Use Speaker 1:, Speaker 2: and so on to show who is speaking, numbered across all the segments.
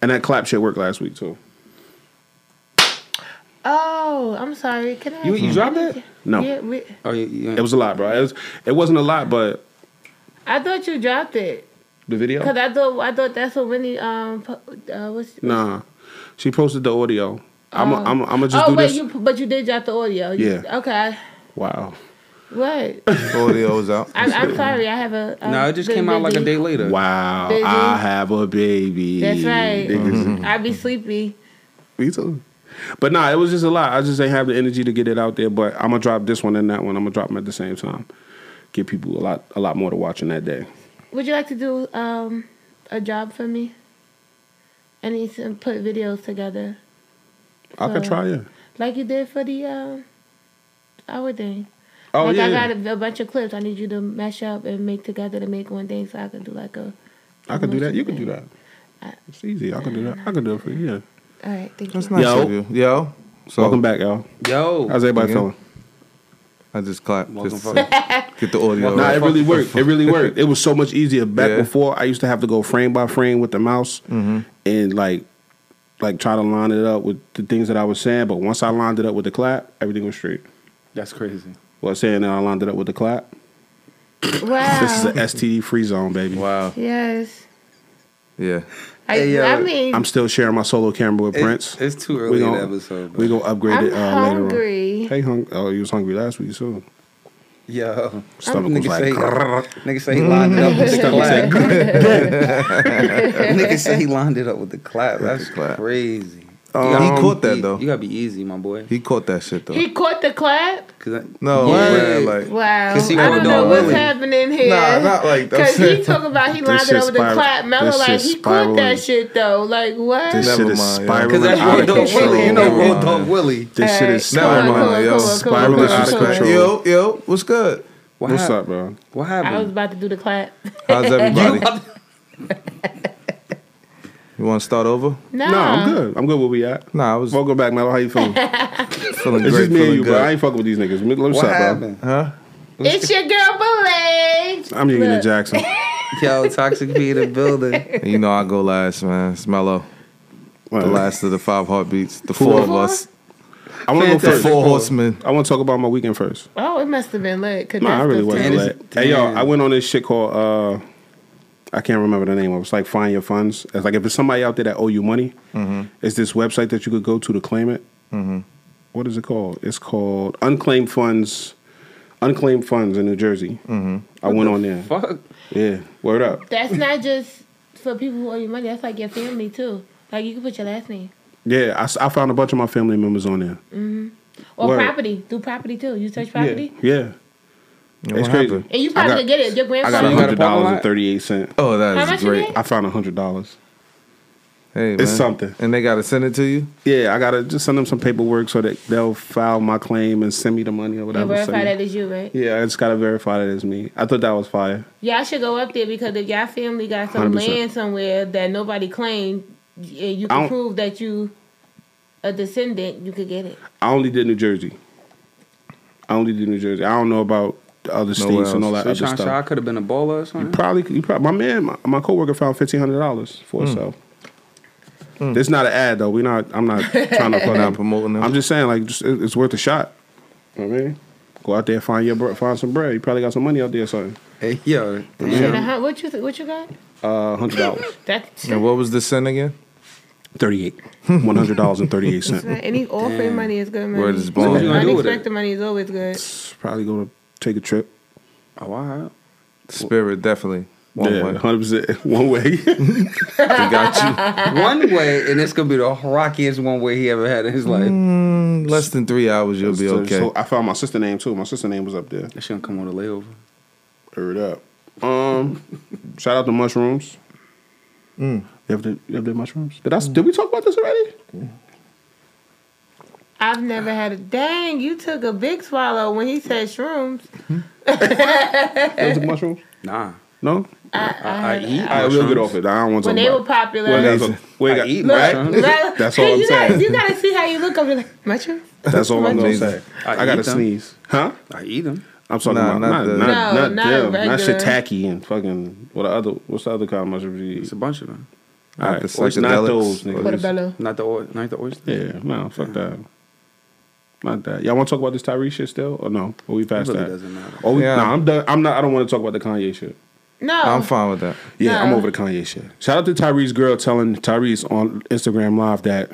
Speaker 1: And that clap shit worked last week too.
Speaker 2: Oh, I'm sorry. Can I?
Speaker 3: You, you dropped that?
Speaker 1: No,
Speaker 2: Yeah, we,
Speaker 3: Mm-hmm. Oh, you, you,
Speaker 1: it was a lot, bro. It, was, it wasn't a lot, but
Speaker 2: I thought you dropped it
Speaker 1: the video.
Speaker 2: because I thought I thought that's what Winnie um po- uh, was.
Speaker 1: Nah, she posted the audio. I'm i I'm i am I'm gonna just
Speaker 2: oh
Speaker 1: do
Speaker 2: wait,
Speaker 1: this.
Speaker 2: you but you did drop the audio. You-
Speaker 1: Yeah.
Speaker 2: Okay.
Speaker 1: Wow.
Speaker 2: What?
Speaker 4: Audio's out.
Speaker 2: I, I'm sorry. I have a. a
Speaker 3: no, it just came out like a Uh, day later.
Speaker 1: Wow.
Speaker 2: Baby.
Speaker 1: I have a baby.
Speaker 2: That's right.
Speaker 1: Niggas-
Speaker 2: I be sleepy.
Speaker 1: Me too. But nah, it was just a lot. I just ain't have the energy to get it out there. But I'm gonna drop this one and that one. I'm gonna drop them at the same time. Get people a lot a lot more to watch in that day.
Speaker 2: Would you like to do um a job for me? I need to put videos together
Speaker 1: I could
Speaker 2: Uh,
Speaker 1: try it.
Speaker 2: like you did for the um our thing.
Speaker 1: Oh
Speaker 2: like
Speaker 1: yeah.
Speaker 2: I
Speaker 1: yeah.
Speaker 2: got a, a bunch of clips. I need you to mash up and make together to make one thing, so I can do like a.
Speaker 1: I could do that. You could do that. It's easy. I could do that. I could do it for you. Yeah.
Speaker 2: All right, thank
Speaker 4: That's
Speaker 2: you.
Speaker 4: nice
Speaker 1: Yo.
Speaker 4: of you. Yo. So
Speaker 1: Welcome back, y'all.
Speaker 3: Yo.
Speaker 1: How's everybody
Speaker 4: Yeah.
Speaker 1: feeling?
Speaker 4: I just clapped.
Speaker 3: Welcome
Speaker 4: Just to get the audio.
Speaker 1: Nah, it
Speaker 4: out.
Speaker 1: really worked. It really worked. It was so much easier back
Speaker 4: Yeah. Mm.
Speaker 1: before. I used to have to go frame by frame with the mouse
Speaker 4: Mm-hmm.
Speaker 1: and like, like try to line it up with the things that I was saying. But once I lined it up with the clap, everything was straight.
Speaker 3: That's crazy.
Speaker 1: Well, saying that I lined it up with the clap. This is
Speaker 2: Wow.
Speaker 1: an STD free zone, baby.
Speaker 3: Wow.
Speaker 2: yes.
Speaker 4: Yeah.
Speaker 2: I,
Speaker 3: Hey, yo,
Speaker 2: I mean,
Speaker 1: I'm still sharing my solo camera with
Speaker 3: It-
Speaker 1: Prince.
Speaker 3: it's too
Speaker 1: we
Speaker 3: early in
Speaker 1: gonna,
Speaker 3: the episode.
Speaker 1: We
Speaker 3: But.
Speaker 1: gonna upgrade
Speaker 2: I'm
Speaker 1: it uh, later
Speaker 2: hungry.
Speaker 1: on. Hey, hung. Oh, you was hungry last week, so
Speaker 3: Yo.
Speaker 1: stomach was
Speaker 3: Nigga say,
Speaker 1: like.
Speaker 3: nigga say he lined it up with the clap. nigga say he lined it up with the clap. That's
Speaker 4: the clap.
Speaker 3: crazy.
Speaker 4: Um,
Speaker 3: You gotta
Speaker 4: he
Speaker 3: be-
Speaker 4: caught that, though.
Speaker 3: You gotta be easy, my boy.
Speaker 4: He caught that shit though.
Speaker 2: he caught the clap.
Speaker 3: Cause I-
Speaker 4: no,
Speaker 3: Yeah.
Speaker 4: man, like
Speaker 2: Wow. I
Speaker 3: 'Cause he
Speaker 2: don't
Speaker 3: wanna
Speaker 2: know
Speaker 3: know
Speaker 2: what's
Speaker 3: Willie.
Speaker 2: happening here.
Speaker 4: nah, not like
Speaker 2: Cause
Speaker 4: that.
Speaker 2: he talking about he lined it
Speaker 1: shit's
Speaker 2: up with the
Speaker 1: spiral-
Speaker 2: clap. Mello
Speaker 1: this
Speaker 2: like
Speaker 1: shit's
Speaker 2: he caught
Speaker 1: spiraling.
Speaker 2: that shit though. Like what?
Speaker 1: This
Speaker 4: Never
Speaker 1: shit is
Speaker 4: mind, yo.
Speaker 1: spiraling
Speaker 3: Cause that's
Speaker 1: out
Speaker 3: Road
Speaker 1: of
Speaker 3: Dog
Speaker 1: control.
Speaker 3: Willie. You know
Speaker 4: Never
Speaker 3: Road
Speaker 4: mind.
Speaker 3: Dog Willie.
Speaker 1: This shit is
Speaker 2: All
Speaker 4: Never
Speaker 2: right,
Speaker 1: spiraling.
Speaker 2: cool, cool,
Speaker 4: mind, yo.
Speaker 2: cool, cool,
Speaker 1: Spiraling
Speaker 2: cool,
Speaker 1: out of
Speaker 2: cool.
Speaker 1: control.
Speaker 4: yo, yo, what's good?
Speaker 3: What
Speaker 1: What's
Speaker 3: hap-
Speaker 1: up, bro?
Speaker 3: What
Speaker 2: I was
Speaker 3: happened?
Speaker 2: about to do the clap.
Speaker 4: How's everybody?
Speaker 3: You-
Speaker 4: You want to start over?
Speaker 2: No,
Speaker 1: No, I'm good. I'm good where we at.
Speaker 4: Nah, I was
Speaker 1: Welcome back, Mello. How you feeling?
Speaker 4: feeling
Speaker 1: It's
Speaker 4: great.
Speaker 1: just me and
Speaker 4: feeling
Speaker 1: you, bro. I ain't fucking with these niggas. Let me
Speaker 3: What
Speaker 1: stop, bro.
Speaker 3: happened?
Speaker 4: Huh?
Speaker 2: It's your girl Bootleg.
Speaker 1: I'm Yegina
Speaker 2: Look.
Speaker 1: Jackson.
Speaker 3: Yo, Toxic P in the building.
Speaker 4: You know I go last, man. It's mellow. The last of the five heartbeats. The four of us.
Speaker 1: I want to go
Speaker 4: The
Speaker 1: first.
Speaker 4: four horsemen.
Speaker 1: I want to talk about my weekend first.
Speaker 2: Oh, it must have been lit. 'cause
Speaker 1: No, I
Speaker 2: that's
Speaker 1: really
Speaker 2: the
Speaker 1: wasn't
Speaker 2: time.
Speaker 3: Damn.
Speaker 1: glad. Hey, yo, I went on this shit called uh, I can't remember the name. of It It's like find your funds. It's like if there's somebody out there that owe you money,
Speaker 3: Mm-hmm.
Speaker 1: it's this website that you could go to to claim it. What is it called? It's called unclaimed funds. Unclaimed funds in New Jersey. I went on there.
Speaker 3: Mm-hmm. Fuck.
Speaker 1: Yeah, word up.
Speaker 2: That's not just for people who owe you money. That's like your family too. Like you can put your last name
Speaker 1: Yeah, I s- I, found a bunch of my family members on there.
Speaker 2: or
Speaker 1: Word.
Speaker 2: property. Do property too. You search property,
Speaker 1: Yeah, yeah.
Speaker 4: What
Speaker 1: It's crazy.
Speaker 4: happened?
Speaker 2: and you probably
Speaker 1: I got-
Speaker 2: could get it.
Speaker 1: I
Speaker 2: Your
Speaker 1: got
Speaker 2: grandfather.
Speaker 3: you got a
Speaker 1: hundred dollars
Speaker 3: parking
Speaker 1: and
Speaker 3: lot?
Speaker 1: thirty eight cent.
Speaker 4: Oh,
Speaker 2: How
Speaker 4: that
Speaker 2: much
Speaker 4: is
Speaker 2: you
Speaker 4: great.
Speaker 2: get?
Speaker 1: I found hundred dollars.
Speaker 4: Hey,
Speaker 1: It's
Speaker 4: man.
Speaker 1: something.
Speaker 4: And they gotta send it to you.
Speaker 1: Yeah, I gotta just send them some paperwork so that they'll file my claim and send me the money or
Speaker 2: You
Speaker 1: whatever.
Speaker 2: verify
Speaker 1: Send me-
Speaker 2: that is you, right?
Speaker 1: yeah, I just gotta verify that it's me. I thought that was fire.
Speaker 2: Y'all should go up there because if y'all family got some
Speaker 1: 100%.
Speaker 2: land somewhere that nobody claimed, and you
Speaker 1: I
Speaker 2: can
Speaker 1: don't-
Speaker 2: prove that you a descendant, you could get it.
Speaker 1: I only did New Jersey. I only did New Jersey. I don't know about the other states and all that
Speaker 3: So you
Speaker 1: other
Speaker 3: trying to say I
Speaker 1: stuff.
Speaker 3: could have been a baller or something?
Speaker 1: Probably, you probably, my man, my, my coworker found fifteen hundred dollars for
Speaker 3: Hmm.
Speaker 1: himself. It's not an ad though. We not. I'm not trying to
Speaker 4: Not
Speaker 1: fucking.
Speaker 4: promoting them.
Speaker 1: I'm just saying, like, just, it- it's worth a shot. You know what I mean, go out there and find your bre- find some bread. You probably got some money out there, or something.
Speaker 3: Hey, yo.
Speaker 2: Shit,
Speaker 3: Damn.
Speaker 2: huh? What you th- what you got?
Speaker 1: Uh, hundred dollars.
Speaker 2: That's
Speaker 4: and what was the sin again?
Speaker 1: 38 $100.38
Speaker 2: Right, Any all free money is good money.
Speaker 4: Word is born.
Speaker 3: What you gonna do with it?
Speaker 2: Unexpected money is always good.
Speaker 1: probably gonna take a trip
Speaker 3: Oh, all right.
Speaker 4: Spirit, definitely. One
Speaker 1: yeah,
Speaker 4: way.
Speaker 1: 100% one way
Speaker 4: We got
Speaker 3: one way, and it's gonna be the rockiest one way he ever had in his life.
Speaker 4: you. Mm, less than three hours, you'll be
Speaker 1: So-
Speaker 4: okay.
Speaker 1: so i found my sister name too my sister name was up there
Speaker 3: That shouldn't come on a layover.
Speaker 1: heard up um shout out to mushrooms
Speaker 3: Mm.
Speaker 1: you have the, you have the mushrooms did, I, did we talk about this already
Speaker 2: I've never had a dang. You took a big swallow when he said shrooms.
Speaker 1: Those are mushrooms
Speaker 3: Nah.
Speaker 1: no
Speaker 3: I, I eat.
Speaker 1: all right we'll get off it i don't want to
Speaker 2: When they were popular.
Speaker 1: we ain't
Speaker 2: Look,
Speaker 1: gotta talk- we ain't
Speaker 3: I
Speaker 1: got-
Speaker 3: eat
Speaker 1: right?
Speaker 3: mushrooms.
Speaker 1: That's all I'm
Speaker 2: you
Speaker 1: saying.
Speaker 2: Gotta, you gotta see how you look over like mushrooms.
Speaker 1: That's all I'm gonna
Speaker 4: Amazing.
Speaker 1: say.
Speaker 3: I
Speaker 1: I, gotta
Speaker 3: eat them.
Speaker 1: sneeze, huh?
Speaker 3: I eat them.
Speaker 1: I'm talking
Speaker 4: Nah,
Speaker 1: about
Speaker 4: not
Speaker 1: not,
Speaker 4: the-
Speaker 1: not, not,
Speaker 2: No,
Speaker 1: them, not
Speaker 2: not regular.
Speaker 1: shiitake and fucking what the other what's the other kind of mushrooms you
Speaker 3: It's
Speaker 1: eat?
Speaker 3: a bunch of them.
Speaker 1: All right.
Speaker 4: the
Speaker 1: Well, it's not
Speaker 4: psychedelics.
Speaker 1: those niggas.
Speaker 2: What a bellow.
Speaker 3: Not the oy- not the oyster.
Speaker 1: Yeah, no, fuck that. Not that. Y'all want to talk about this Tyree shit still, or no? Or we passed
Speaker 3: really
Speaker 1: that?
Speaker 3: doesn't matter.
Speaker 1: Oh, we,
Speaker 4: Yeah.
Speaker 1: nah, I'm done. I'm not. I don't want to talk about the Kanye shit.
Speaker 2: No.
Speaker 4: I'm fine with that.
Speaker 1: Yeah, I'm
Speaker 2: Nah.
Speaker 1: over the Kanye shit. Shout out to Tyree's girl telling Tyrese on Instagram Live that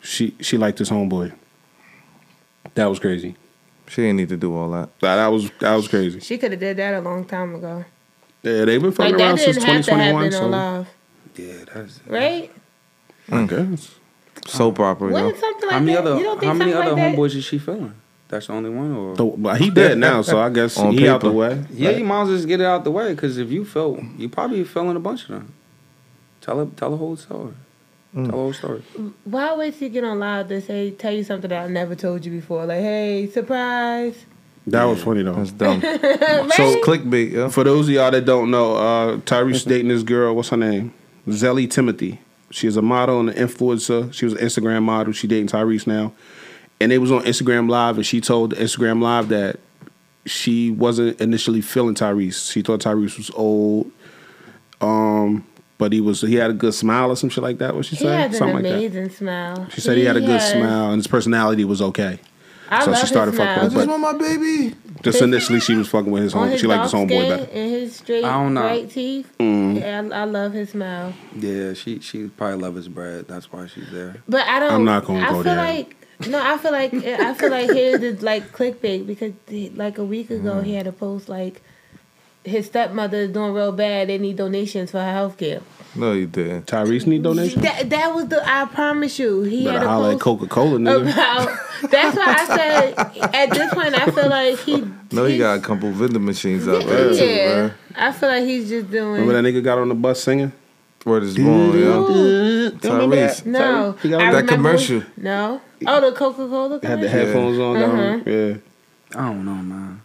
Speaker 1: she she liked his homeboy. That was crazy.
Speaker 4: She didn't need to do all that.
Speaker 1: That, that was that was crazy.
Speaker 2: She could have did that a long time ago.
Speaker 1: Yeah, they've been fucking
Speaker 2: Like
Speaker 1: around
Speaker 2: that
Speaker 1: since
Speaker 2: didn't have to
Speaker 1: 2021.
Speaker 2: happen on
Speaker 1: So
Speaker 2: Love,
Speaker 3: Yeah, that's.
Speaker 2: right?
Speaker 1: I guess.
Speaker 4: Soap
Speaker 1: Oh,
Speaker 4: opera, yo.
Speaker 2: Wouldn't something like
Speaker 3: How many
Speaker 2: that?
Speaker 3: other
Speaker 2: you don't think
Speaker 3: how many
Speaker 2: something
Speaker 3: other
Speaker 2: like that?
Speaker 3: homeboys is she feeling? That's the only one, or
Speaker 1: So, but he dead now, so I guess he
Speaker 4: On
Speaker 1: out the
Speaker 4: paper.
Speaker 1: way.
Speaker 3: yeah, you might as well just get it out the way because if you felt, you probably feeling a bunch of them. Tell her, tell the whole story. Tell the whole story.
Speaker 2: Why would she get on Live to say tell you something that I never told you before? Like, hey, surprise!
Speaker 1: That was funny though.
Speaker 4: That's dumb. It's
Speaker 2: right?
Speaker 4: clickbait, yo.
Speaker 1: For those of y'all that don't know, uh, Tyrese dating this girl. What's her name? Zelly Timothy. She is a model and an influencer. She was an Instagram model. She dating Tyrese now, and it was on Instagram Live, and she told the Instagram Live that she wasn't initially feeling Tyrese. She thought Tyrese was old, um, but he was he had a good smile or some shit like that. What she
Speaker 2: he
Speaker 1: said,
Speaker 2: has an
Speaker 1: something like that.
Speaker 2: amazing smile.
Speaker 1: She said he, had a good
Speaker 2: has-
Speaker 1: smile and his personality was okay.
Speaker 2: I
Speaker 1: so
Speaker 2: love
Speaker 1: she started
Speaker 2: his
Speaker 1: fucking
Speaker 2: smile.
Speaker 1: with him,
Speaker 4: want my baby.
Speaker 1: Just initially, she was fucking with his
Speaker 2: on
Speaker 1: home.
Speaker 2: his
Speaker 1: She liked his
Speaker 2: dark
Speaker 1: homeboy
Speaker 2: skin
Speaker 1: better. Mm-hmm.
Speaker 2: And his straight,
Speaker 3: I don't know.
Speaker 2: bright teeth. Yeah, I, I love his smile.
Speaker 3: Yeah, she she probably loves his bread. That's why she's there.
Speaker 2: But I don't.
Speaker 1: I'm not gonna
Speaker 2: I
Speaker 1: go
Speaker 2: feel
Speaker 1: there.
Speaker 2: like no. I feel like I feel like his is like clickbait because he, like a week ago
Speaker 1: Mm-hmm.
Speaker 2: he had a post like his stepmother is doing real bad. They need donations for her health care.
Speaker 4: No, you didn't.
Speaker 1: Tyrese need donations.
Speaker 2: That that was the. I promise you, he
Speaker 1: Better
Speaker 2: had a
Speaker 1: holler at
Speaker 2: post.
Speaker 1: Coca Cola, nigga.
Speaker 2: about that's why I said at this point I feel like he
Speaker 4: No, you
Speaker 2: he's-
Speaker 4: got a couple vending machines out there, too,
Speaker 2: yeah
Speaker 4: man.
Speaker 2: I feel like he's just doing
Speaker 1: Remember that nigga got on the bus singing?
Speaker 4: Word is born, yo.
Speaker 1: Remember that?
Speaker 4: Tyrese.
Speaker 2: no
Speaker 1: He got
Speaker 2: I
Speaker 1: on-
Speaker 4: That
Speaker 2: remember-
Speaker 4: commercial.
Speaker 2: no oh the Coca Cola
Speaker 1: had the
Speaker 2: commercial
Speaker 1: headphones on. Got
Speaker 2: Uh-huh.
Speaker 1: on. Yeah,
Speaker 3: I don't know, man.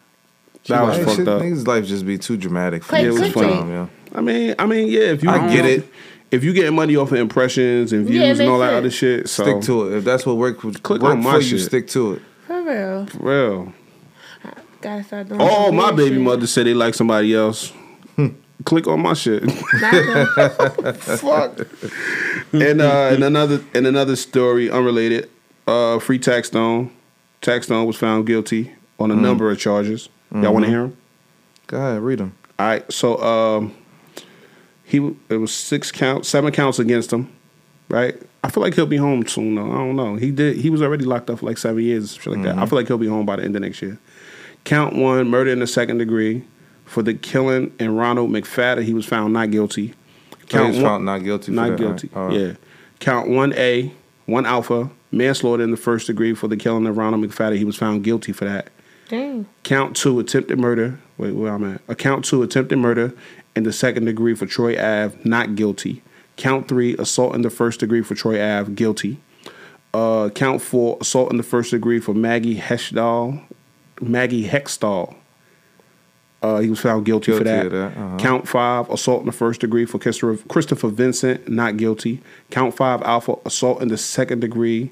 Speaker 1: that was
Speaker 4: Like,
Speaker 1: fucked
Speaker 4: shit,
Speaker 1: up.
Speaker 4: Niggas' life just be too dramatic for
Speaker 2: Click,
Speaker 1: Yeah, it was
Speaker 4: this
Speaker 2: click, click.
Speaker 4: time, yo.
Speaker 1: I mean, I mean, yeah. If you,
Speaker 4: I get it.
Speaker 1: If you getting money off of impressions and views
Speaker 2: Yeah, it
Speaker 1: and all that
Speaker 2: makes sense.
Speaker 1: other shit, so
Speaker 4: Stick to it. If that's what work,
Speaker 1: Click
Speaker 4: work
Speaker 1: on my
Speaker 4: for you,
Speaker 1: shit.
Speaker 4: stick to it.
Speaker 2: for real
Speaker 1: for real.
Speaker 2: gotta start doing
Speaker 1: Oh,
Speaker 2: some
Speaker 1: my
Speaker 2: weird
Speaker 1: baby
Speaker 2: shit.
Speaker 1: mother said they like somebody else.
Speaker 4: Hmm.
Speaker 1: Click on my shit.
Speaker 2: Not gonna-
Speaker 1: Fuck. and uh, and another and another story unrelated. Uh, free Tax Stone. Tax Stone was found guilty on a number of charges. Y'all want to hear him?
Speaker 4: Go ahead, read them.
Speaker 1: All right, so um, he it was six counts, seven counts against him, right? I feel like he'll be home soon though. I don't know. He did. He was already locked up for like seven years, shit like that. I feel like he'll be home by the end of next year. Count one, murder in the second degree for the killing and Ronald McFadden. He was found not guilty.
Speaker 4: Count found not guilty. For
Speaker 1: not
Speaker 4: that,
Speaker 1: guilty.
Speaker 4: All right.
Speaker 1: Yeah. Count one A, one alpha manslaughter in the first degree for the killing of Ronald McFadden. He was found guilty for that
Speaker 2: dang
Speaker 1: count two attempted murder. Wait, where I'm at? A count two attempted murder in the second degree for Troy Ave, not guilty. Count three assault in the first degree for Troy Ave, guilty. Uh, count four assault in the first degree for Maggie Hextall. Maggie Hextall. Uh, he was found guilty, for
Speaker 4: Guilty
Speaker 1: that.
Speaker 4: of that, uh-huh.
Speaker 1: Count five assault in the first degree for Christopher, Christopher Vincent, not guilty. Count five alpha assault in the second degree.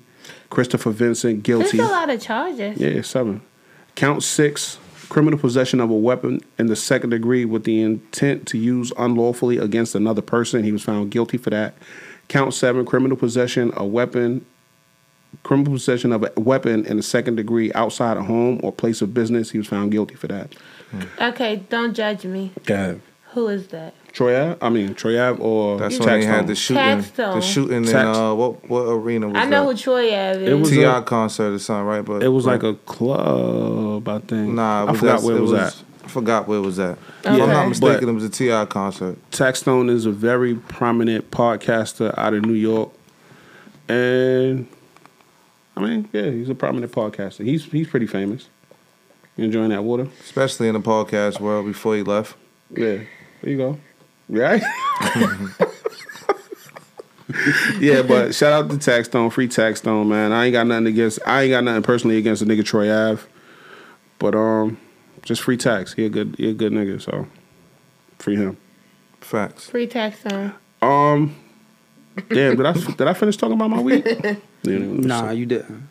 Speaker 1: Christopher Vincent
Speaker 2: there's
Speaker 1: guilty.
Speaker 2: a lot of charges
Speaker 1: Yeah, seven. Count six, criminal possession of a weapon in the second degree with the intent to use unlawfully against another person. He was found guilty for that. Count seven, criminal possession a weapon, criminal possession of a weapon in the second degree outside a home or place of business. He was found guilty for that.
Speaker 2: okay don't judge me
Speaker 1: Yeah.
Speaker 2: who is that
Speaker 1: Troy Ave, I mean Troy Ave or
Speaker 4: That's
Speaker 1: Tax
Speaker 4: when they had
Speaker 1: Stone.
Speaker 4: the shooting.
Speaker 2: Taxstone.
Speaker 4: The shooting in
Speaker 1: Tax-
Speaker 4: uh, what what arena was
Speaker 2: I know who
Speaker 4: that?
Speaker 2: Troy Ave is
Speaker 1: It was-
Speaker 4: Ti
Speaker 1: a-
Speaker 4: concert or something, right? But
Speaker 1: It was like a club, I think.
Speaker 4: nah. It
Speaker 1: I
Speaker 4: was
Speaker 1: forgot
Speaker 4: that-
Speaker 1: where it was, at.
Speaker 4: I forgot where it was at. If
Speaker 2: Okay.
Speaker 4: I'm not
Speaker 2: But-
Speaker 4: mistaken, it was a Ti concert.
Speaker 1: Tax Stone is a very prominent podcaster out of New York, and I mean, yeah, he's a prominent podcaster. He's he's pretty famous. You enjoying that water?
Speaker 4: Especially in the podcast world before he left.
Speaker 1: Yeah, there you go. Right? yeah, but shout out to Tax Stone, free Tax Stone, man. I ain't got nothing against. I ain't got nothing personally against the nigga Troy Ave, but um, just free tax. He a good he a good nigga, so free him.
Speaker 4: Facts.
Speaker 2: free tax on
Speaker 1: Um, damn, did I did I finish talking about my week? Yeah,
Speaker 3: Nah, you didn't.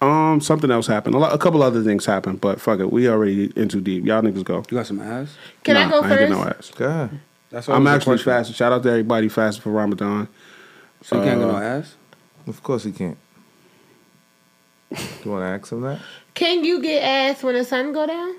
Speaker 1: Um, something else happened. A, lot, a couple other things happened, but fuck it, we already in too deep. Y'all niggas go.
Speaker 3: You got some ass.
Speaker 2: can I
Speaker 1: Nah,
Speaker 2: go
Speaker 1: ain't get
Speaker 2: first
Speaker 1: no ass.
Speaker 4: God.
Speaker 3: That's
Speaker 1: I'm
Speaker 3: always a
Speaker 1: actually
Speaker 3: question.
Speaker 1: fasting. Shout out to everybody fasting for Ramadan.
Speaker 3: So you can't get no
Speaker 1: Uh,
Speaker 3: ass.
Speaker 4: Of course he can't. You want to ask him that?
Speaker 2: Can you get ass when the sun go down?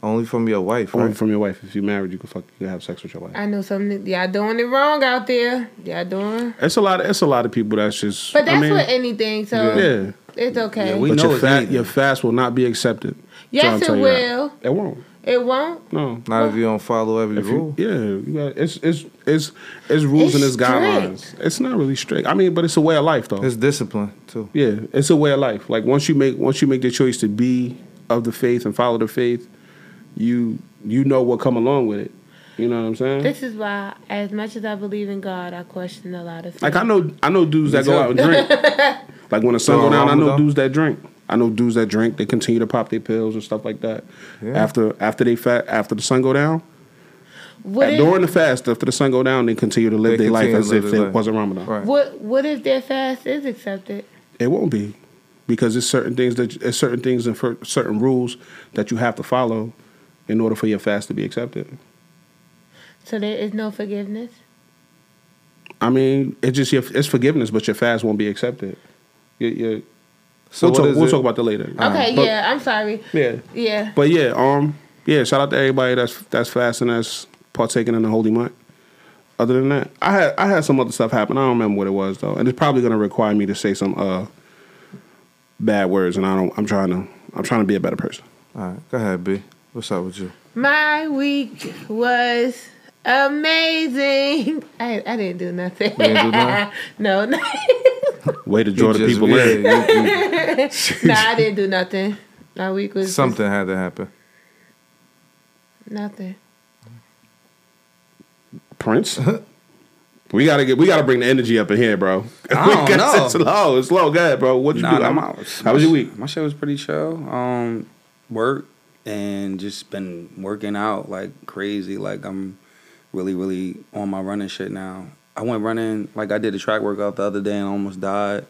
Speaker 4: Only from your wife,
Speaker 1: Only
Speaker 4: right?
Speaker 1: from your wife. If you married, you can fuck. You can have sex with your wife.
Speaker 2: I know something. Y'all doing it wrong out there. Y'all doing.
Speaker 1: It's a lot. It's a lot of people that's just.
Speaker 2: But that's
Speaker 1: I mean,
Speaker 2: what anything. So
Speaker 1: yeah.
Speaker 2: it's okay.
Speaker 3: Yeah, we-
Speaker 1: but
Speaker 3: know
Speaker 1: your
Speaker 3: it's
Speaker 1: fat,
Speaker 3: eating.
Speaker 1: your fast will not be accepted.
Speaker 2: yes, it
Speaker 1: Trying to tell you
Speaker 2: will.
Speaker 1: It won't.
Speaker 2: It won't.
Speaker 1: No.
Speaker 4: Not if you don't follow every
Speaker 1: If you,
Speaker 4: rule.
Speaker 1: yeah, you got, it's it's it's it's rules
Speaker 2: It's
Speaker 1: and it's
Speaker 2: strict.
Speaker 1: guidelines. It's not really strict. I mean, but it's a way of life though.
Speaker 4: It's discipline too.
Speaker 1: yeah, it's a way of life. Like once you make once you make the choice to be of the faith and follow the faith, you you know what come along with it. You know what I'm saying?
Speaker 2: This is why, as much as I believe in God, I question a lot of things.
Speaker 1: Like I know I know dudes that go
Speaker 3: too.
Speaker 1: out and drink. like when the sun go
Speaker 4: During
Speaker 1: down, I know
Speaker 4: Ramadan?
Speaker 1: dudes that drink. I know dudes that drink. They continue to pop their pills and stuff like that.
Speaker 4: Yeah.
Speaker 1: After after they fat after the sun go down,
Speaker 2: What if,
Speaker 1: during the fast after the sun go down, they continue to live
Speaker 4: They
Speaker 1: their life
Speaker 4: continue
Speaker 1: as
Speaker 4: to
Speaker 1: if
Speaker 4: live
Speaker 1: it
Speaker 4: their life.
Speaker 1: wasn't Ramadan.
Speaker 4: Right.
Speaker 2: what what if their fast is accepted?
Speaker 1: It won't be because it's certain things that it's certain things and for certain rules that you have to follow in order for your fast to be accepted.
Speaker 2: So there is no forgiveness.
Speaker 1: I mean, it's just your, it's forgiveness, but your fast won't be accepted. Your- your-
Speaker 4: So
Speaker 1: we'll
Speaker 4: what
Speaker 1: talk,
Speaker 4: is
Speaker 1: we'll
Speaker 4: it?
Speaker 1: talk about that later. Um,
Speaker 2: okay.
Speaker 1: Uh, But-
Speaker 2: yeah. I'm sorry.
Speaker 1: yeah.
Speaker 2: Yeah.
Speaker 1: But yeah, um, yeah. Shout out to everybody that's that's fasting, that's partaking in the holy month. Other than that, I had I had some other stuff happen. I don't remember what it was though, and it's probably gonna require me to say some uh bad words, and I don't. I'm trying to I'm trying to be a better person.
Speaker 4: All right, go ahead, B. What's up with you?
Speaker 2: My week was amazing. I I didn't do nothing.
Speaker 4: You didn't do nothing?
Speaker 2: no, no,
Speaker 1: Way to draw
Speaker 4: You
Speaker 1: the
Speaker 4: just-
Speaker 1: people in.
Speaker 4: yeah, you- you-
Speaker 2: no, I didn't do nothing. My week was just
Speaker 4: something had to happen.
Speaker 2: nothing.
Speaker 1: Prince. We gotta get. We gotta bring the energy up in here, bro.
Speaker 3: I don't
Speaker 1: Because
Speaker 3: know.
Speaker 1: It's low. It's low. Go ahead, bro. What you
Speaker 3: Nah,
Speaker 1: do?
Speaker 3: nah,
Speaker 1: How-
Speaker 3: my-
Speaker 1: How was your week?
Speaker 3: My shit was pretty chill. Um, work and just been working out like crazy. Like I'm really, really on my running shit now. I went running like I did a track workout the other day and almost died.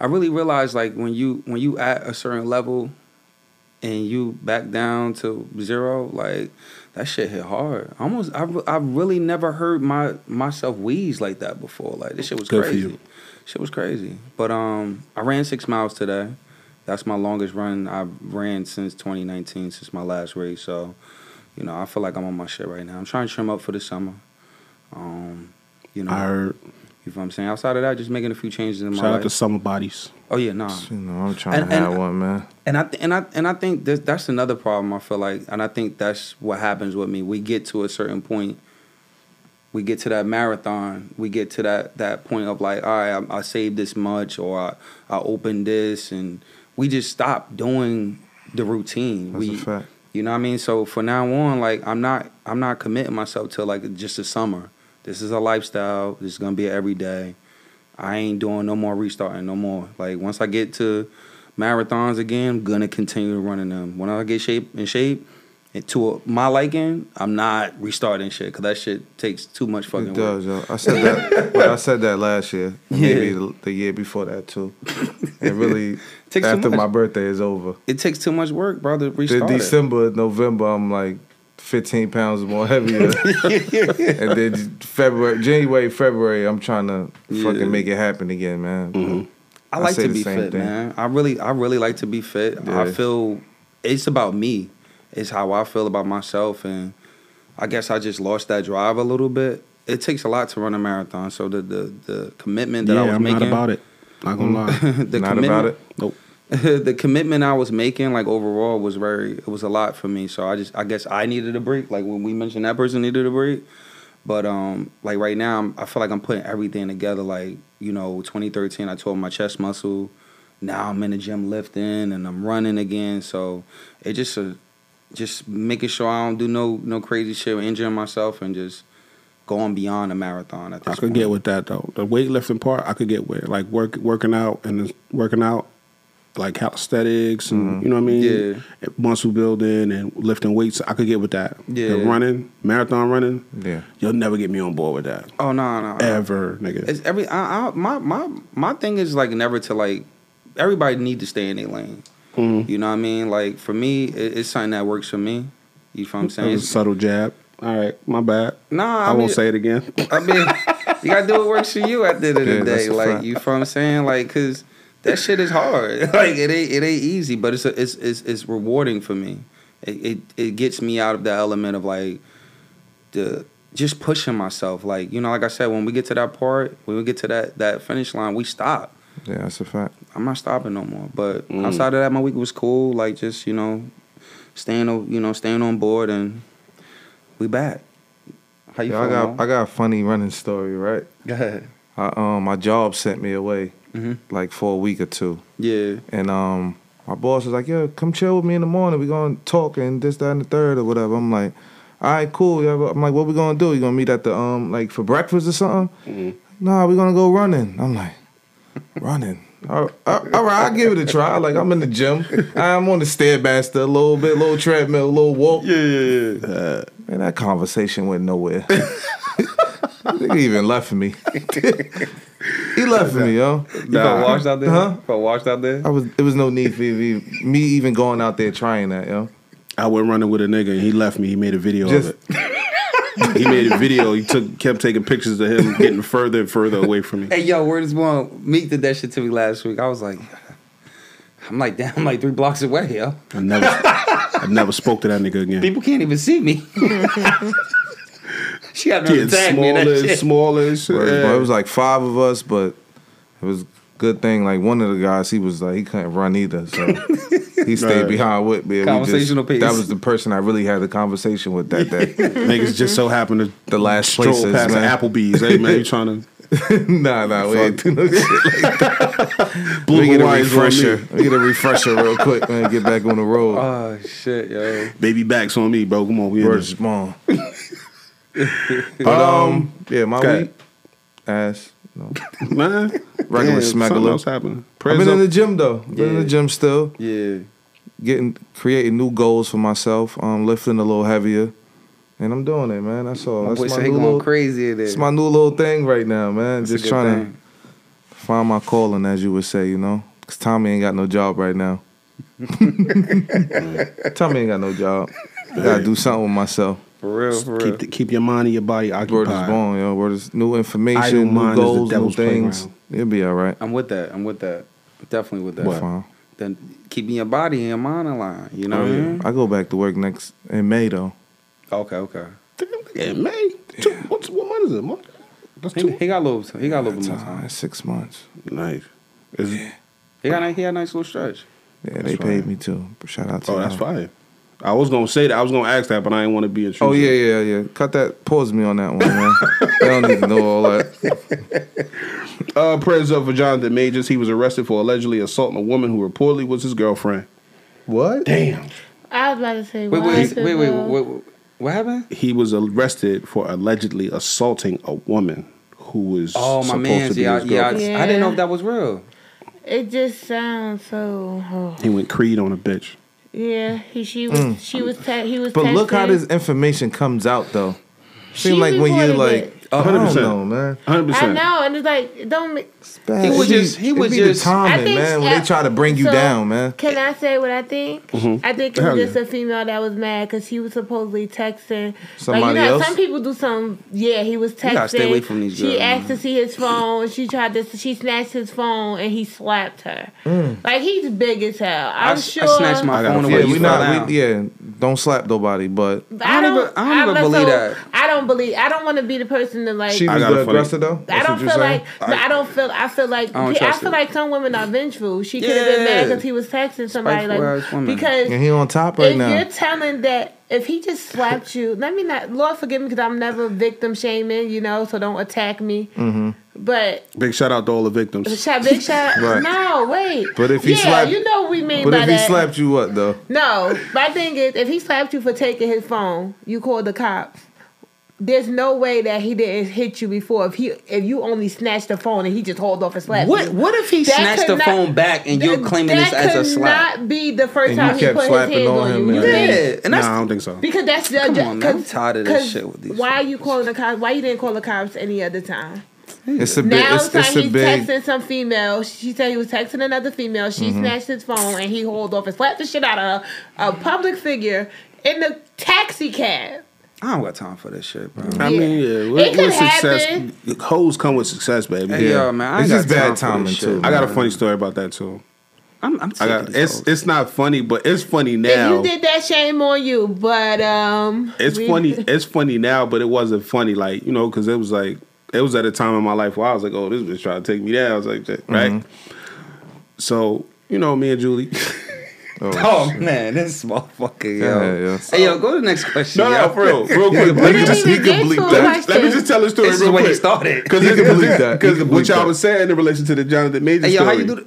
Speaker 3: I really realized like when you when you at a certain level and you back down to zero, like that shit hit hard. I Almost, I, re- I really never heard my myself wheeze like that before. Like this shit was
Speaker 1: Good for
Speaker 3: crazy.
Speaker 1: you.
Speaker 3: Shit was crazy. But um, I ran six miles today. That's my longest run I've ran since 2019, since my last race. So, you know, I feel like I'm on my shit right now. I'm trying to trim up for the summer. Um, you know,
Speaker 1: I heard.
Speaker 3: you know what I'm saying. Outside of that, just making a few changes in my
Speaker 1: Shout out
Speaker 3: life.
Speaker 1: to summer bodies.
Speaker 3: oh yeah, nah.
Speaker 4: You know, I'm trying
Speaker 3: And-
Speaker 4: to have
Speaker 3: and-
Speaker 4: one, man.
Speaker 3: And I th- and I and I think that that's another problem. I feel like, and I think that's what happens with me. We get to a certain point. We get to that marathon. We get to that that point of like, all right, I, I saved this much, or I, I opened this, and we just stop doing the routine.
Speaker 4: That's
Speaker 3: we,
Speaker 4: a fact.
Speaker 3: You know what I mean? So for now on, like I'm not I'm not committing myself to like just a summer. This is a lifestyle. This is gonna be every day. I ain't doing no more restarting no more. Like once I get to marathons again, I'm gonna continue running them. When I get shape in shape and to my liking, I'm not restarting shit because that shit takes too much fucking
Speaker 4: It
Speaker 3: work.
Speaker 4: does, yo. I said that. well, I said that last year. and Maybe
Speaker 3: Yeah.
Speaker 4: the, the year before that too. It really
Speaker 3: Takes too
Speaker 4: after
Speaker 3: much.
Speaker 4: my birthday is over.
Speaker 3: It takes too much work, bro, to
Speaker 4: The
Speaker 3: restart. it.
Speaker 4: December, November, I'm like 15 pounds more heavier. and then February, January, February, I'm trying to
Speaker 3: Yeah. Mm-hmm.
Speaker 4: fucking make it happen again, man.
Speaker 3: I
Speaker 4: I
Speaker 3: like
Speaker 4: say
Speaker 3: to
Speaker 4: the
Speaker 3: be
Speaker 4: same
Speaker 3: fit,
Speaker 4: thing.
Speaker 3: man. I really, I really like to be fit. I
Speaker 4: Yeah.
Speaker 3: feel it's about me. It's how I feel about myself, and I guess I just lost that drive a little bit. It takes a lot to run a marathon, so the the, the commitment that
Speaker 1: yeah,
Speaker 3: I was
Speaker 1: I'm
Speaker 3: making,
Speaker 1: not about it. Not gonna lie.
Speaker 3: the
Speaker 4: Not
Speaker 3: commitment-
Speaker 4: about it.
Speaker 1: Nope.
Speaker 3: the commitment I was making, like overall, was very it was a lot for me. So I just I guess I needed a break. Like when we mentioned that person needed a break, but um, like right now I'm, I feel like I'm putting everything together. Like you know, 2013 I tore my chest muscle. Now I'm in the gym lifting and I'm running again. So it just a just making sure I don't do no no crazy shit, injuring myself, and just going beyond a marathon. At this
Speaker 1: I could
Speaker 3: point.
Speaker 1: get with that though. The weightlifting part, I could get with like work working out and the- working out like calisthenics and you know what I mean.
Speaker 3: Yeah.
Speaker 1: muscle building and lifting weights. I could get with that.
Speaker 3: Yeah.
Speaker 1: the running, marathon running.
Speaker 4: Yeah.
Speaker 1: You'll never get me on board with that
Speaker 3: Oh no no no.
Speaker 1: ever, nigga.
Speaker 3: It's every I, I, my my my thing is like never to like everybody need to stay in their lane.
Speaker 4: Mm-hmm.
Speaker 3: You know what I mean? Like for me, it, it's something that works for me. You know what I'm
Speaker 1: That
Speaker 4: Mm-hmm.
Speaker 3: saying?
Speaker 1: was a subtle jab. All right, my bad.
Speaker 3: Nah,
Speaker 1: I,
Speaker 3: I,
Speaker 1: won't
Speaker 3: mean,
Speaker 1: say it again.
Speaker 3: I mean, you gotta do what works for you at the end of the
Speaker 4: Yeah, that's
Speaker 3: day.
Speaker 4: a
Speaker 3: Like
Speaker 4: fact.
Speaker 3: you, feel what I'm saying? Like, cause that shit is hard. Like it ain't it ain't easy, but it's a, it's, it's it's rewarding for me. It, it it gets me out of the element of like the just pushing myself. Like you know, like I said, when we get to that part, when we get to that that finish line, we stop.
Speaker 4: Yeah, that's a fact.
Speaker 3: I'm not stopping no more. But
Speaker 1: Mm.
Speaker 3: outside of that, my week was cool. Like just you know, staying on you know staying on board, and we back. How you
Speaker 4: Yeah, I
Speaker 3: feeling?
Speaker 4: got I got a funny running story, right?
Speaker 3: Go ahead.
Speaker 4: I, um, my job sent me away
Speaker 3: Mhm.
Speaker 4: like for a week or two,
Speaker 3: Yeah.
Speaker 4: and um, my boss was like, "Yo, come chill with me in the morning. We gonna talk and this, that, and the third or whatever." I'm like, "All right, cool." Yeah, but I'm like, "What we gonna do? You gonna meet at the um like for breakfast or something?" Nah, we gonna go running. I'm like, running. All all- all right, I'll give it a try. Like I'm in the gym. I'm on the stairmaster a little bit, little treadmill, little walk.
Speaker 3: Yeah, yeah, yeah.
Speaker 4: Man, that conversation went nowhere. Nigga even left me. he left me, yo.
Speaker 3: You felt washed out there?
Speaker 4: Huh?
Speaker 3: Felt washed out there?
Speaker 4: I was. It was no need for even- me even going out there trying that, yo.
Speaker 1: I went running with a nigga and he left me. He made a video
Speaker 4: Just-
Speaker 1: of it. he made a video. He took kept taking pictures of him getting further and further away from me.
Speaker 3: Hey, yo, where does one? Meek did that shit to me last week. I was like, I'm like, damn, I'm like three blocks away, yo.
Speaker 1: I never I never spoke to that nigga again.
Speaker 3: People can't even see me. she had to
Speaker 1: getting
Speaker 3: tag me in
Speaker 1: smaller
Speaker 3: that
Speaker 1: and
Speaker 3: shit.
Speaker 1: smaller and shit.
Speaker 4: But, but
Speaker 1: Yeah.
Speaker 4: it was like five of us, but it was good thing. Like one of the guys, he was like he couldn't run either, so he stayed
Speaker 1: Right.
Speaker 4: behind with me. and we just-
Speaker 3: Conversational piece.
Speaker 4: That was the person I really had a conversation with that day.
Speaker 1: Niggas just so happened to
Speaker 4: the last
Speaker 1: stroll
Speaker 4: places,
Speaker 1: past
Speaker 4: man.
Speaker 1: the Applebee's. Hey man, you trying to
Speaker 4: nah, nah, we ain't do no shit like that.
Speaker 1: Blue
Speaker 4: we get a
Speaker 1: Hawaii's on me.
Speaker 4: refresher. We get a refresher real quick, man. Get back on the road.
Speaker 3: Oh, shit, yo.
Speaker 1: baby backs on me, bro? Come on, we in
Speaker 4: Word
Speaker 1: this.
Speaker 4: is bond. but um, yeah, my
Speaker 1: okay.
Speaker 4: week ass. No.
Speaker 1: man.
Speaker 4: Regular
Speaker 1: yeah,
Speaker 4: smackalo.
Speaker 1: Something else happened.
Speaker 4: I've
Speaker 1: Prayers
Speaker 4: been in
Speaker 1: up.
Speaker 4: the gym though. I've Been in
Speaker 3: Yeah.
Speaker 4: the gym still,
Speaker 3: Yeah.
Speaker 4: getting creating new goals for myself. Um, lifting a little heavier, and I'm doing it, man. That's all.
Speaker 3: My
Speaker 4: Oh, That's
Speaker 3: boy
Speaker 4: my
Speaker 3: said he
Speaker 4: new
Speaker 3: going
Speaker 4: little.
Speaker 3: crazy in there.
Speaker 4: It's my new little thing right now, man.
Speaker 3: That's a
Speaker 4: Just
Speaker 3: good
Speaker 4: trying
Speaker 3: thing.
Speaker 4: to find my calling, as you would say, you know. Cause Tommy ain't got no job right now. Tommy ain't got no job. Gotta do something with myself.
Speaker 3: For real, for real.
Speaker 1: Keep, the, keep your mind and your body
Speaker 4: Word
Speaker 1: occupied.
Speaker 4: is born, yo. Word is new
Speaker 1: Idle
Speaker 4: information, new
Speaker 1: mind is the
Speaker 4: goals, new
Speaker 1: devil's
Speaker 4: things.
Speaker 1: playground.
Speaker 4: It'll be all right.
Speaker 3: I'm with that. I'm with that. Definitely with that.
Speaker 1: What?
Speaker 4: Fine.
Speaker 3: Then keeping your body and your mind aligned. You know
Speaker 1: Oh,
Speaker 3: what I
Speaker 1: yeah.
Speaker 3: mean?
Speaker 4: I go back to work next in May though.
Speaker 3: Okay, okay.
Speaker 1: Damn, yeah, man. Two, what's, what month is it? Month? That's
Speaker 3: He,
Speaker 1: two.
Speaker 3: he got a little. He got a little bit more
Speaker 4: Time,
Speaker 3: time.
Speaker 4: Six months.
Speaker 1: Nice. Is-
Speaker 3: He got. a- He had a nice little stretch.
Speaker 4: Yeah,
Speaker 1: That's
Speaker 4: they
Speaker 1: fine.
Speaker 4: paid me too. Shout out to
Speaker 1: Oh, that's
Speaker 4: them.
Speaker 1: fire. I was gonna say that. I was gonna ask that, but I didn't want to be intrusive.
Speaker 4: Oh yeah, yeah, yeah. Cut that. Pause me on that one, man. I don't need to know all that.
Speaker 1: Uh, prayers up for Jonathan Majors. He was arrested for allegedly assaulting a woman who reportedly was his girlfriend.
Speaker 4: What?
Speaker 1: Damn.
Speaker 2: I was about to say,
Speaker 3: Wait,
Speaker 2: why
Speaker 3: wait,
Speaker 2: is it
Speaker 3: wait, wait,
Speaker 2: wrong?
Speaker 3: wait, wait. What happened?
Speaker 1: He was arrested for allegedly assaulting a woman who was
Speaker 3: Oh my
Speaker 1: supposed to
Speaker 3: man,
Speaker 1: be
Speaker 3: yeah,
Speaker 1: his girlfriend.
Speaker 3: yeah, I didn't know
Speaker 2: Yeah.
Speaker 3: if that was real.
Speaker 2: It just sounds so. oh.
Speaker 1: He went Creed on a bitch.
Speaker 2: Yeah, he she was she was te- he was.
Speaker 4: Mm. But look how
Speaker 2: texting.
Speaker 4: this information comes out though.
Speaker 2: She
Speaker 4: Seem like when you're
Speaker 2: reported
Speaker 4: like,
Speaker 2: it.
Speaker 4: I don't
Speaker 1: 100%.
Speaker 4: know, man.
Speaker 1: 100%.
Speaker 2: I know, and it's like, don't. ma-
Speaker 4: It's bad.
Speaker 3: He was
Speaker 4: It be-
Speaker 3: just- he
Speaker 4: it
Speaker 3: was
Speaker 4: be the
Speaker 3: just- I
Speaker 4: timing,
Speaker 2: think-
Speaker 4: man. When
Speaker 2: yeah.
Speaker 4: they try to bring you
Speaker 2: So-
Speaker 4: down, man.
Speaker 2: Can I say what I think?
Speaker 3: Mm-hmm.
Speaker 2: I think it
Speaker 1: Hell
Speaker 2: was
Speaker 1: yeah.
Speaker 2: just a female that was mad because he was supposedly texting. like,
Speaker 4: Somebody
Speaker 2: you know,
Speaker 4: else?
Speaker 2: Some people do some. Yeah, he was texting.
Speaker 3: gotta stay away from these
Speaker 2: She
Speaker 3: girls,
Speaker 2: asked to see his phone. She tried to. She snatched his phone and he slapped her. Like he's big as hell.
Speaker 3: I
Speaker 2: I'm
Speaker 3: s- I
Speaker 2: sure.
Speaker 3: snatched my
Speaker 1: I gotta
Speaker 3: phone
Speaker 1: feel
Speaker 3: away.
Speaker 4: Yeah,
Speaker 1: you
Speaker 4: we
Speaker 3: fell
Speaker 4: not.
Speaker 3: down.
Speaker 4: We, yeah, don't slap nobody, but
Speaker 3: I don't even- I don't even
Speaker 2: I'm
Speaker 3: believe
Speaker 2: so-
Speaker 3: that.
Speaker 2: I don't believe. I don't want to be the person to like.
Speaker 4: she
Speaker 1: I
Speaker 4: was
Speaker 1: got a
Speaker 4: the
Speaker 1: funny-
Speaker 4: aggressor though.
Speaker 2: I
Speaker 4: That's
Speaker 2: don't
Speaker 4: what you're
Speaker 2: feel
Speaker 4: saying?
Speaker 2: like no, I don't feel I feel like
Speaker 3: I don't
Speaker 2: I,
Speaker 3: trust
Speaker 2: feel
Speaker 3: it.
Speaker 2: like some women are vengeful. She could have
Speaker 3: Yeah.
Speaker 2: been mad because he was texting somebody
Speaker 3: Spiteful ass
Speaker 2: like
Speaker 3: woman.
Speaker 2: because
Speaker 4: And he on top right
Speaker 2: if
Speaker 4: now.
Speaker 2: you're telling that if he just slapped you, let me not Lord forgive me because I'm never victim shaming, you know, so don't attack me.
Speaker 4: Mm-hmm.
Speaker 2: But
Speaker 1: Big shout out to all the victims.
Speaker 2: shot, big shot.
Speaker 4: Right.
Speaker 2: No, wait.
Speaker 4: But if he
Speaker 2: yeah,
Speaker 4: slapped-
Speaker 2: you know what we mean
Speaker 4: But
Speaker 2: by
Speaker 4: if he
Speaker 2: that.
Speaker 4: slapped you, what though?
Speaker 2: No, my thing is, if he slapped you for taking his phone, you called the cops. There's no way that he didn't hit you before. If he, if you only snatched the phone and he just hauled off and slapped
Speaker 3: What?
Speaker 2: you.
Speaker 3: What if he
Speaker 2: That
Speaker 3: snatched
Speaker 2: could
Speaker 3: the
Speaker 2: not-
Speaker 3: phone back and you're
Speaker 2: That-
Speaker 3: claiming
Speaker 2: that
Speaker 3: this as a
Speaker 2: could
Speaker 3: slap?
Speaker 2: not be the first
Speaker 4: And you
Speaker 2: time he
Speaker 4: kept
Speaker 2: put his
Speaker 4: slapping
Speaker 2: hands
Speaker 4: on
Speaker 2: on,
Speaker 4: him
Speaker 2: you.
Speaker 4: and-
Speaker 2: You think-
Speaker 3: Yeah, and that's
Speaker 1: nah, I don't think so.
Speaker 2: Because that's the
Speaker 3: Come on, man, I'm
Speaker 2: 'cause-
Speaker 3: tired of this
Speaker 2: 'cause
Speaker 3: shit with these
Speaker 2: Why you calling the cops? Why you didn't call the cops any other time?
Speaker 4: It's a big.
Speaker 2: Now
Speaker 4: It's,
Speaker 2: it's like
Speaker 4: it's a
Speaker 2: he's
Speaker 4: big.
Speaker 2: texting some female. She said he was texting another female. She snatched his phone and he hauled off and slapped the shit out of her, a public figure in the taxi cab.
Speaker 3: I don't got time for this shit, bro.
Speaker 1: I
Speaker 2: Yeah.
Speaker 1: mean, yeah,
Speaker 2: It could
Speaker 1: success.
Speaker 2: happen.
Speaker 1: Hoes come with success, baby.
Speaker 3: Hey, yo, man, I ain't
Speaker 4: It's
Speaker 3: got
Speaker 4: just
Speaker 3: time
Speaker 4: bad
Speaker 3: for this
Speaker 4: timing,
Speaker 3: shit,
Speaker 4: too.
Speaker 3: man.
Speaker 1: I got a funny story about that too.
Speaker 3: I'm, I'm sick
Speaker 1: I
Speaker 3: of
Speaker 1: got
Speaker 3: these
Speaker 1: it's
Speaker 3: hoes.
Speaker 1: it's not funny, but it's funny
Speaker 2: If
Speaker 1: now.
Speaker 2: you did that, shame on you. But um,
Speaker 1: It's
Speaker 2: we-
Speaker 1: funny. It's funny now, but it wasn't funny like you know because it was like it was at a time in my life where I was like, oh, this bitch trying to take me down. I was like, that, right. So you know, me and Julie.
Speaker 3: Oh man, this motherfucker, yo.
Speaker 4: Yeah, yeah.
Speaker 3: Hey, yo, go to the next question.
Speaker 1: no,
Speaker 3: yo.
Speaker 1: no, for real, real quick.
Speaker 2: We
Speaker 1: Let me
Speaker 2: didn't
Speaker 1: just
Speaker 2: even
Speaker 4: you can
Speaker 2: get
Speaker 4: bleep
Speaker 2: to a
Speaker 4: that.
Speaker 2: question.
Speaker 1: let me just tell the story
Speaker 3: This is
Speaker 1: real
Speaker 3: where he
Speaker 1: quick.
Speaker 3: started.
Speaker 1: Because
Speaker 4: You can believe that. You
Speaker 1: Because
Speaker 4: can
Speaker 1: what
Speaker 4: believe
Speaker 1: y'all
Speaker 4: that.
Speaker 1: was saying in relation to the Jonathan Major
Speaker 3: Hey, yo,
Speaker 1: story.
Speaker 3: how you do?
Speaker 1: The Uh-huh.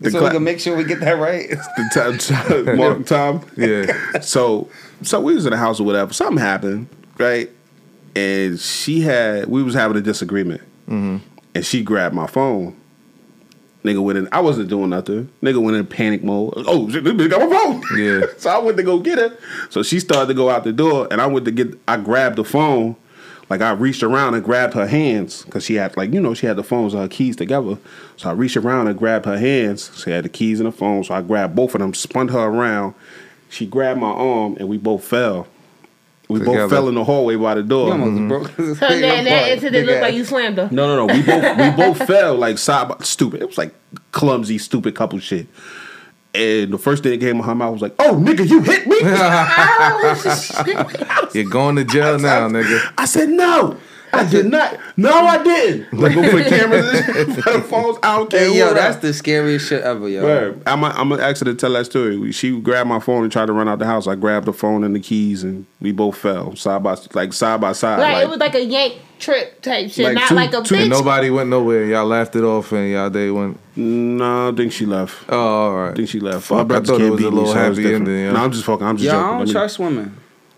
Speaker 3: The, so
Speaker 1: cla-
Speaker 3: we can make sure we get that right.
Speaker 1: the time, Mark, Tom.
Speaker 4: Yeah.
Speaker 1: so so we was in the house or whatever. Something happened, right? And she had we was having a disagreement, and she grabbed my phone. Nigga went in. I wasn't doing nothing. Nigga went in panic mode. Oh, shit, this bitch got my phone.
Speaker 4: Yeah.
Speaker 1: so I went to go get her. So she started to go out the door, and I went to get. I grabbed the phone. Like I reached around and grabbed her hands because she had like you know she had the phones and her keys together. So I reached around and grabbed her hands. She had the keys and the phone. So I grabbed both of them, spun her around. She grabbed my arm, and we both fell. We
Speaker 4: Together.
Speaker 1: both fell in the hallway by the door.
Speaker 3: You almost broke. this
Speaker 2: So
Speaker 3: thing
Speaker 2: then that
Speaker 3: apart.
Speaker 2: incident
Speaker 3: Big
Speaker 2: looked like
Speaker 3: ass.
Speaker 2: you slammed her.
Speaker 1: No, no, no. We both we both fell like side by stupid. It was like clumsy, stupid couple shit. And the first thing that came out of her mouth was like, "Oh, nigga, you hit me."
Speaker 4: You're going to jail now, nigga.
Speaker 1: I said, "No, I did not. No, I didn't." Like go for the cameras, and shit, for the phones. I don't care.
Speaker 3: Hey,
Speaker 1: who
Speaker 3: yo,
Speaker 1: around.
Speaker 3: that's the scariest shit ever, yo.
Speaker 1: Word. I'm i I'm gonna ask her to tell that story. We- She grabbed my phone and tried to run out the house. I grabbed the phone and the keys, and we both fell side by like side by side.
Speaker 2: Like,
Speaker 1: like-
Speaker 2: it was like a yank trip type shit,
Speaker 1: Like
Speaker 2: not
Speaker 1: two-
Speaker 2: like a
Speaker 1: two-
Speaker 2: bitch.
Speaker 4: And nobody went nowhere. Y'all laughed it off and y'all day went.
Speaker 1: no, I think she left.
Speaker 4: Oh, all
Speaker 1: I
Speaker 4: right.
Speaker 1: think she left.
Speaker 4: I
Speaker 1: Fuck, I, just
Speaker 4: thought it
Speaker 1: can't
Speaker 4: was a
Speaker 1: beat me,
Speaker 4: little
Speaker 1: so it's
Speaker 4: happy
Speaker 1: different.
Speaker 4: ending, yeah.
Speaker 1: No, I'm just fucking. I'm just
Speaker 3: Yo,
Speaker 1: joking.
Speaker 3: I
Speaker 1: Let
Speaker 3: don't
Speaker 1: me-
Speaker 3: trust women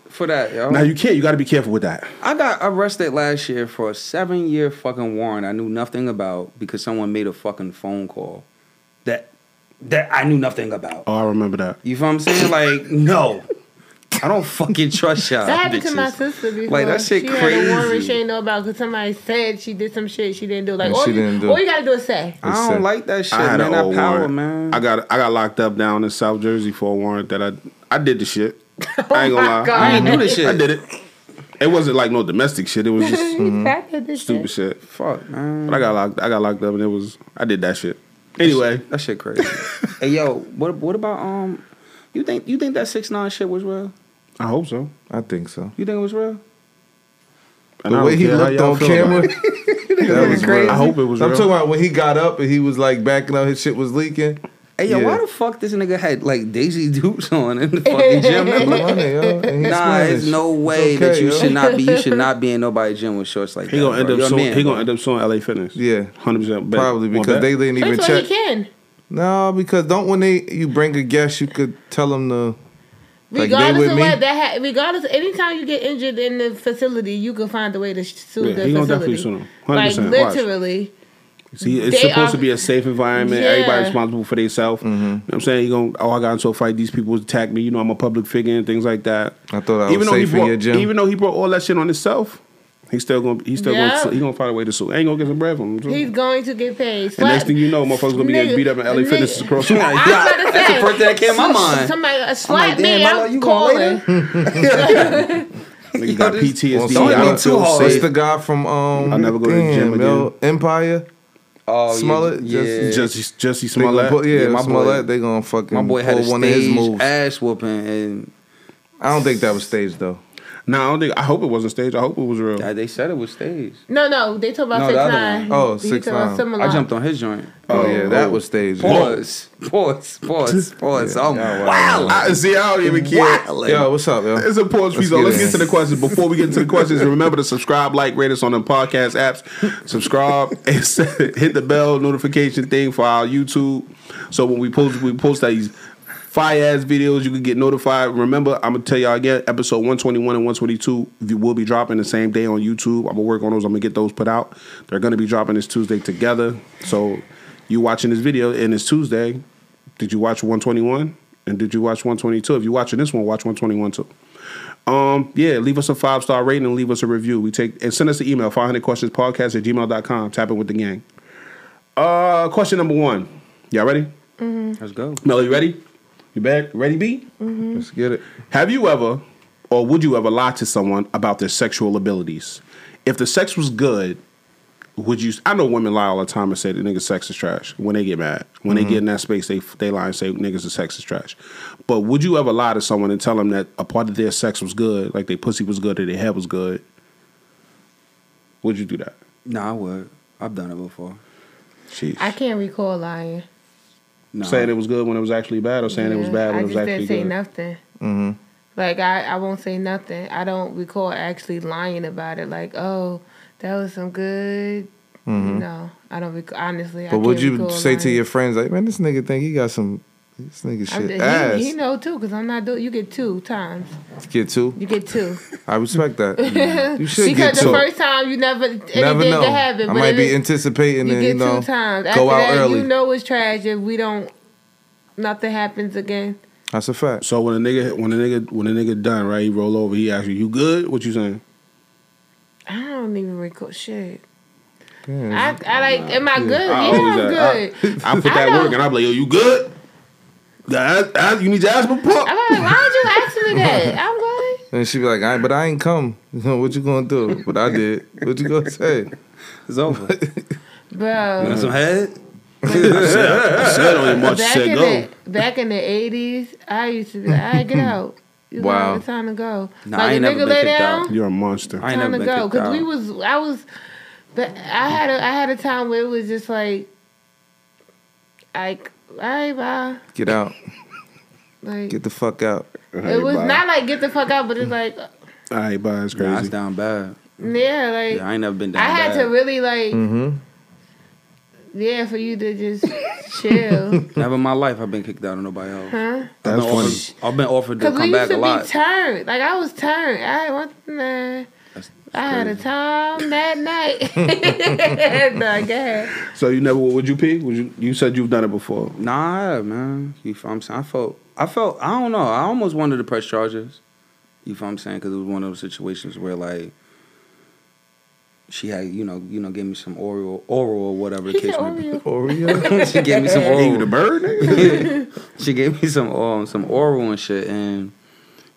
Speaker 3: for that, yo.
Speaker 1: Now you can't. You got to be careful with that.
Speaker 3: I got arrested last year for a seven year fucking warrant I knew nothing about because someone made a fucking phone call that that I knew nothing about.
Speaker 1: Oh, I remember that.
Speaker 3: You feel what I'm saying? Like, no. I don't fucking trust y'all.
Speaker 2: That happened to my
Speaker 3: uh, bitches.
Speaker 2: sister before.
Speaker 3: Like, that shit
Speaker 2: she had a warrant
Speaker 3: crazy.
Speaker 2: she didn't know about because somebody said she did some shit she didn't do. Like,
Speaker 4: And
Speaker 2: all,
Speaker 4: she
Speaker 2: you,
Speaker 4: didn't do.
Speaker 2: all you gotta do is say.
Speaker 3: I don't
Speaker 4: Listen,
Speaker 3: like that shit,
Speaker 1: I had
Speaker 3: man.
Speaker 1: an
Speaker 3: That
Speaker 1: old
Speaker 3: power,
Speaker 1: warrant.
Speaker 3: man.
Speaker 1: I got I got locked up down in South Jersey for a warrant that I I did the shit. I
Speaker 3: Oh
Speaker 1: ain't gonna
Speaker 2: my
Speaker 1: lie.
Speaker 2: God.
Speaker 3: I ain't do this
Speaker 1: I
Speaker 3: shit.
Speaker 1: did it. It wasn't like no domestic shit. It was just stupid shit.
Speaker 3: Fuck, man.
Speaker 1: But I got locked. I got locked up, and it was I did that shit. Anyway,
Speaker 3: That shit crazy. hey, yo, what what about um? You think you think that six nine shit was real?
Speaker 1: I hope so.
Speaker 4: I think so.
Speaker 3: You think it was real?
Speaker 1: And I
Speaker 4: The
Speaker 1: don't
Speaker 4: way he
Speaker 1: care how
Speaker 4: looked
Speaker 1: y'all
Speaker 4: on
Speaker 1: feel about
Speaker 4: camera.
Speaker 1: it.
Speaker 4: That was
Speaker 1: crazy.
Speaker 4: crazy.
Speaker 1: I hope it was
Speaker 4: I'm
Speaker 1: real.
Speaker 4: talking about when he got up and he was like backing up, his shit was leaking.
Speaker 3: Hey, yo,
Speaker 4: Yeah.
Speaker 3: why the fuck this nigga had like Daisy Dukes on in the fucking gym? Remember?
Speaker 4: Money, yo, and he
Speaker 3: Nah,
Speaker 4: smiling.
Speaker 3: there's no way
Speaker 4: It's
Speaker 3: that
Speaker 4: okay,
Speaker 3: you
Speaker 4: yo.
Speaker 3: should not be. You should not be in nobody's gym with shorts like
Speaker 1: He
Speaker 3: that.
Speaker 1: gonna end
Speaker 3: bro.
Speaker 1: up.
Speaker 3: You're a
Speaker 1: suing,
Speaker 3: man,
Speaker 1: he
Speaker 3: bro.
Speaker 1: gonna end up suing LA Fitness.
Speaker 4: Yeah.
Speaker 1: hundred percent.
Speaker 4: Probably because they didn't even
Speaker 2: That's what
Speaker 4: check.
Speaker 2: he can.
Speaker 4: No, because don't when they you bring a guest, you could tell them to. Like, they
Speaker 2: Regardless
Speaker 4: with
Speaker 2: of
Speaker 4: me?
Speaker 2: what that, ha- regardless, anytime you get injured in the facility, you can find a way to sh- sue
Speaker 1: Yeah,
Speaker 2: the
Speaker 1: he gonna
Speaker 2: facility.
Speaker 1: definitely sue them.
Speaker 2: Like
Speaker 1: 100%, watch.
Speaker 2: literally,
Speaker 1: See, it's
Speaker 2: They
Speaker 1: supposed
Speaker 2: are-
Speaker 1: to be a safe environment.
Speaker 2: Yeah.
Speaker 1: Everybody responsible for themselves.
Speaker 4: Mm-hmm.
Speaker 1: You know what I'm saying? You going oh, I got into a fight. These people attacked me. You know, I'm a public figure and things like that.
Speaker 4: I thought I was
Speaker 1: though he
Speaker 4: Oh, safe in
Speaker 1: brought,
Speaker 4: your gym.
Speaker 1: Even though he brought all that shit on himself, he's still gonna he's still
Speaker 2: Yeah.
Speaker 1: gonna he gonna find a way to sue. Ain't gonna get some bread from him. too.
Speaker 2: he's going to get paid.
Speaker 1: and next thing you know, motherfuckers gonna be getting
Speaker 2: Nigga-
Speaker 1: beat up in LA
Speaker 2: nigga-
Speaker 1: Fitness across the
Speaker 2: I was about to
Speaker 3: That's the
Speaker 2: say,
Speaker 3: first thing that came to my mind.
Speaker 2: Somebody uh, slap
Speaker 3: like,
Speaker 2: me.
Speaker 3: damn, I know
Speaker 2: I'm
Speaker 3: you gonna
Speaker 2: calling.
Speaker 3: later.
Speaker 1: Nigga got
Speaker 3: Yo, this-
Speaker 1: PTSD.
Speaker 4: Don't
Speaker 1: I
Speaker 4: hit me
Speaker 1: don't
Speaker 3: too
Speaker 1: feel
Speaker 3: hard.
Speaker 4: What's
Speaker 1: safe.
Speaker 4: the guy from um?
Speaker 1: I'll never go to the
Speaker 4: damn,
Speaker 1: gym
Speaker 4: yo,
Speaker 1: again.
Speaker 4: Empire.
Speaker 3: Oh, yeah,
Speaker 4: Smollett,
Speaker 3: Yeah,
Speaker 4: just-
Speaker 1: Jesse, Jesse
Speaker 4: They gonna
Speaker 1: Smollett.
Speaker 4: put- yeah,
Speaker 3: Yeah, my boy-
Speaker 4: Smollett. They gonna fucking
Speaker 3: my boy had
Speaker 4: pull
Speaker 3: a
Speaker 4: one of his
Speaker 3: stage
Speaker 4: moves.
Speaker 3: ass whooping, and
Speaker 4: I don't think that was staged though.
Speaker 1: Nah, I don't think. I hope it wasn't staged. I hope it was real.
Speaker 3: uh, they said it was staged.
Speaker 2: No, no, they talk about
Speaker 3: No, the
Speaker 2: six
Speaker 3: other
Speaker 2: nine.
Speaker 4: one. Oh,
Speaker 2: He
Speaker 4: 6ix9ine.
Speaker 2: talking about
Speaker 3: I jumped
Speaker 2: Similar.
Speaker 3: on his joint.
Speaker 4: Oh,
Speaker 1: Oh,
Speaker 4: yeah, that
Speaker 1: oh.
Speaker 4: was staged.
Speaker 3: Pause, pause, pause, pause. Oh my
Speaker 1: Wow. I, see, I don't even care.
Speaker 4: Yo, what's up, yo?
Speaker 1: It's a pause piece.
Speaker 4: get
Speaker 1: Let's, let's get
Speaker 4: it.
Speaker 1: to the questions. Before we get into the questions, remember to subscribe, like, rate us on the podcast apps. Subscribe and s- hit the bell notification thing for our YouTube. So when we post, we post these fire ass videos. You can get notified. Remember, I'm gonna tell y'all again. Episode 121 and 122 you will be dropping the same day on YouTube. I'm gonna work on those. I'm gonna get those put out. They're gonna be dropping this Tuesday together. So you watching this video and it's Tuesday. Did you watch 121? And did you watch 122? If you're watching this one, watch 121 too. Um, yeah, leave us a five star rating and leave us a review. We take and send us an email, 500 questions podcast at gmail.com. Tap in with the gang. Uh, question number one. Y'all ready?
Speaker 3: Let's go.
Speaker 1: Mel, you ready? You back? Ready, B?
Speaker 4: Let's get it.
Speaker 1: Have you ever or would you ever lie to someone about their sexual abilities? If the sex was good, would you? I know women lie all the time and say the niggas sex is trash when they get mad. When they get in that space, they they lie and say niggas the sex is trash. But would you ever lie to someone and tell them that a part of their sex was good, like their pussy was good or their head was good? Would you do that?
Speaker 3: Nah, I would. I've done it before.
Speaker 1: Sheesh.
Speaker 2: I can't recall lying.
Speaker 3: No.
Speaker 1: Saying it was good when it was actually bad, or saying it was
Speaker 2: Yeah,
Speaker 1: bad when
Speaker 2: I
Speaker 1: it was
Speaker 2: just
Speaker 1: actually
Speaker 2: didn't say
Speaker 1: good.
Speaker 2: nothing.
Speaker 4: Mm-hmm.
Speaker 2: Like I, I won't say nothing. I don't recall actually lying about it. Like oh, that was some good. No, I don't. Rec- honestly, I
Speaker 4: Mm-hmm. But would
Speaker 2: can't
Speaker 4: you
Speaker 2: recall
Speaker 4: say to
Speaker 2: lying.
Speaker 4: your friends like, man, this nigga think he got some this nigga
Speaker 2: I'm
Speaker 4: shit
Speaker 2: just-
Speaker 4: ass?
Speaker 2: He, he know too, cause I'm not doing. You get two times.
Speaker 4: Get two.
Speaker 2: You get two.
Speaker 4: I respect that. you should
Speaker 2: because
Speaker 4: get
Speaker 2: the
Speaker 4: two.
Speaker 2: first time you never anything
Speaker 4: Never know.
Speaker 2: to happen.
Speaker 4: I
Speaker 2: but
Speaker 4: might
Speaker 2: if
Speaker 4: be
Speaker 2: it-
Speaker 4: anticipating
Speaker 2: You
Speaker 4: and
Speaker 2: get
Speaker 4: you know
Speaker 2: two times. After
Speaker 4: go out
Speaker 2: that,
Speaker 4: early.
Speaker 2: you know it's trash if we don't. Nothing happens again.
Speaker 4: That's a fact.
Speaker 1: So when a nigga when a nigga when a nigga done right, he roll over. He asks you, "You good? What you saying?"
Speaker 2: I don't even recall shit.
Speaker 4: Damn.
Speaker 2: I, I like, am I good?
Speaker 1: I
Speaker 2: Yeah,
Speaker 1: always
Speaker 2: I'm
Speaker 1: ask-
Speaker 2: good.
Speaker 1: I put
Speaker 2: I
Speaker 1: that
Speaker 2: know.
Speaker 1: work, and I'm like, "Yo, you good? That- that- you need to ask for pump."
Speaker 2: I'm like, why did you ask me that? I'm good.
Speaker 4: and she be like, I, but I ain't come. what you gonna do? But I did. What you gonna say?
Speaker 3: It's over.
Speaker 2: Bro,
Speaker 3: Want some head?
Speaker 1: I said only much.
Speaker 2: back,
Speaker 1: Said
Speaker 2: in
Speaker 1: go.
Speaker 2: the, back in the 80s, I used to be like, all right, get out. You got
Speaker 4: Wow.
Speaker 2: all the time to go.
Speaker 3: Nah, I
Speaker 2: like,
Speaker 3: ain't
Speaker 2: a
Speaker 3: never
Speaker 2: nigga
Speaker 3: been
Speaker 2: lay
Speaker 3: kicked
Speaker 2: down,
Speaker 3: out.
Speaker 1: You're a monster.
Speaker 3: I ain't
Speaker 2: time
Speaker 3: never
Speaker 2: to
Speaker 3: been
Speaker 2: go.
Speaker 3: kicked
Speaker 2: Because
Speaker 3: out.
Speaker 2: we was, I was, but I had a, I had a time where it was just like, like, all right, bye.
Speaker 4: Get out.
Speaker 2: Like,
Speaker 4: Get the fuck out.
Speaker 2: it was not like get the fuck out, but it's like,
Speaker 1: All right, bye. It's
Speaker 3: Nah, it's
Speaker 1: crazy.
Speaker 3: down bad.
Speaker 2: yeah, like,
Speaker 3: Yeah, I ain't never been down
Speaker 2: I had
Speaker 3: bad. Mm.
Speaker 2: to really like,
Speaker 4: Mm-hmm.
Speaker 2: yeah, for you to just chill,
Speaker 3: Never in my life I've been kicked out of nobody else.
Speaker 2: huh?
Speaker 3: I've,
Speaker 1: That's
Speaker 3: been
Speaker 1: funny.
Speaker 3: offered, I've been offered to
Speaker 2: Because we
Speaker 3: come
Speaker 2: used
Speaker 3: back a
Speaker 2: to be
Speaker 3: lot.
Speaker 2: turned. Like I was turned. I was nah.
Speaker 3: That's- that's
Speaker 2: I had a
Speaker 3: crazy.
Speaker 2: time that night. no, I guess.
Speaker 1: So you never would you pee? Would you? You said you've done it before.
Speaker 3: Nah, man. You feel what I'm saying? I felt, I felt, I don't know. I almost wanted to press charges. You feel what I'm saying? Because it was one of those situations where like she had, you know, you know, gave me some oral, oral or whatever.
Speaker 2: He
Speaker 3: the
Speaker 2: said "Oh,
Speaker 3: case may be.
Speaker 2: Oreo.
Speaker 4: Oreo.
Speaker 3: she gave me some oral.
Speaker 1: Gave you the bird, nigga.
Speaker 3: she gave me some um, some oral and shit, and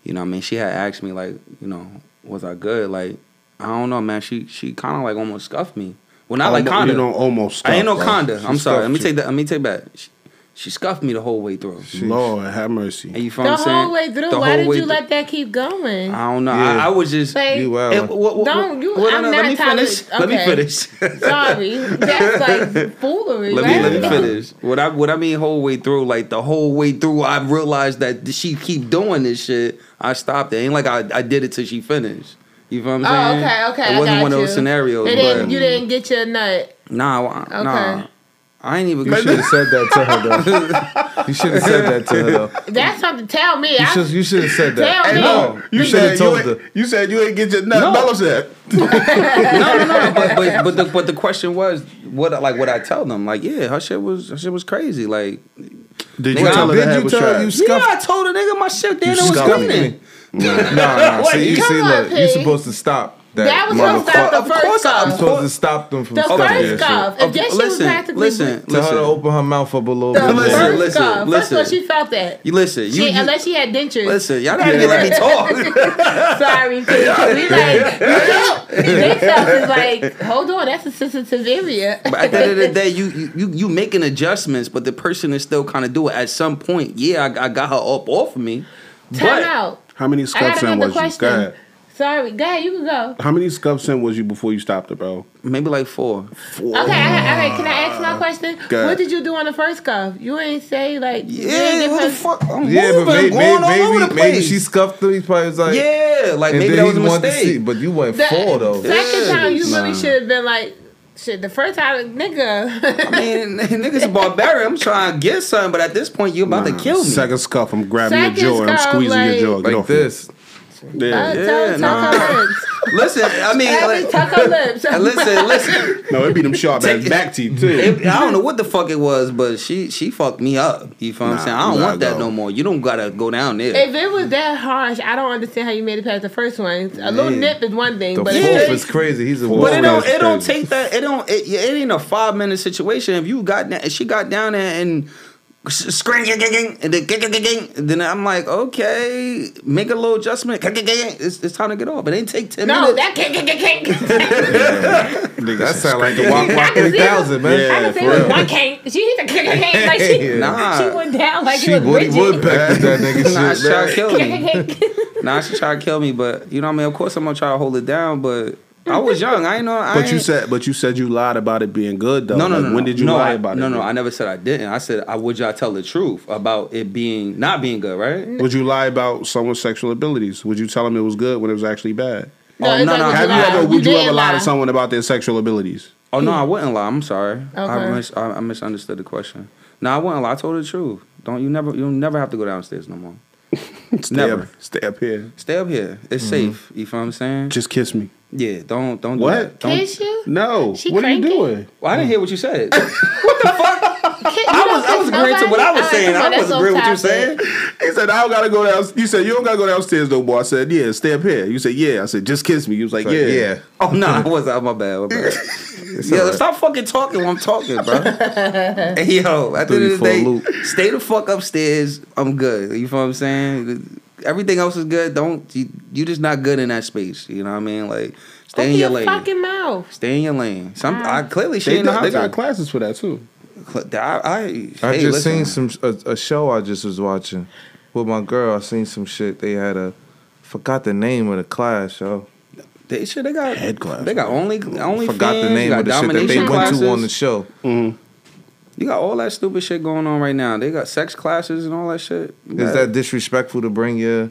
Speaker 3: you know, what I mean, she had asked me like, you know, was I good? Like, I don't know, man. She she kind of like almost scuffed me. Well, not like
Speaker 1: Almo-
Speaker 3: kinda.
Speaker 1: You know, almost.
Speaker 3: I ain't no
Speaker 1: stuff, bro.
Speaker 3: kinda.
Speaker 1: She
Speaker 3: I'm sorry. Let me
Speaker 1: stuffed
Speaker 3: take that. Let me take back. She, she scuffed me the whole way through.
Speaker 1: you. Lord have mercy.
Speaker 3: And you feel
Speaker 2: The
Speaker 3: what I'm saying?
Speaker 2: whole way through.
Speaker 3: The
Speaker 2: Why
Speaker 3: whole
Speaker 2: did you
Speaker 3: way through-
Speaker 2: let that keep going?
Speaker 3: I don't know.
Speaker 1: Yeah.
Speaker 3: I, I was just.
Speaker 2: Like,
Speaker 4: You wild.
Speaker 3: It- what- what-
Speaker 2: Don't you-
Speaker 3: what-
Speaker 2: I'm
Speaker 3: no,
Speaker 2: not
Speaker 3: Let me
Speaker 2: tolerating-
Speaker 3: finish. Let me
Speaker 2: okay.
Speaker 3: finish.
Speaker 2: Sorry, that's like foolery.
Speaker 3: Let
Speaker 2: right?
Speaker 3: me let me finish. What I what I mean whole way through, like the whole way through, I realized that she keep doing this shit. I stopped it. Ain't like I, I did it till she finished. You feel what
Speaker 2: Oh,
Speaker 3: I'm saying?
Speaker 2: okay, okay.
Speaker 3: It
Speaker 2: I
Speaker 3: wasn't
Speaker 2: got
Speaker 3: one of
Speaker 2: you.
Speaker 3: those scenarios.
Speaker 2: They
Speaker 3: But
Speaker 2: didn't, you didn't get your nut.
Speaker 3: nah, I- nah.
Speaker 2: Okay.
Speaker 3: I ain't even.
Speaker 4: You should have said that to her though. You should have said that to her though.
Speaker 2: That's something. Tell me.
Speaker 4: You
Speaker 2: I,
Speaker 4: should you should have said that.
Speaker 2: Tell me.
Speaker 4: no, you should have told her.
Speaker 1: You said you ain't get your nut.
Speaker 3: No. Mello
Speaker 1: said.
Speaker 3: no, no, no. But but but the, but the question was what like what I tell them like yeah her shit was her shit was crazy like
Speaker 1: Did
Speaker 3: Nigga,
Speaker 1: you tell her
Speaker 4: did
Speaker 1: that
Speaker 4: you
Speaker 1: head was
Speaker 4: tell her
Speaker 1: trash?
Speaker 4: you Scuff-
Speaker 3: yeah I told a nigga my shit then it was
Speaker 4: scuffed me.
Speaker 3: cleaning.
Speaker 4: No, no.
Speaker 3: Wait,
Speaker 4: See, you
Speaker 2: come
Speaker 4: see,
Speaker 2: on,
Speaker 4: look, you
Speaker 2: P.
Speaker 4: supposed to stop that.
Speaker 2: That was supposed to stop
Speaker 4: motherfucker.
Speaker 2: the
Speaker 3: Of
Speaker 2: first
Speaker 3: course I-
Speaker 4: You
Speaker 2: cup.
Speaker 4: supposed to stop them from
Speaker 2: The
Speaker 4: stopping
Speaker 2: first
Speaker 4: that
Speaker 2: cup.
Speaker 4: shit.
Speaker 2: If that shit was practically-
Speaker 3: listen,
Speaker 4: Tell her to
Speaker 3: listen,
Speaker 4: open her mouth up a little
Speaker 2: The
Speaker 4: bit.
Speaker 3: Listen,
Speaker 2: first
Speaker 3: listen,
Speaker 2: cup. First of all,
Speaker 3: listen.
Speaker 2: she felt that.
Speaker 3: You listen. You,
Speaker 2: She,
Speaker 3: you-
Speaker 2: unless she had dentures.
Speaker 3: listen. Y'all not even let me talk.
Speaker 2: Sorry, P. we like you know, felt is like, hold on, that's a sensitive area.
Speaker 3: But at the end of the day, you you you, you making adjustments, but the person is still kind of do it. At some point, yeah, I, I got her up off of me.
Speaker 2: Time
Speaker 3: but
Speaker 2: out.
Speaker 1: How many
Speaker 2: I got
Speaker 1: scuffs in
Speaker 2: another
Speaker 1: was you? Go
Speaker 2: question.
Speaker 1: ahead.
Speaker 2: Sorry, go ahead, you can go.
Speaker 1: How many scuffs in was you before you stopped it, bro?
Speaker 3: Maybe like four.
Speaker 2: Okay, I, all right. Can I ask
Speaker 3: Uh,
Speaker 2: my question?
Speaker 1: Go
Speaker 2: What
Speaker 1: ahead.
Speaker 2: did you do on the first cup? You ain't say like, you ain't
Speaker 3: Yeah,
Speaker 2: give
Speaker 3: what the
Speaker 2: her-
Speaker 3: fuck? I'm
Speaker 4: Yeah,
Speaker 3: moving,
Speaker 4: but maybe,
Speaker 3: going all over
Speaker 4: maybe,
Speaker 3: the place.
Speaker 4: maybe she scuffed her. He probably was like,
Speaker 3: yeah, like
Speaker 4: and
Speaker 3: maybe
Speaker 4: then
Speaker 3: that was a
Speaker 4: he wanted to see,
Speaker 3: mistake.
Speaker 4: but you went
Speaker 2: The
Speaker 4: four though.
Speaker 2: Second
Speaker 3: Yeah.
Speaker 2: time, you really
Speaker 1: Nah.
Speaker 2: should have been like, shit. The first time, nigga.
Speaker 3: I mean, niggas a barbarian. I'm trying to get something, but at this point, you're about
Speaker 1: Nah,
Speaker 3: to kill me.
Speaker 1: Second scuff, I'm grabbing
Speaker 2: Second
Speaker 1: your jaw and I'm
Speaker 2: scuff,
Speaker 1: squeezing your jaw. Get
Speaker 4: Like
Speaker 1: off me.
Speaker 4: this.
Speaker 2: Uh,
Speaker 1: Yeah.
Speaker 2: tuck-
Speaker 3: Yeah,
Speaker 2: tuck
Speaker 3: nah.
Speaker 2: her lips.
Speaker 3: Listen, I mean,
Speaker 2: Abby,
Speaker 3: like,
Speaker 2: tuck her lips.
Speaker 3: listen, listen.
Speaker 1: No, it beat him sharp
Speaker 3: Take
Speaker 1: ass
Speaker 3: it.
Speaker 1: back teeth too.
Speaker 3: It- I don't know what the fuck it was, but she she fucked me up. You feel what
Speaker 1: Nah,
Speaker 3: I'm saying? I
Speaker 1: you
Speaker 3: don't want
Speaker 1: gotta
Speaker 3: that
Speaker 1: go.
Speaker 3: no more. You don't gotta go down there.
Speaker 2: If it was that harsh, I don't understand how you made it past the first one. A little
Speaker 3: Yeah.
Speaker 2: nip is one thing,
Speaker 4: The
Speaker 2: but
Speaker 4: fourth
Speaker 2: it's
Speaker 3: Yeah.
Speaker 4: is crazy. He's a
Speaker 3: But
Speaker 1: Oh,
Speaker 3: it don't.
Speaker 1: that's
Speaker 3: It don't
Speaker 1: crazy.
Speaker 3: take that. It don't. It, it ain't a five minute situation. If you got, na- if she got down there and screen and then ging, ging, ging, ging. And then I'm like, okay, make a little adjustment. Ging, ging, ging. It's, it's time to get off. It ain't take ten
Speaker 2: No,
Speaker 3: minutes.
Speaker 2: that can't, can't, can't, can't.
Speaker 4: That sound like the
Speaker 1: one.
Speaker 4: Walk Walk
Speaker 2: I can see
Speaker 4: 3000, man.
Speaker 2: I can
Speaker 1: Yeah,
Speaker 2: say
Speaker 1: for
Speaker 2: it was
Speaker 1: real.
Speaker 2: one can't. She hit the can't, can't, can't. Like she,
Speaker 3: Nah.
Speaker 2: she went down like
Speaker 4: She
Speaker 2: it was
Speaker 4: Woody
Speaker 2: Bridget.
Speaker 4: Woodpecker that nigga
Speaker 3: Nah,
Speaker 4: shit.
Speaker 3: she tried to
Speaker 4: man.
Speaker 3: kill
Speaker 2: Can't,
Speaker 3: me.
Speaker 2: can't, can't.
Speaker 3: Nah, she tried to kill me. But you know what I mean. Of course, I'm gonna try to hold it down. But I was young. I ain't know. I
Speaker 1: But you
Speaker 3: ain't-
Speaker 1: said, but you said you lied about it being good though.
Speaker 3: No, no,
Speaker 1: Like,
Speaker 3: no.
Speaker 1: When
Speaker 3: no.
Speaker 1: did you
Speaker 3: no,
Speaker 1: lie
Speaker 3: I-
Speaker 1: about
Speaker 3: No,
Speaker 1: it?
Speaker 3: no, I never said I didn't. I said I would y'all tell the truth about it being not being good, right?
Speaker 1: Would you lie about someone's sexual abilities? Would you tell them it was good when it was actually bad?
Speaker 2: No,
Speaker 3: Oh,
Speaker 2: it's
Speaker 3: no,
Speaker 2: like
Speaker 3: no.
Speaker 2: when
Speaker 1: Have
Speaker 2: lie.
Speaker 1: you ever? Would you,
Speaker 2: did
Speaker 1: ever lie
Speaker 2: lie.
Speaker 1: to someone about their sexual abilities?
Speaker 3: Oh no, I wouldn't lie. I'm sorry. I
Speaker 2: Okay.
Speaker 3: mis- I, I misunderstood the question. No, I wouldn't lie. I told the truth. Don't you never you'll never have to go downstairs no more.
Speaker 1: Stay
Speaker 3: Never.
Speaker 1: up, stay up here.
Speaker 3: Stay up here. It's safe. You feel what I'm saying?
Speaker 1: Just kiss me.
Speaker 3: yeah. Don't don't
Speaker 1: What?
Speaker 3: do that. Don't,
Speaker 2: Kiss you?
Speaker 1: No.
Speaker 2: She
Speaker 1: what are
Speaker 2: cranky?
Speaker 1: you doing?
Speaker 3: Well, I didn't hear what you said.
Speaker 2: Kiss,
Speaker 3: I was I was agreeing to what I was saying. I was agreeing with you saying.
Speaker 1: He said, I don't gotta go down. You said you don't gotta go downstairs no more. I said, Yeah, stay up here. You said, Yeah. I said, just kiss me. You was like,
Speaker 4: Like,
Speaker 1: Yeah.
Speaker 4: yeah.
Speaker 3: Oh no, I was out my bad. My bad. yeah,
Speaker 4: alright.
Speaker 3: stop fucking talking while I'm talking, bro. hey, yo, at the
Speaker 4: Threw
Speaker 3: end of
Speaker 4: you
Speaker 3: the
Speaker 4: for a
Speaker 3: day,
Speaker 4: loop.
Speaker 3: stay the fuck upstairs. I'm good. You feel what I'm saying? Everything else is good. Don't you, you just not good in that space. You know what I mean? Like stay
Speaker 2: Open
Speaker 3: in your
Speaker 2: your
Speaker 3: lane.
Speaker 2: fucking mouth.
Speaker 3: Stay in your lane. Some I clearly she
Speaker 1: They,
Speaker 3: ain't know
Speaker 1: got-
Speaker 3: how
Speaker 1: they
Speaker 3: to.
Speaker 1: got classes for that too.
Speaker 3: Cl- I, I,
Speaker 4: I
Speaker 3: hey,
Speaker 4: just
Speaker 3: listen.
Speaker 4: seen some a, a show I just was watching with my girl. I seen some shit. They had a forgot the name of the class, yo.
Speaker 3: They shit. They got
Speaker 1: Head class.
Speaker 3: They got only only
Speaker 4: forgot the name
Speaker 3: got
Speaker 4: of the shit that
Speaker 3: domination
Speaker 4: they went
Speaker 3: classes.
Speaker 4: to on the show.
Speaker 3: You got all that stupid shit going on right now. They got sex classes and all that shit.
Speaker 4: Is that disrespectful to bring your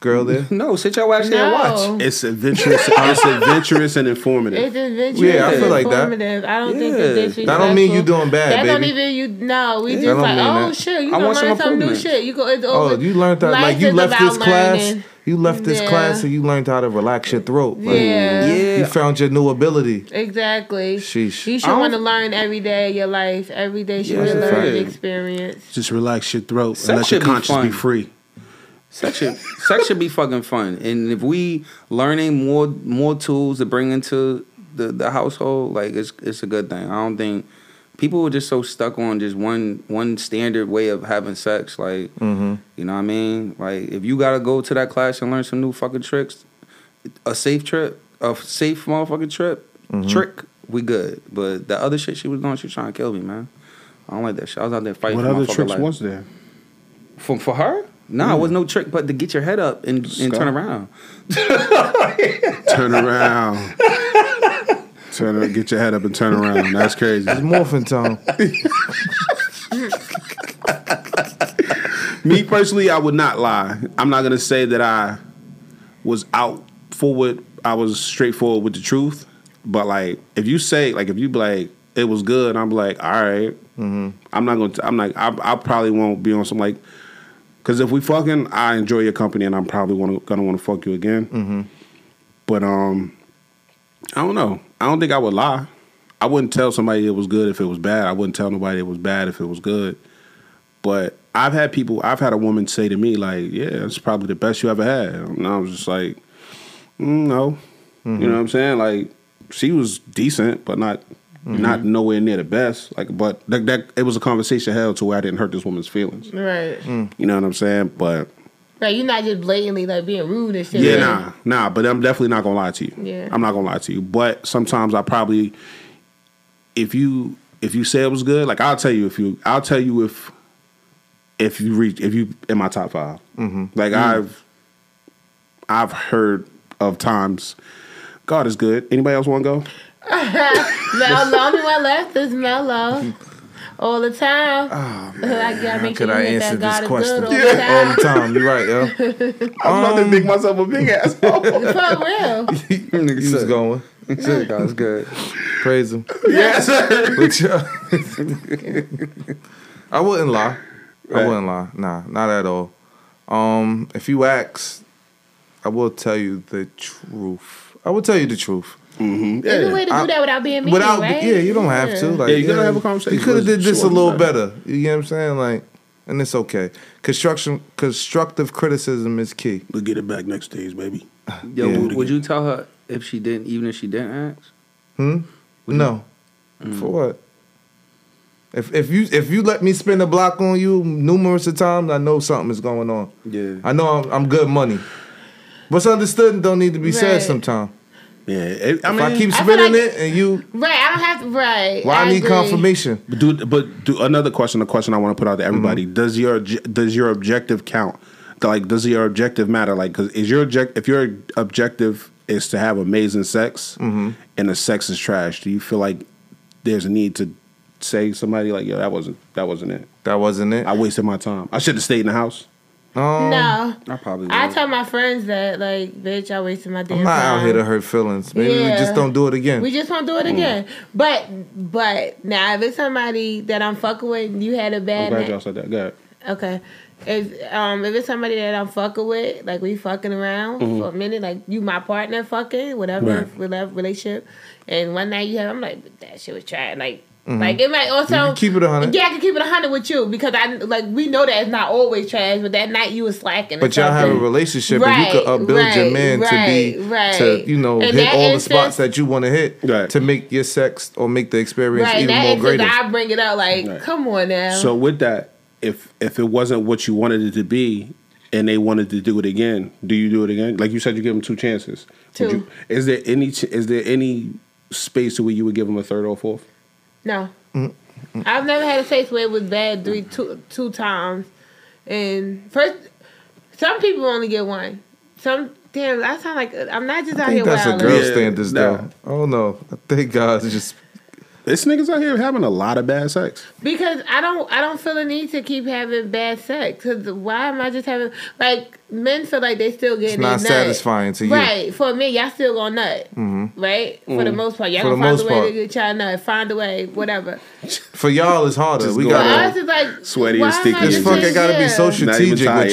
Speaker 4: girl there?
Speaker 3: no? Sit your ass here and watch.
Speaker 2: No.
Speaker 1: It's adventurous. it's adventurous and informative.
Speaker 2: It's adventurous.
Speaker 4: Yeah, I
Speaker 2: and
Speaker 4: feel like that.
Speaker 2: informative. I don't think
Speaker 3: Yeah.
Speaker 2: it's disrespectful.
Speaker 4: That don't mean you doing bad,
Speaker 2: That don't
Speaker 4: baby.
Speaker 2: even you. No, we
Speaker 4: That
Speaker 2: just
Speaker 4: don't
Speaker 2: like,
Speaker 4: mean
Speaker 2: oh
Speaker 4: that.
Speaker 2: shit, you
Speaker 3: I
Speaker 2: gonna
Speaker 3: want some
Speaker 2: learn some new
Speaker 3: improvement.
Speaker 2: shit. You go, it's
Speaker 4: Oh,
Speaker 2: over.
Speaker 4: you learned that
Speaker 2: Life
Speaker 4: like you
Speaker 2: is
Speaker 4: left
Speaker 2: about
Speaker 4: this class.
Speaker 2: learning.
Speaker 4: You left this class
Speaker 2: Yeah.
Speaker 4: and you learned how to relax your throat. Like,
Speaker 2: Yeah.
Speaker 3: Yeah.
Speaker 4: You found your new ability.
Speaker 2: Exactly.
Speaker 4: Sheesh.
Speaker 2: You
Speaker 3: I
Speaker 2: should
Speaker 3: don't-
Speaker 2: want to learn every day of your life. Every day should
Speaker 3: Yeah.
Speaker 2: be a learning
Speaker 3: Yeah.
Speaker 2: experience.
Speaker 1: Just relax your throat
Speaker 3: Sex
Speaker 1: and let your
Speaker 3: should be
Speaker 1: conscience
Speaker 3: fun.
Speaker 1: be free.
Speaker 3: Sex should, sex should be fucking fun. And if we learning more more tools to bring into the, the household, like it's it's a good thing. I don't think people are just so stuck on just one one standard way of having sex. Like you know what I mean? Like if you gotta go to that class and learn some new fucking tricks, a safe trip, a safe motherfucking trip,
Speaker 1: Mm-hmm.
Speaker 3: trick, we good. But the other shit she was doing, she was trying to kill me, man. I don't like that shit. I was out there fighting.
Speaker 1: What
Speaker 3: for my
Speaker 1: other
Speaker 3: fucking
Speaker 1: tricks
Speaker 3: life.
Speaker 1: was there?
Speaker 3: For for her? No, it was no trick but to get your head up and, and
Speaker 1: Scott.
Speaker 3: turn around.
Speaker 1: Turn around. Turn, get your head up and turn around. That's crazy.
Speaker 4: It's morphin' time.
Speaker 1: Me personally, I would not lie. I'm not gonna say that I was out forward. I was straightforward with the truth. But like, if you say like, if you be like, it was good, I'm like, all right. I'm not gonna. I'm like, I, I probably won't be on some like, because if we fucking, I enjoy your company, and I'm probably wanna, gonna want to fuck you again. But um, I don't know. I don't think I would lie. I wouldn't tell somebody it was good if it was bad. I wouldn't tell nobody it was bad if it was good. But I've had people, I've had a woman say to me, like, yeah, it's probably the best you ever had. And I was just like, mm, no. You know what I'm saying? Like, she was decent, but not not nowhere near the best. Like, but that, that it was a conversation held to where I didn't hurt this woman's feelings.
Speaker 2: Right.
Speaker 4: Mm.
Speaker 1: You know what I'm saying? But
Speaker 2: Right. You're not just blatantly like being rude and shit.
Speaker 1: yeah,
Speaker 2: Like,
Speaker 1: nah, nah. But I'm definitely not gonna lie to you.
Speaker 2: Yeah.
Speaker 1: I'm not gonna lie to you. But sometimes I probably, if you if you say it was good, like I'll tell you if you I'll tell you if if you reach if you in my top 5 Like I've I've heard of times. God is good. Anybody else want to go?
Speaker 2: Mel, the only one left is Mello. All the time. I gotta
Speaker 4: Oh, How
Speaker 2: make sure
Speaker 4: could
Speaker 2: you
Speaker 4: I
Speaker 2: hit
Speaker 4: answer
Speaker 2: that God
Speaker 4: this
Speaker 2: is
Speaker 4: question?
Speaker 2: good all
Speaker 4: All
Speaker 2: the
Speaker 4: the time. You're right, yo.
Speaker 1: I'm about to make myself a big asshole.
Speaker 2: time. For real.
Speaker 4: You was going.
Speaker 3: That's good.
Speaker 4: Praise him.
Speaker 1: yes, sir.
Speaker 4: But yeah. I wouldn't lie. I wouldn't lie. Nah, not at all. Um, if you ask, I will tell you the truth. I will tell you the truth.
Speaker 1: Mm-hmm.
Speaker 2: There's a way to
Speaker 4: I-
Speaker 2: do that without being mean,
Speaker 4: Without,
Speaker 2: right?
Speaker 4: yeah, you don't have to. Like,
Speaker 1: Yeah, you gotta have a conversation.
Speaker 4: You could have did this a
Speaker 1: Sure,
Speaker 4: little
Speaker 1: right.
Speaker 4: better. You get what I'm saying? Like, and it's okay. Construction, constructive criticism is key.
Speaker 1: We'll get it back next stage, baby.
Speaker 3: Yo,
Speaker 4: Yeah.
Speaker 3: would, would you tell her if she didn't, even if she didn't ask?
Speaker 1: Mm.
Speaker 4: Hmm. No. For what? If if you if you let me spin a block on you numerous of times, I know something is going on.
Speaker 3: Yeah.
Speaker 4: I know I'm, I'm good money. What's understood and don't need to be said
Speaker 2: Right.
Speaker 4: sometimes.
Speaker 1: Yeah, it- I
Speaker 4: If
Speaker 1: mean,
Speaker 4: I keep
Speaker 2: I feel
Speaker 4: spinning
Speaker 2: like-
Speaker 4: it and you,
Speaker 2: Right, I don't have to. Right.
Speaker 4: why I need
Speaker 2: agree.
Speaker 4: confirmation?
Speaker 1: But do but do another question. The question I want to put out to everybody:
Speaker 3: Mm-hmm.
Speaker 1: Does your obje- does your objective count? Like, does your objective matter? Like, 'cause is your object if your objective is to have amazing sex
Speaker 3: Mm-hmm.
Speaker 1: and the sex is trash? Do you feel like there's a need to say to somebody like, "Yo, that wasn't that wasn't it.
Speaker 4: That wasn't it.
Speaker 1: I wasted my time. I should have stayed in the house."
Speaker 4: Um,
Speaker 2: No.
Speaker 3: I probably
Speaker 2: I
Speaker 3: would.
Speaker 2: tell my friends that, like, bitch, I wasted my damn
Speaker 4: I'm not
Speaker 2: time.
Speaker 4: out here to hurt Mm. feelings. Maybe we
Speaker 2: Yeah.
Speaker 4: just don't do it again.
Speaker 2: We just won't do it again. But, but now if it's somebody that I'm fucking with, and you had a
Speaker 1: I'm
Speaker 2: bad
Speaker 1: glad
Speaker 2: night.
Speaker 1: y'all said that. Good.
Speaker 2: Okay. If um if it's somebody that I'm fucking with, like we fucking around
Speaker 4: Mm-hmm.
Speaker 2: for a minute, like you my partner fucking, whatever,
Speaker 1: Right.
Speaker 2: whatever relationship, and one night you have, I'm like that shit was trash, like. Like it might also
Speaker 4: Mm-hmm. can keep it 100.
Speaker 2: Yeah, I can keep it hundred with you because I like we know that it's not always trash, but that night you was slacking. or
Speaker 4: But y'all have a
Speaker 2: something.
Speaker 4: relationship, and you could
Speaker 2: Right,
Speaker 4: upbuild your
Speaker 2: right,
Speaker 4: man to be
Speaker 2: right, right.
Speaker 4: to you know
Speaker 2: In
Speaker 4: hit
Speaker 2: that
Speaker 4: all
Speaker 2: instance-
Speaker 4: the spots that you want to hit
Speaker 1: Right.
Speaker 4: to make your sex or make the experience
Speaker 2: right.
Speaker 4: even
Speaker 2: That
Speaker 4: more
Speaker 2: is
Speaker 4: greater.
Speaker 2: I bring it up like,
Speaker 1: Right.
Speaker 2: come on now.
Speaker 1: So with that, if if it wasn't what you wanted it to be, and they wanted to do it again, do you do it again? Like you said, you give them two chances. Would
Speaker 2: Two.
Speaker 1: you- is there any ch- is there any space where you would give them a third or fourth?
Speaker 2: No. I've never had a case where it was bad three two two times. And first some people only get one. Some damn I sound like I'm not just
Speaker 4: I
Speaker 2: out here
Speaker 4: think that's a
Speaker 2: wilding.
Speaker 4: girl
Speaker 1: Yeah,
Speaker 4: standards
Speaker 1: nah.
Speaker 4: though. Oh no, I think God is just
Speaker 1: This niggas out here having a lot of bad sex.
Speaker 2: Because I don't, I don't feel the need to keep having bad sex. Cause why am I just having like men feel like they still
Speaker 4: it's
Speaker 2: getting
Speaker 4: not
Speaker 2: their nut.
Speaker 4: satisfying to you. Mm-hmm.
Speaker 2: Right for me, y'all still gonna nut, right? For the most part, y'all
Speaker 4: For the
Speaker 2: gonna find
Speaker 4: most
Speaker 2: a way
Speaker 4: part.
Speaker 2: to get y'all nut. Find a way, whatever.
Speaker 4: For y'all, it's harder.
Speaker 1: Just
Speaker 4: we
Speaker 1: go
Speaker 2: But
Speaker 1: out.
Speaker 4: gotta.
Speaker 2: us is like
Speaker 1: Sweaty
Speaker 2: why
Speaker 1: and
Speaker 2: am I
Speaker 1: sticky.
Speaker 4: This
Speaker 1: It's
Speaker 2: just-
Speaker 4: fucking gotta be
Speaker 2: yeah.
Speaker 4: so
Speaker 1: Not even
Speaker 4: strategic with
Speaker 1: tired.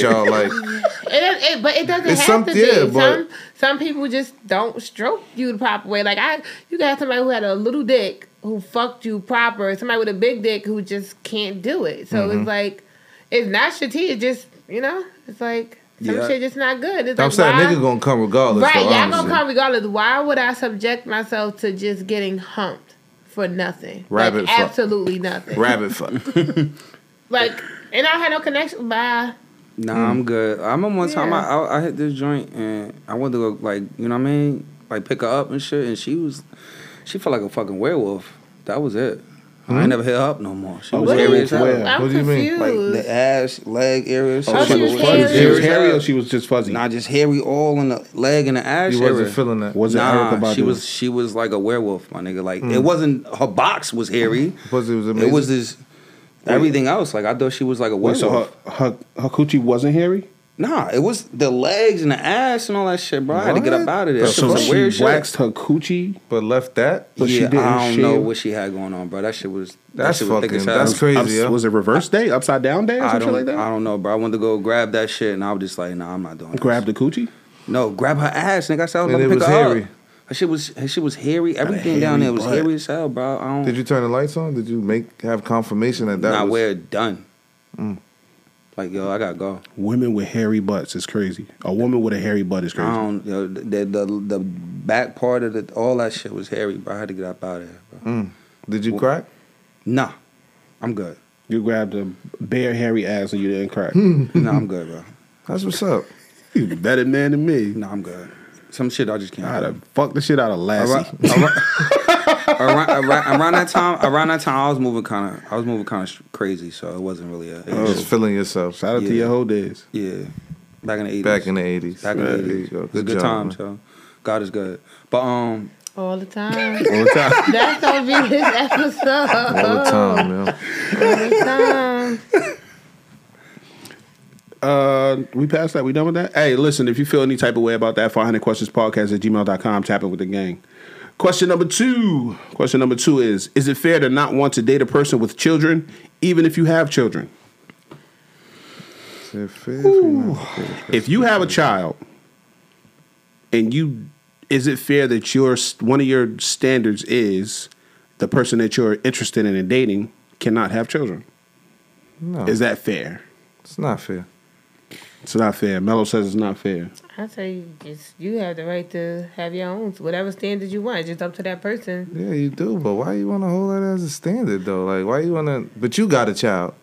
Speaker 4: y'all. Like,
Speaker 2: It, does- it, but it doesn't
Speaker 4: It's
Speaker 2: have
Speaker 4: some-
Speaker 2: to
Speaker 4: yeah,
Speaker 2: be.
Speaker 4: but-
Speaker 2: some some people just don't stroke you the proper way. Like I, you got somebody who had a little dick who fucked you proper. Somebody with a big dick who just can't do it. So
Speaker 4: Mm-hmm.
Speaker 2: it's like, it's not strategic. It's just you know, it's like some
Speaker 3: Yeah.
Speaker 2: shit just not good. It's
Speaker 4: I'm
Speaker 2: like,
Speaker 4: saying,
Speaker 2: why-
Speaker 4: nigga gonna come regardless.
Speaker 2: right?
Speaker 4: though,
Speaker 2: Y'all gonna
Speaker 4: honestly.
Speaker 2: come regardless. Why would I subject myself to just getting humped for nothing?
Speaker 4: Rabbit
Speaker 2: like,
Speaker 4: fuck.
Speaker 2: absolutely nothing.
Speaker 4: rabbit fuck.
Speaker 2: Like, and I don't have no connection. Bye.
Speaker 3: Nah, I'm good. I remember one time I,
Speaker 2: Yeah.
Speaker 3: I I hit this joint and I went to go like you know what I mean like pick her up and shit and she was she felt like a fucking werewolf. That was it. I ain't never hit her up no more. She
Speaker 1: Oh,
Speaker 3: was
Speaker 1: what
Speaker 3: hairy
Speaker 1: is
Speaker 3: as hell.
Speaker 1: where?
Speaker 2: I'm
Speaker 4: What do you mean?
Speaker 2: confused.
Speaker 3: Hmm? Like the ass, leg area.
Speaker 2: Oh, she was hairy.
Speaker 1: She was
Speaker 2: Hairy.
Speaker 1: hairy or she was just fuzzy.
Speaker 3: Nah, just hairy all in the leg and the ass.
Speaker 4: You
Speaker 3: area.
Speaker 4: wasn't feeling that.
Speaker 1: was it
Speaker 3: nah,
Speaker 1: Erica Badu? Hmm.
Speaker 3: she was she was like a werewolf, my nigga. Like it wasn't her box was hairy.
Speaker 4: Was it was
Speaker 3: It
Speaker 4: amazing.
Speaker 3: was this everything else. Like I thought she was like a
Speaker 1: Wait,
Speaker 3: werewolf.
Speaker 1: so her, her her coochie wasn't hairy.
Speaker 3: Nah, it was the legs and the ass and all that shit, bro. I had to get
Speaker 4: What?
Speaker 3: up out of there.
Speaker 4: That's
Speaker 3: That shit
Speaker 1: So
Speaker 3: was
Speaker 1: she
Speaker 3: some weird shit.
Speaker 1: waxed her coochie.
Speaker 4: but left that.
Speaker 1: but
Speaker 3: yeah,
Speaker 1: she didn't
Speaker 3: I don't
Speaker 1: shave.
Speaker 3: know what she had going on, bro. That shit was that
Speaker 4: That's
Speaker 3: shit was thick
Speaker 4: fucking-
Speaker 3: as hell.
Speaker 4: that's crazy.
Speaker 1: Ups-
Speaker 4: yeah.
Speaker 1: Was it reverse day, upside down day, or
Speaker 3: I
Speaker 1: something
Speaker 3: don't,
Speaker 1: like that?
Speaker 3: I don't know, bro. I wanted to go grab that shit, and I was just like, nah, I'm not doing this.
Speaker 1: Grab the coochie.
Speaker 3: No, grab her ass, nigga. I said I was
Speaker 4: And
Speaker 3: about
Speaker 4: it
Speaker 3: to pick
Speaker 4: was
Speaker 3: her
Speaker 4: hairy.
Speaker 3: up. Her shit was her shit was hairy. Everything
Speaker 1: hairy
Speaker 3: down there was
Speaker 1: butt.
Speaker 3: hairy as hell, bro. I don't.
Speaker 4: Did you turn the lights on? Did you make have confirmation that that
Speaker 3: not
Speaker 4: was Mm.
Speaker 3: wear it done? Like yo, I gotta go.
Speaker 1: Women with hairy butts is crazy. A woman with a hairy butt is
Speaker 3: I
Speaker 1: crazy.
Speaker 3: don't. Yo, the, the the back part of the all that shit was hairy, bro. I had to get up out of there, bro.
Speaker 4: Did you crack?
Speaker 3: Nah, I'm good.
Speaker 1: You grabbed a bare hairy ass and you didn't crack.
Speaker 3: nah, I'm good, bro.
Speaker 4: That's what's up.
Speaker 1: You better man than me.
Speaker 3: Nah, I'm good. Some shit I just can't.
Speaker 1: I'd
Speaker 3: do.
Speaker 1: have fucked the shit out of Lassie.
Speaker 3: around, around, around, around that time, around that time, I was moving kind of, I was moving kind of crazy, so it wasn't really a. it was
Speaker 4: Oh. Just
Speaker 3: just-
Speaker 4: feeling yourself.
Speaker 1: Shout out to
Speaker 3: Yeah.
Speaker 1: your whole days.
Speaker 3: yeah, back in the eighties.
Speaker 4: Back in the eighties.
Speaker 3: back in the eighties. It was a good time, so God is good. But um,
Speaker 2: All the time.
Speaker 1: All the time.
Speaker 2: That's gonna be this episode.
Speaker 4: All the time, man.
Speaker 2: All the time.
Speaker 1: Uh, we passed that. We done with that? Hey, listen, if you feel any type of way about that, 500 questions podcast at gmail.com. Tap it with the gang. Question number two. Question number two is Is it fair to not want to date a person with children, even if you have children?
Speaker 4: Say fifth, you know.
Speaker 1: if you have a child and you is it fair that your one of your standards is the person that you're interested in and dating cannot have children
Speaker 4: No,
Speaker 1: is that fair
Speaker 4: it's not fair.
Speaker 1: it's not fair mello says it's not fair
Speaker 2: I say you just you have the right to have your own whatever standards you want. It's Just up to that person.
Speaker 4: Yeah, you do, but why you want to hold that as a standard though? Like, why you want to? But you got a child,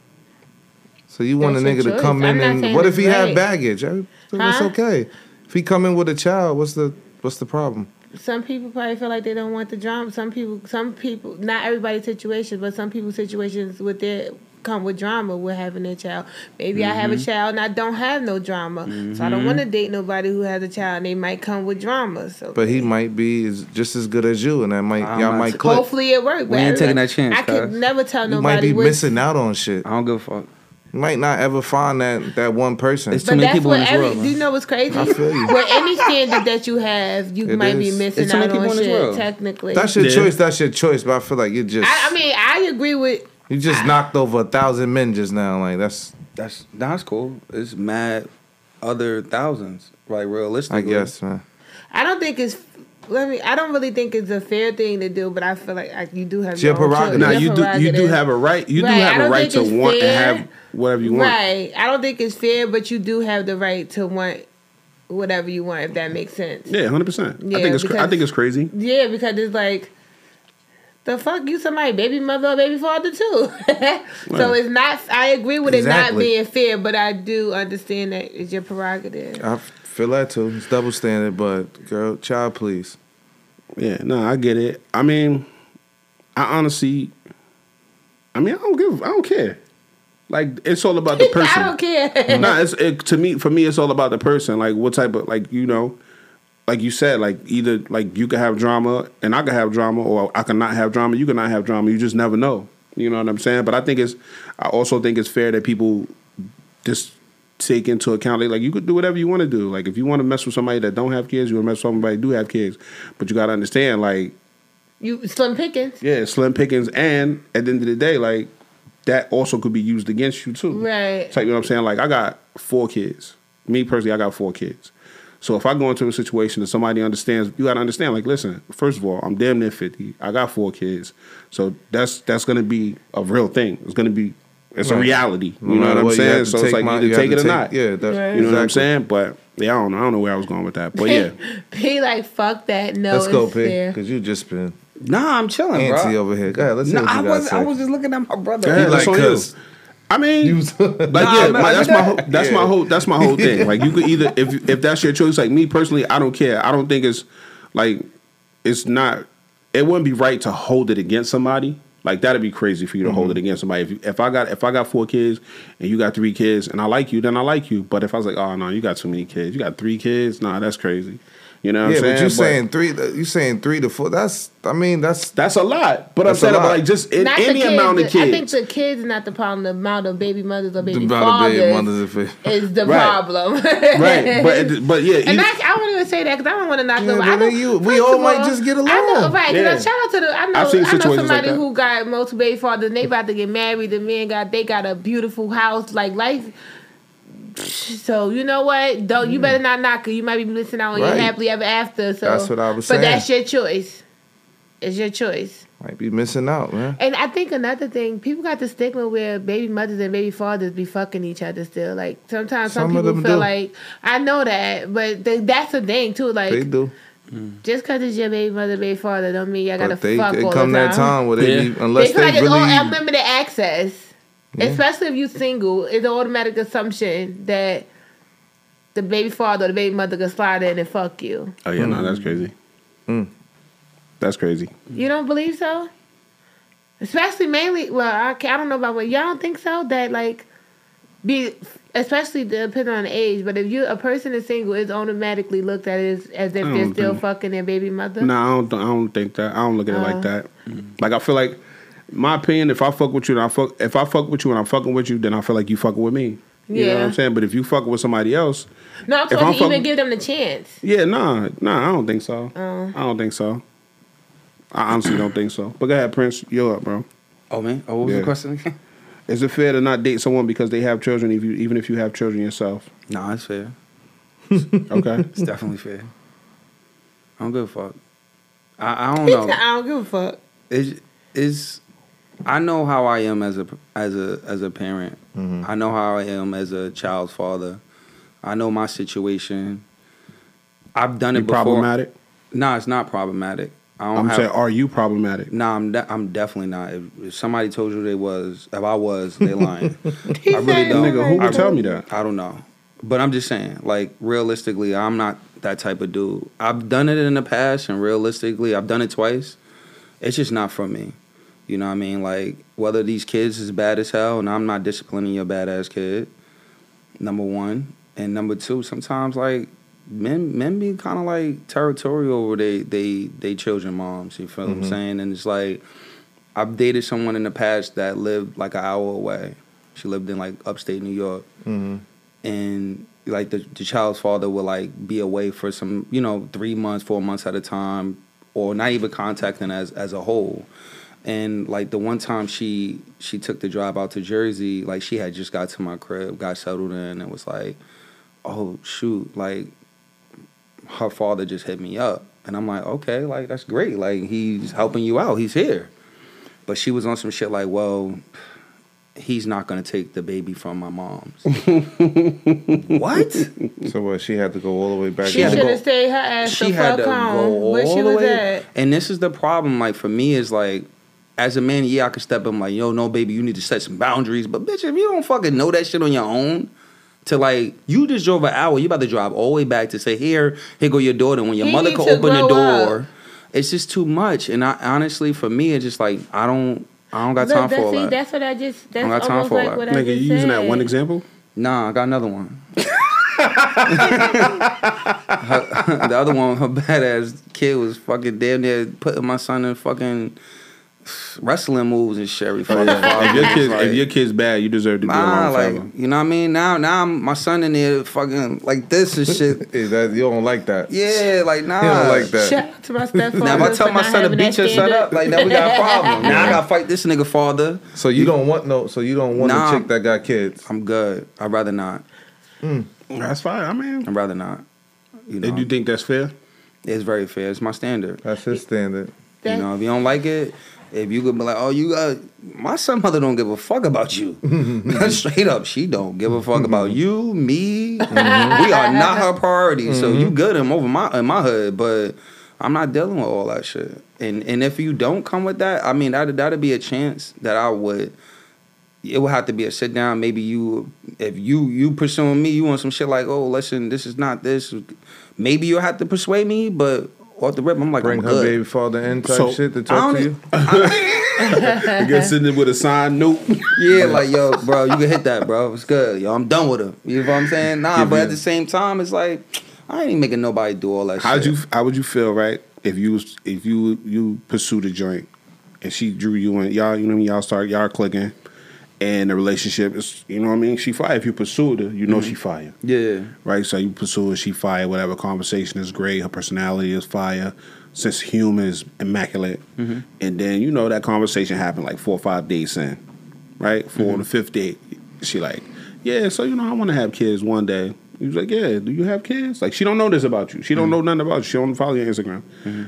Speaker 4: so you want
Speaker 2: That's
Speaker 4: a
Speaker 2: your
Speaker 4: nigga to
Speaker 2: choice.
Speaker 4: come
Speaker 2: I'm
Speaker 4: in
Speaker 2: not
Speaker 4: and
Speaker 2: saying
Speaker 4: what if
Speaker 2: it's
Speaker 4: he
Speaker 2: right.
Speaker 4: have baggage? That's
Speaker 2: Huh?
Speaker 4: okay. If he come in with a child, what's the what's the problem?
Speaker 2: Some people probably feel like they don't want the drama. Some people, some people, not everybody's situations, but some people's situations with their come with drama with having their child. Maybe I have a child and I don't have no drama, so I don't want to date nobody who has a child and they might come with drama. So
Speaker 4: But he might be as, just as good as you, and that might
Speaker 3: I'm
Speaker 4: y'all
Speaker 3: not
Speaker 4: might
Speaker 3: saying-
Speaker 4: click.
Speaker 2: hopefully it worked.
Speaker 3: We
Speaker 2: but
Speaker 3: ain't taking
Speaker 2: everybody-
Speaker 3: that chance,
Speaker 2: I could
Speaker 3: cuz.
Speaker 2: never tell
Speaker 4: You might
Speaker 2: nobody.
Speaker 4: be
Speaker 2: what-
Speaker 4: missing out on shit.
Speaker 3: I don't give a fuck.
Speaker 4: You might not ever find that that one person.
Speaker 3: It's-
Speaker 2: But
Speaker 3: many
Speaker 2: that's
Speaker 3: people
Speaker 2: what
Speaker 3: in this
Speaker 2: every.
Speaker 3: world,
Speaker 2: do you
Speaker 3: man.
Speaker 2: know what's crazy?
Speaker 4: I feel you.
Speaker 2: With any standard that you have, you
Speaker 4: It
Speaker 2: might
Speaker 4: is.
Speaker 2: be missing
Speaker 3: It's too many
Speaker 2: out on
Speaker 3: people in this
Speaker 2: shit.
Speaker 3: world.
Speaker 2: Technically,
Speaker 4: that's your
Speaker 1: Yeah.
Speaker 4: choice. That's your choice. But I feel like you just
Speaker 2: I, I mean, I agree with.
Speaker 4: you just knocked over a thousand men just now. Like that's
Speaker 3: That's that's cool. It's mad other thousands, like
Speaker 4: I
Speaker 3: realistically.
Speaker 4: guess man.
Speaker 2: I don't think it's. Let me. I don't really think it's a fair thing to do, but I feel like I, you do have
Speaker 4: It's your
Speaker 2: own choice.
Speaker 4: prerogative.
Speaker 1: Now
Speaker 4: Your
Speaker 1: you do you do
Speaker 2: prerogative.
Speaker 1: have a right. You
Speaker 2: Right,
Speaker 1: do
Speaker 2: I
Speaker 1: have a
Speaker 2: don't
Speaker 1: right to
Speaker 2: think it's
Speaker 1: want
Speaker 2: fair.
Speaker 1: to have whatever you want.
Speaker 2: Right. I don't think it's fair, but you do have the right to want whatever you want, if that makes sense.
Speaker 1: Yeah, hundred percent. I
Speaker 2: Yeah,
Speaker 1: think it's cra- I
Speaker 2: because-
Speaker 1: think it's crazy.
Speaker 2: Yeah, because it's like the fuck you somebody baby mother or baby father too. so
Speaker 1: Right.
Speaker 2: it's not I agree with it not
Speaker 4: Exactly.
Speaker 2: being fair, but I do understand that it's your prerogative.
Speaker 4: I feel that too. It's double standard, but girl, child, please.
Speaker 1: Yeah, no, I get it. I mean, I honestly, I mean, I don't give, I don't care. Like it's all about the person. Mm-hmm.
Speaker 2: I don't care.
Speaker 1: No, it's it, to me. For me, it's all about the person. Like what type of like you know, like you said, like either like you could have drama and I could have drama, or I could not have drama. You could not have drama. You just never know. You know what I'm saying? But I think it's. I also think it's fair that people just take into account like, like you could do whatever you want to do. Like if you want to mess with somebody that don't have kids, you want to mess with somebody who do have kids. But you got to understand, like
Speaker 2: you slim pickings.
Speaker 1: yeah, slim pickings, and at the end of the day, like that also could be used against you too.
Speaker 2: Right.
Speaker 1: So you know what I'm saying? Like I got four kids. Me personally, I got four kids. So if I go into a situation and somebody understands, you gotta understand. Like, listen, first of all, I'm damn near fifty. I got four kids, so that's that's gonna be a real thing. It's gonna be it's a
Speaker 4: Right.
Speaker 1: reality. You
Speaker 4: No
Speaker 1: know
Speaker 4: matter
Speaker 1: what I'm
Speaker 4: what, you
Speaker 1: saying?
Speaker 4: have to
Speaker 1: So it's
Speaker 4: take
Speaker 1: like
Speaker 4: my-
Speaker 1: you either
Speaker 4: you
Speaker 1: take it
Speaker 4: have
Speaker 1: or
Speaker 4: to
Speaker 1: not.
Speaker 4: take-
Speaker 1: Yeah,
Speaker 4: yeah, that's-
Speaker 2: Right.
Speaker 1: you know what I'm
Speaker 4: exactly.
Speaker 1: saying? But yeah, I don't know. I don't know where I was going with that. But yeah,
Speaker 2: Be like, fuck that. No,
Speaker 4: Let's go,
Speaker 2: it's
Speaker 4: P,
Speaker 2: fair.
Speaker 4: because you just been
Speaker 3: Nah, I'm chilling, bro.
Speaker 4: antsy over here. Go ahead, let's hear
Speaker 3: No,
Speaker 4: what
Speaker 3: I
Speaker 4: you I
Speaker 3: was I
Speaker 4: got
Speaker 3: was
Speaker 4: to say.
Speaker 3: just looking at my brother.
Speaker 1: Yeah,
Speaker 4: He
Speaker 1: that's
Speaker 4: like,
Speaker 1: on you.
Speaker 4: cause
Speaker 1: I mean,
Speaker 4: you was-
Speaker 1: Like yeah,
Speaker 3: Nah, man,
Speaker 1: my, that's my
Speaker 3: that-
Speaker 1: whole, that's
Speaker 4: yeah.
Speaker 1: my whole that's my whole thing. Like you could either if if that's your choice. Like me personally, I don't care. I don't think it's like it's not. It wouldn't be right to hold it against somebody. Like that'd be crazy for you to hold
Speaker 4: Mm-hmm.
Speaker 1: it against somebody. If you, if I got if I got four kids and you got three kids and I like you, then I like you. But if I was like, oh no, you got too many kids. You got three kids. Nah, that's crazy. You know what
Speaker 4: yeah,
Speaker 1: I'm saying?
Speaker 4: but you saying three, you saying three to four. That's I mean that's
Speaker 1: that's a lot. But
Speaker 4: That's a
Speaker 1: I'm saying about
Speaker 4: lot.
Speaker 1: like just in,
Speaker 2: Not
Speaker 1: any
Speaker 2: the kids.
Speaker 1: amount of
Speaker 2: the-
Speaker 1: kids.
Speaker 2: I think the kids is not the problem. The amount of baby mothers or baby
Speaker 4: about a
Speaker 2: fathers
Speaker 4: big mother's affair.
Speaker 2: is the
Speaker 1: Right.
Speaker 2: problem.
Speaker 1: right, but but yeah,
Speaker 2: And
Speaker 1: either-
Speaker 2: I, I won't even say that because I don't want to knock
Speaker 4: Yeah,
Speaker 2: them.
Speaker 4: but
Speaker 2: I know,
Speaker 4: then you- we
Speaker 2: first
Speaker 4: all
Speaker 2: of
Speaker 4: might just get
Speaker 2: I know,
Speaker 4: along.
Speaker 2: right? 'cause
Speaker 1: Yeah.
Speaker 2: I- shout out to the. I know.
Speaker 1: I've seen
Speaker 2: I know
Speaker 1: situations like
Speaker 2: somebody
Speaker 1: that.
Speaker 2: who got multiple baby fathers. and They about to get married. The man got they got a beautiful house, like life. So you know what? Don't you better not knock it. You might be missing out on your
Speaker 4: Mm. Right.
Speaker 2: happily ever after. So
Speaker 4: That's what I was
Speaker 2: But that's your
Speaker 4: saying.
Speaker 2: choice. It's your choice.
Speaker 4: might be missing out, man.
Speaker 2: And I think another thing, people got the stigma where baby mothers and baby fathers be fucking each other still. Like sometimes some,
Speaker 4: Some of
Speaker 2: people
Speaker 4: them
Speaker 2: feel
Speaker 4: do.
Speaker 2: like I know that, but th- that's the thing too. Like
Speaker 4: They do,
Speaker 2: just because it's your baby mother, baby father, don't mean y'all gotta
Speaker 4: but they
Speaker 2: fuck
Speaker 4: it
Speaker 2: all
Speaker 4: come
Speaker 2: the time.
Speaker 4: that time where they
Speaker 1: Yeah.
Speaker 4: be, unless
Speaker 2: they
Speaker 4: they
Speaker 2: feel like it's all
Speaker 4: really
Speaker 2: unlimited access, especially if you single. It's an automatic assumption that the baby father or the baby mother can slide in and fuck you.
Speaker 1: Oh yeah, no,
Speaker 2: Mm.
Speaker 1: that's crazy. That's crazy.
Speaker 2: You don't believe so? Especially mainly, well, I, ca- I don't know about what y'all don't think so that like be especially depending on the age. But if you a person is single, it's automatically looked at as as if
Speaker 1: I
Speaker 2: they're
Speaker 1: don't
Speaker 2: still
Speaker 1: think-
Speaker 2: fucking their baby mother.
Speaker 1: No, I don't. I don't think that. I don't look at it
Speaker 2: Oh.
Speaker 1: like that. Like I feel like my opinion. If I fuck with you, and I fuck. If I fuck with you and I'm fucking with you, then I feel like you fucking with me. You know what
Speaker 2: Yeah.
Speaker 1: I'm saying? But if you fucking with somebody else,
Speaker 2: no, I'm
Speaker 1: If I'm
Speaker 2: talking even
Speaker 1: fucking-
Speaker 2: give them the chance.
Speaker 1: yeah, nah, nah, I don't think so.
Speaker 2: Oh.
Speaker 1: I don't think so. I honestly don't think so. But go ahead, Prince. You're up, bro.
Speaker 3: Oh man, oh what was
Speaker 1: Yeah.
Speaker 3: the question again?
Speaker 1: Is it fair to not date someone because they have children, if you, even if you have children yourself?
Speaker 3: nah, it's fair.
Speaker 1: Okay.
Speaker 3: It's definitely fair. I don't give a fuck. I, I don't
Speaker 2: He
Speaker 3: know.
Speaker 2: said, I don't give a fuck.
Speaker 3: it's, it's I know how I am as a as a as a parent.
Speaker 4: Mm-hmm.
Speaker 3: I know how I am as a child's father. I know my situation. I've done it
Speaker 1: You
Speaker 3: before.
Speaker 1: problematic?
Speaker 3: Nah, it's not problematic. I don't
Speaker 1: I'm
Speaker 3: have.
Speaker 1: saying, are you problematic?
Speaker 3: nah, I'm de- I'm definitely not. If, if somebody told you they was, if I was, they lying. I really
Speaker 2: said
Speaker 3: don't.
Speaker 1: Nigga, who
Speaker 3: I
Speaker 1: would tell me that?
Speaker 3: I don't know. But I'm just saying, like, realistically, I'm not that type of dude. I've done it in the past, and realistically, I've done it twice. It's just not for me. You know what I mean? Like, whether these kids is bad as hell, and I'm not disciplining your badass kid, number one. And number two, sometimes, like, men men be kind of, like, territorial over they, they, they children moms. You feel what I'm saying? And it's like, I've dated someone in the past that lived, like, an hour away. She lived in, like, upstate New York
Speaker 4: Mm-hmm.
Speaker 3: and like the, the child's father would like be away for some you know three months four months at a time or not even contacting as as a whole and like the one time she she took the drive out to jersey like she had just got to my crib got settled in and was like oh shoot like her father just hit me up and i'm like okay like that's great like he's helping you out he's here but she was on some shit like well he's not gonna take the baby from my mom's what
Speaker 4: Mm-hmm. So what? She had to go all the way back.
Speaker 3: She
Speaker 2: She
Speaker 3: had
Speaker 2: should
Speaker 3: to
Speaker 4: home.
Speaker 3: go-
Speaker 2: have stayed her ass
Speaker 3: she
Speaker 2: the
Speaker 3: had
Speaker 2: fuck
Speaker 3: to
Speaker 2: home
Speaker 3: go
Speaker 2: where she
Speaker 3: all the
Speaker 2: was
Speaker 3: way.
Speaker 2: at.
Speaker 3: And this is the problem. Like for me, is like as a man, yeah, I could step up. and, Like yo, no, baby, you need to set some boundaries. But bitch, if you don't fucking know that shit on your own, to like you just drove an hour, you about to drive all the way back to say here, here go your daughter. When your
Speaker 2: He
Speaker 3: mother
Speaker 2: need
Speaker 3: could
Speaker 2: to
Speaker 3: open the
Speaker 2: grow up.
Speaker 3: door, it's just too much. And I honestly, for me, it's just like I don't, I don't got
Speaker 2: Look,
Speaker 3: time for
Speaker 2: that's,
Speaker 3: all
Speaker 2: see,
Speaker 3: that.
Speaker 2: that's what I just. That's
Speaker 3: don't got time
Speaker 2: almost
Speaker 3: for all
Speaker 2: like
Speaker 3: that.
Speaker 2: what I
Speaker 1: Nigga, you
Speaker 2: just
Speaker 1: using that
Speaker 2: said.
Speaker 1: one example?
Speaker 3: Nah, I got another one. Her- the other one, her badass kid was fucking damn near putting my son in fucking wrestling moves and shit. every fucking five
Speaker 1: Oh, if your
Speaker 3: minutes,
Speaker 1: kids,
Speaker 3: like,
Speaker 1: if your kids bad, you deserve to be
Speaker 3: Nah,
Speaker 1: alone
Speaker 3: like
Speaker 1: forever.
Speaker 3: you know what I mean. Now, now I'm, my son in there fucking like this and shit.
Speaker 4: Is that you don't like that?
Speaker 3: Yeah, like nah.
Speaker 4: You don't like that.
Speaker 2: Shout out to my stepfather.
Speaker 3: Now if I
Speaker 2: for
Speaker 3: tell my
Speaker 2: not
Speaker 3: son to
Speaker 2: having
Speaker 3: beat
Speaker 2: that
Speaker 3: your son
Speaker 2: stand
Speaker 3: up, like now we got a problem. now I gotta fight this nigga father.
Speaker 4: So you don't want no. So you don't want
Speaker 3: Nah.
Speaker 4: a chick that got kids.
Speaker 3: I'm good. I'd rather not.
Speaker 1: That's fine. I mean,
Speaker 3: I'd rather not. You know,
Speaker 1: do you think that's fair?
Speaker 3: it's very fair. It's my standard.
Speaker 4: That's his standard.
Speaker 2: That-
Speaker 3: You know, if you don't like it, if you could be like, oh, you got my son mother don't give a fuck about you. Straight up, she don't give a fuck about
Speaker 4: Mm-hmm.
Speaker 3: you, me. We are not her priority. So
Speaker 4: Mm-hmm.
Speaker 3: you good him over my in my hood, but I'm not dealing with all that shit. And and if you don't come with that, I mean that that'd be a chance that I would it would have to be a sit down. Maybe you, if you you pursuing me, you want some shit like, oh, listen, this is not this. Maybe you'll have to persuade me, but off the rip, I'm like,
Speaker 4: Bring
Speaker 3: I'm
Speaker 4: her
Speaker 3: good.
Speaker 4: baby father in type
Speaker 1: So,
Speaker 4: shit to
Speaker 3: I
Speaker 4: talk
Speaker 3: don't
Speaker 4: to
Speaker 3: e-
Speaker 4: you.
Speaker 1: You get sitting there with a signed note.
Speaker 3: Yeah, like yo, bro, you can hit that, bro. It's good, yo. I'm done with him. You know what I'm saying? Nah,
Speaker 1: Give
Speaker 3: but at
Speaker 1: you-
Speaker 3: the same time, it's like I ain't even making nobody do all that.
Speaker 1: How'd
Speaker 3: shit.
Speaker 1: you? How would you feel, right? If you was- if you you pursued a joint, and she drew you in, y'all you know what I mean? y'all start y'all clicking, and the relationship is you know what I mean. She fire. If you pursued her, you know she fire.
Speaker 3: Yeah,
Speaker 1: right? So you pursue her, she fire, whatever. Conversation is great, her personality is fire, sense of humor is immaculate.
Speaker 3: Mm-hmm.
Speaker 1: And then you know that conversation happened like four or five days in, right? 4
Speaker 3: Mm-hmm.
Speaker 1: on the fifth date, she like, yeah, so you know I want to have kids one day. He was like, yeah, do you have kids? Like she don't know this about you.
Speaker 3: Mm-hmm.
Speaker 1: She don't know nothing about you. She don't follow your Instagram.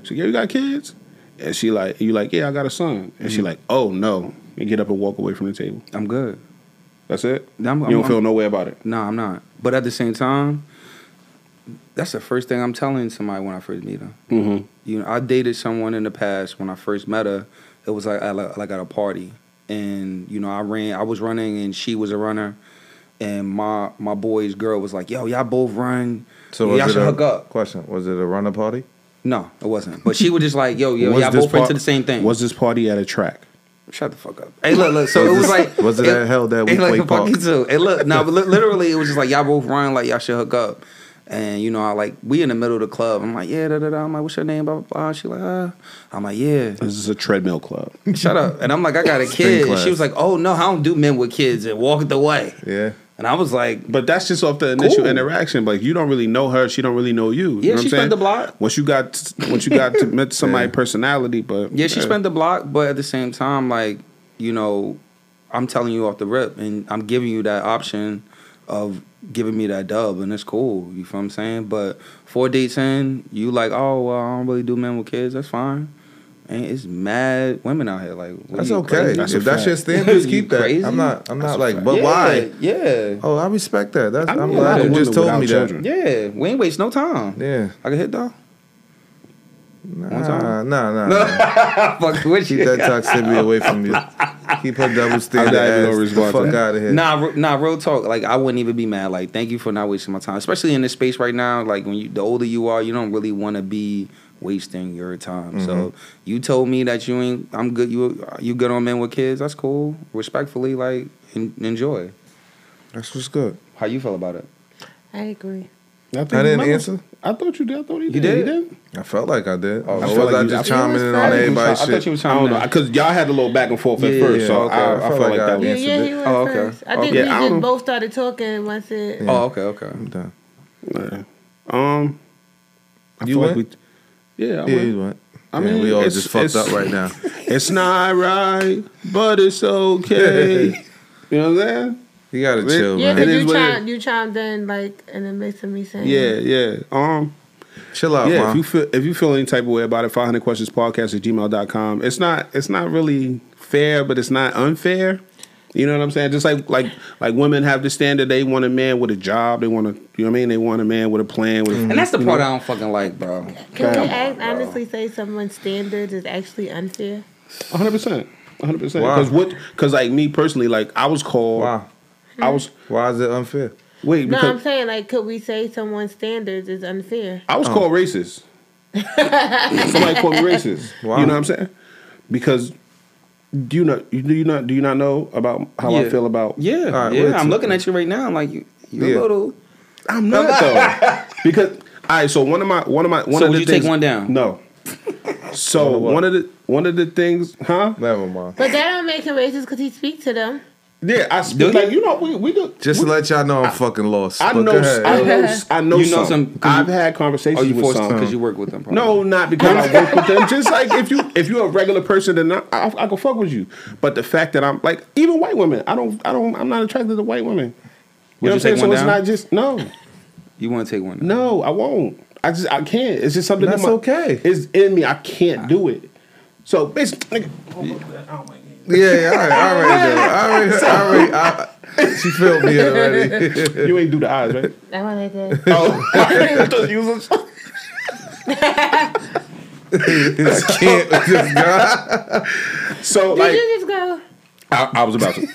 Speaker 1: She yeah, you got kids? And she like, you like, yeah, I got a son. And
Speaker 3: Mm-hmm.
Speaker 1: she like, oh no, and get up and walk away from the table.
Speaker 3: I'm good.
Speaker 1: That's it.
Speaker 3: I'm-
Speaker 1: you
Speaker 3: I'm-
Speaker 1: don't feel
Speaker 3: I'm-
Speaker 1: no way about it.
Speaker 3: Nah, I'm not. But at the same time, that's the first thing I'm telling somebody when I first meet them.
Speaker 1: Mm-hmm.
Speaker 3: you know, I dated someone in the past when I first met her. It was like at a- like at a party, and you know, I ran, I was running, and she was a runner, and my my boy's girl was like, "Yo, y'all both run.
Speaker 4: So
Speaker 3: y'all
Speaker 4: was it
Speaker 3: should
Speaker 4: a
Speaker 3: hook up."
Speaker 4: question? Was it a runner party?
Speaker 3: No, it wasn't. But she was just like, "Yo, yo,
Speaker 1: Was
Speaker 3: y'all
Speaker 1: this
Speaker 3: both into
Speaker 1: par-
Speaker 3: the same thing."
Speaker 1: Was this party at a track?
Speaker 3: Shut the fuck up. Hey, look, look. So it was
Speaker 4: this-
Speaker 3: like,
Speaker 4: was it at Hell That We
Speaker 3: Hey, like
Speaker 4: Play
Speaker 3: fuck
Speaker 4: Park?
Speaker 3: you too. Hey, look, no, but li- literally, it was just like y'all both run, like y'all should hook up. And you know, I like we in the middle of the club. I'm like, yeah, da da da. I'm like, what's your name? Blah blah. blah. She like, uh. I'm like, yeah.
Speaker 1: This is a treadmill club.
Speaker 3: Shut up. And I'm like, I got a
Speaker 4: Spin
Speaker 3: kid. And
Speaker 4: class.
Speaker 3: she was like, oh no, I don't do men with kids. And walked away.
Speaker 4: Yeah.
Speaker 3: And I was like,
Speaker 1: But that's just off the initial
Speaker 3: Cool.
Speaker 1: interaction. Like you don't really know her, she don't really know you. you
Speaker 3: Yeah,
Speaker 1: know what
Speaker 3: she
Speaker 1: I'm
Speaker 3: spent
Speaker 1: saying?
Speaker 3: the block.
Speaker 1: Once you got once you got to meet somebody's
Speaker 4: Yeah.
Speaker 1: personality, but
Speaker 3: Yeah, she
Speaker 1: eh,
Speaker 3: spent the block, but at the same time, like, you know, I'm telling you off the rip and I'm giving you that option of giving me that dub and it's cool. You feel what I'm saying? But four dates in, you like, oh well, I don't really do men with kids, that's fine. Man, it's mad women out here. Like what
Speaker 4: That's
Speaker 3: are you,
Speaker 4: okay.
Speaker 3: crazy?
Speaker 1: That's a
Speaker 4: if that's
Speaker 1: fact.
Speaker 4: your standards,
Speaker 3: You
Speaker 4: keep that.
Speaker 3: crazy?
Speaker 4: I'm not. I'm not like.
Speaker 1: fact.
Speaker 4: But
Speaker 3: yeah,
Speaker 4: why?
Speaker 3: Yeah,
Speaker 4: Oh, I respect that. That's,
Speaker 1: I
Speaker 4: I'm
Speaker 1: mean, a lot
Speaker 4: glad
Speaker 1: of
Speaker 4: you
Speaker 1: women
Speaker 4: just told
Speaker 1: without
Speaker 4: me
Speaker 1: children.
Speaker 3: yeah. We ain't waste no time.
Speaker 4: that. Yeah.
Speaker 3: I can hit though.
Speaker 4: Nah, nah,
Speaker 3: time.
Speaker 4: nah.
Speaker 3: I fuck with
Speaker 4: Keep
Speaker 3: you.
Speaker 4: that toxicity away from you. Keep her double standard
Speaker 1: not even gonna
Speaker 4: ass the
Speaker 1: respond to
Speaker 4: fuck
Speaker 1: that.
Speaker 4: out of here.
Speaker 3: Nah, re- nah, real talk. Like I wouldn't even be mad. Like thank you for not wasting my time, especially in this space right now. Like when you, the older you are, you don't really want to be wasting your time.
Speaker 1: Mm-hmm.
Speaker 3: So you told me that you ain't. I'm good. You you good on men with kids? That's cool. Respectfully, like en- enjoy.
Speaker 4: That's what's good.
Speaker 3: How you feel about it?
Speaker 2: I agree.
Speaker 1: I, think
Speaker 4: I didn't
Speaker 1: Melo-
Speaker 4: answer?
Speaker 1: I thought you did. I thought he did.
Speaker 3: did?
Speaker 1: He did.
Speaker 4: I felt like I did.
Speaker 3: Oh,
Speaker 4: Oh,
Speaker 3: I
Speaker 4: I
Speaker 1: felt
Speaker 4: was
Speaker 1: like
Speaker 4: I
Speaker 1: you-
Speaker 4: just
Speaker 1: I
Speaker 4: chiming
Speaker 2: feel
Speaker 4: in
Speaker 2: like
Speaker 4: on
Speaker 2: I
Speaker 3: You
Speaker 4: everybody's
Speaker 3: try- I
Speaker 4: shit.
Speaker 3: thought you was
Speaker 1: I
Speaker 3: trying
Speaker 1: don't
Speaker 3: to.
Speaker 1: know because y'all had a little back and forth at
Speaker 3: Yeah,
Speaker 1: first,
Speaker 3: yeah,
Speaker 1: so
Speaker 4: okay.
Speaker 1: I, I, felt like that.
Speaker 4: I
Speaker 2: Yeah,
Speaker 4: answered
Speaker 2: yeah,
Speaker 4: it.
Speaker 2: he was
Speaker 3: Oh, okay.
Speaker 2: first. I
Speaker 3: Oh,
Speaker 2: think
Speaker 1: okay.
Speaker 2: we
Speaker 1: Yeah, I
Speaker 2: just
Speaker 1: don't-
Speaker 2: both started talking once it.
Speaker 4: Yeah.
Speaker 3: Oh, okay, okay.
Speaker 1: Mm-hmm.
Speaker 4: I'm done.
Speaker 1: Yeah. Um, I
Speaker 4: You
Speaker 1: feel
Speaker 4: went?
Speaker 1: we, yeah, I
Speaker 4: Yeah,
Speaker 1: went.
Speaker 4: you went.
Speaker 1: I
Speaker 4: I mean,
Speaker 1: mean,
Speaker 4: we all
Speaker 1: it's-
Speaker 4: just fucked
Speaker 1: it's-
Speaker 4: up right now.
Speaker 1: It's not right, but it's okay. you know what I'm saying?
Speaker 4: You gotta
Speaker 1: Wait,
Speaker 4: chill,
Speaker 2: Yeah,
Speaker 4: man.
Speaker 2: 'cause
Speaker 1: It is
Speaker 2: you
Speaker 1: what it
Speaker 2: chimed, you chimed in like in the midst of me saying,
Speaker 1: Yeah, yeah. Um,
Speaker 4: Chill out,
Speaker 1: yeah.
Speaker 4: man.
Speaker 1: If you feel if you feel any type of way about it, 500 questions podcast at gmail.com. It's not it's not really fair, but it's not unfair. You know what I'm saying? Just like like like women have the standard, they want a man with a job. They want to, you know what I mean? They want a man with a plan. With
Speaker 4: Mm-hmm.
Speaker 3: And that's the
Speaker 1: you
Speaker 3: part
Speaker 1: know?
Speaker 3: I don't fucking like, bro.
Speaker 2: Can
Speaker 1: Come on,
Speaker 2: we act,
Speaker 3: bro.
Speaker 2: honestly say someone's standards is actually unfair?
Speaker 1: hundred percent, hundred percent.
Speaker 4: Wow.
Speaker 1: Because what? Because like me personally, like I was called.
Speaker 4: Why?
Speaker 1: I was
Speaker 4: Why is it unfair?
Speaker 1: wait
Speaker 2: No,
Speaker 1: because
Speaker 2: I'm saying like, could we say someone's standards is unfair?
Speaker 1: I
Speaker 4: Oh.
Speaker 1: was called racist. Somebody called me racist.
Speaker 4: Wow.
Speaker 1: You know what I'm saying? Because do you not do you not do you not know about how I
Speaker 3: Yeah.
Speaker 1: feel about
Speaker 3: Yeah,
Speaker 4: right,
Speaker 3: yeah.
Speaker 4: wait,
Speaker 3: I'm
Speaker 4: so-
Speaker 3: looking at you right now. I'm like you. You're
Speaker 4: Yeah.
Speaker 3: a little.
Speaker 1: I'm not though. because all right, so one of my one of my one
Speaker 3: So
Speaker 1: of
Speaker 3: would
Speaker 1: the
Speaker 3: you take
Speaker 1: things,
Speaker 3: one down?
Speaker 1: No. So
Speaker 4: what?
Speaker 1: one of the one of the things, huh?
Speaker 4: Never mind.
Speaker 2: But that don't make him racist because he speaks to them.
Speaker 1: Yeah, I
Speaker 3: Do
Speaker 1: speak like
Speaker 3: you?
Speaker 1: you know we we do.
Speaker 4: Just to let y'all know, I'm fucking lost.
Speaker 1: I
Speaker 4: but
Speaker 1: know
Speaker 4: go ahead.
Speaker 1: I know I know,
Speaker 3: You know some-
Speaker 1: some.
Speaker 3: 'cause you-
Speaker 1: I've had conversations
Speaker 3: Oh, you
Speaker 1: with
Speaker 3: forced
Speaker 1: some
Speaker 3: because you work with them. Probably.
Speaker 1: No, not because I work with them. Just like if you if you're a regular person, then I, I, I can fuck with you. But the fact that I'm like even white women, I don't I don't I'm not attracted to white women. You know what
Speaker 3: Would you
Speaker 1: I'm saying?
Speaker 3: take
Speaker 1: So
Speaker 3: one
Speaker 1: it's
Speaker 3: down?
Speaker 1: not just no,
Speaker 3: You want to take one? down?
Speaker 1: no, I won't. I just I can't. It's just something
Speaker 4: That's
Speaker 1: in my,
Speaker 4: okay.
Speaker 1: It's in me. I can't do it. So basically,
Speaker 4: Yeah, yeah, all right, all right, then. all right, all right. I, she filled me in already.
Speaker 1: you ain't do the eyes, right?
Speaker 2: That one I did.
Speaker 1: Oh, I just use a-
Speaker 4: I can't with this guy.
Speaker 1: so
Speaker 2: Did
Speaker 1: like
Speaker 2: you just go?
Speaker 1: I, I was about to.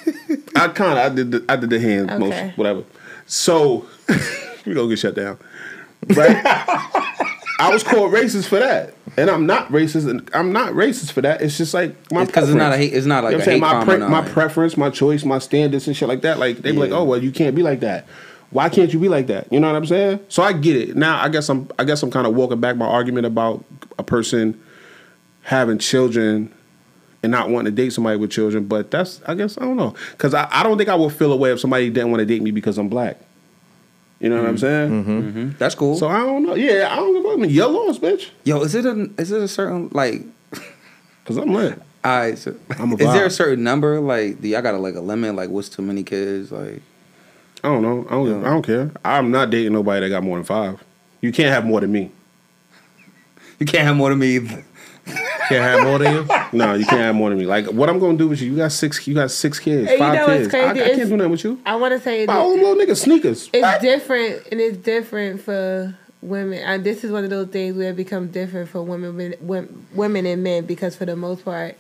Speaker 1: I kind of I did the, I did the hand
Speaker 2: Okay.
Speaker 1: most whatever. So we gonna get shut down, right? I was called racist for that, and I'm not racist, and I'm not racist for that. It's just like my
Speaker 3: because it's not a
Speaker 1: preference.
Speaker 3: hate. It's not like
Speaker 1: you know what
Speaker 3: a hate
Speaker 1: I'm saying my
Speaker 3: crime or
Speaker 1: pre- my
Speaker 3: nothing.
Speaker 1: preference, my choice, my standards and shit like that. Like they be like,
Speaker 3: Yeah.
Speaker 1: oh well, you can't be like that. Why can't you be like that? You know what I'm saying? So I get it. Now I guess I'm I guess I'm kind of walking back my argument about a person having children and not wanting to date somebody with children. But that's I guess I don't know because I, I don't think I would feel a way if somebody didn't want to date me because I'm black. You know what I'm saying?
Speaker 3: Mhm. That's cool.
Speaker 1: So I don't know. Yeah, I don't give a fuck. Your loss, bitch.
Speaker 3: Yo, is it a is it a certain like?
Speaker 1: Because I'm lit.
Speaker 3: I so,
Speaker 1: I'm a
Speaker 3: is there a
Speaker 1: vibe.
Speaker 3: certain number like? Do y'all got to like a limit? Like, what's too many kids? Like,
Speaker 1: I don't know. I don't, I don't care. I'm not dating nobody that got more than five. You can't have more than me.
Speaker 3: you can't have more than me. Either.
Speaker 4: Can't have more than you.
Speaker 1: No, you can't have more than me. Like what I'm gonna do with you? You got six. You got six kids.
Speaker 2: Hey, you
Speaker 1: five
Speaker 2: know what's
Speaker 1: kids.
Speaker 2: crazy?
Speaker 1: I, I
Speaker 2: It's-
Speaker 1: can't do nothing with you.
Speaker 2: I want to say
Speaker 1: Buy
Speaker 2: that-
Speaker 1: all them little niggas sneakers.
Speaker 2: it's different and it's different for women and this is one of those things where it becomes different for women when- when- women and men because for the most part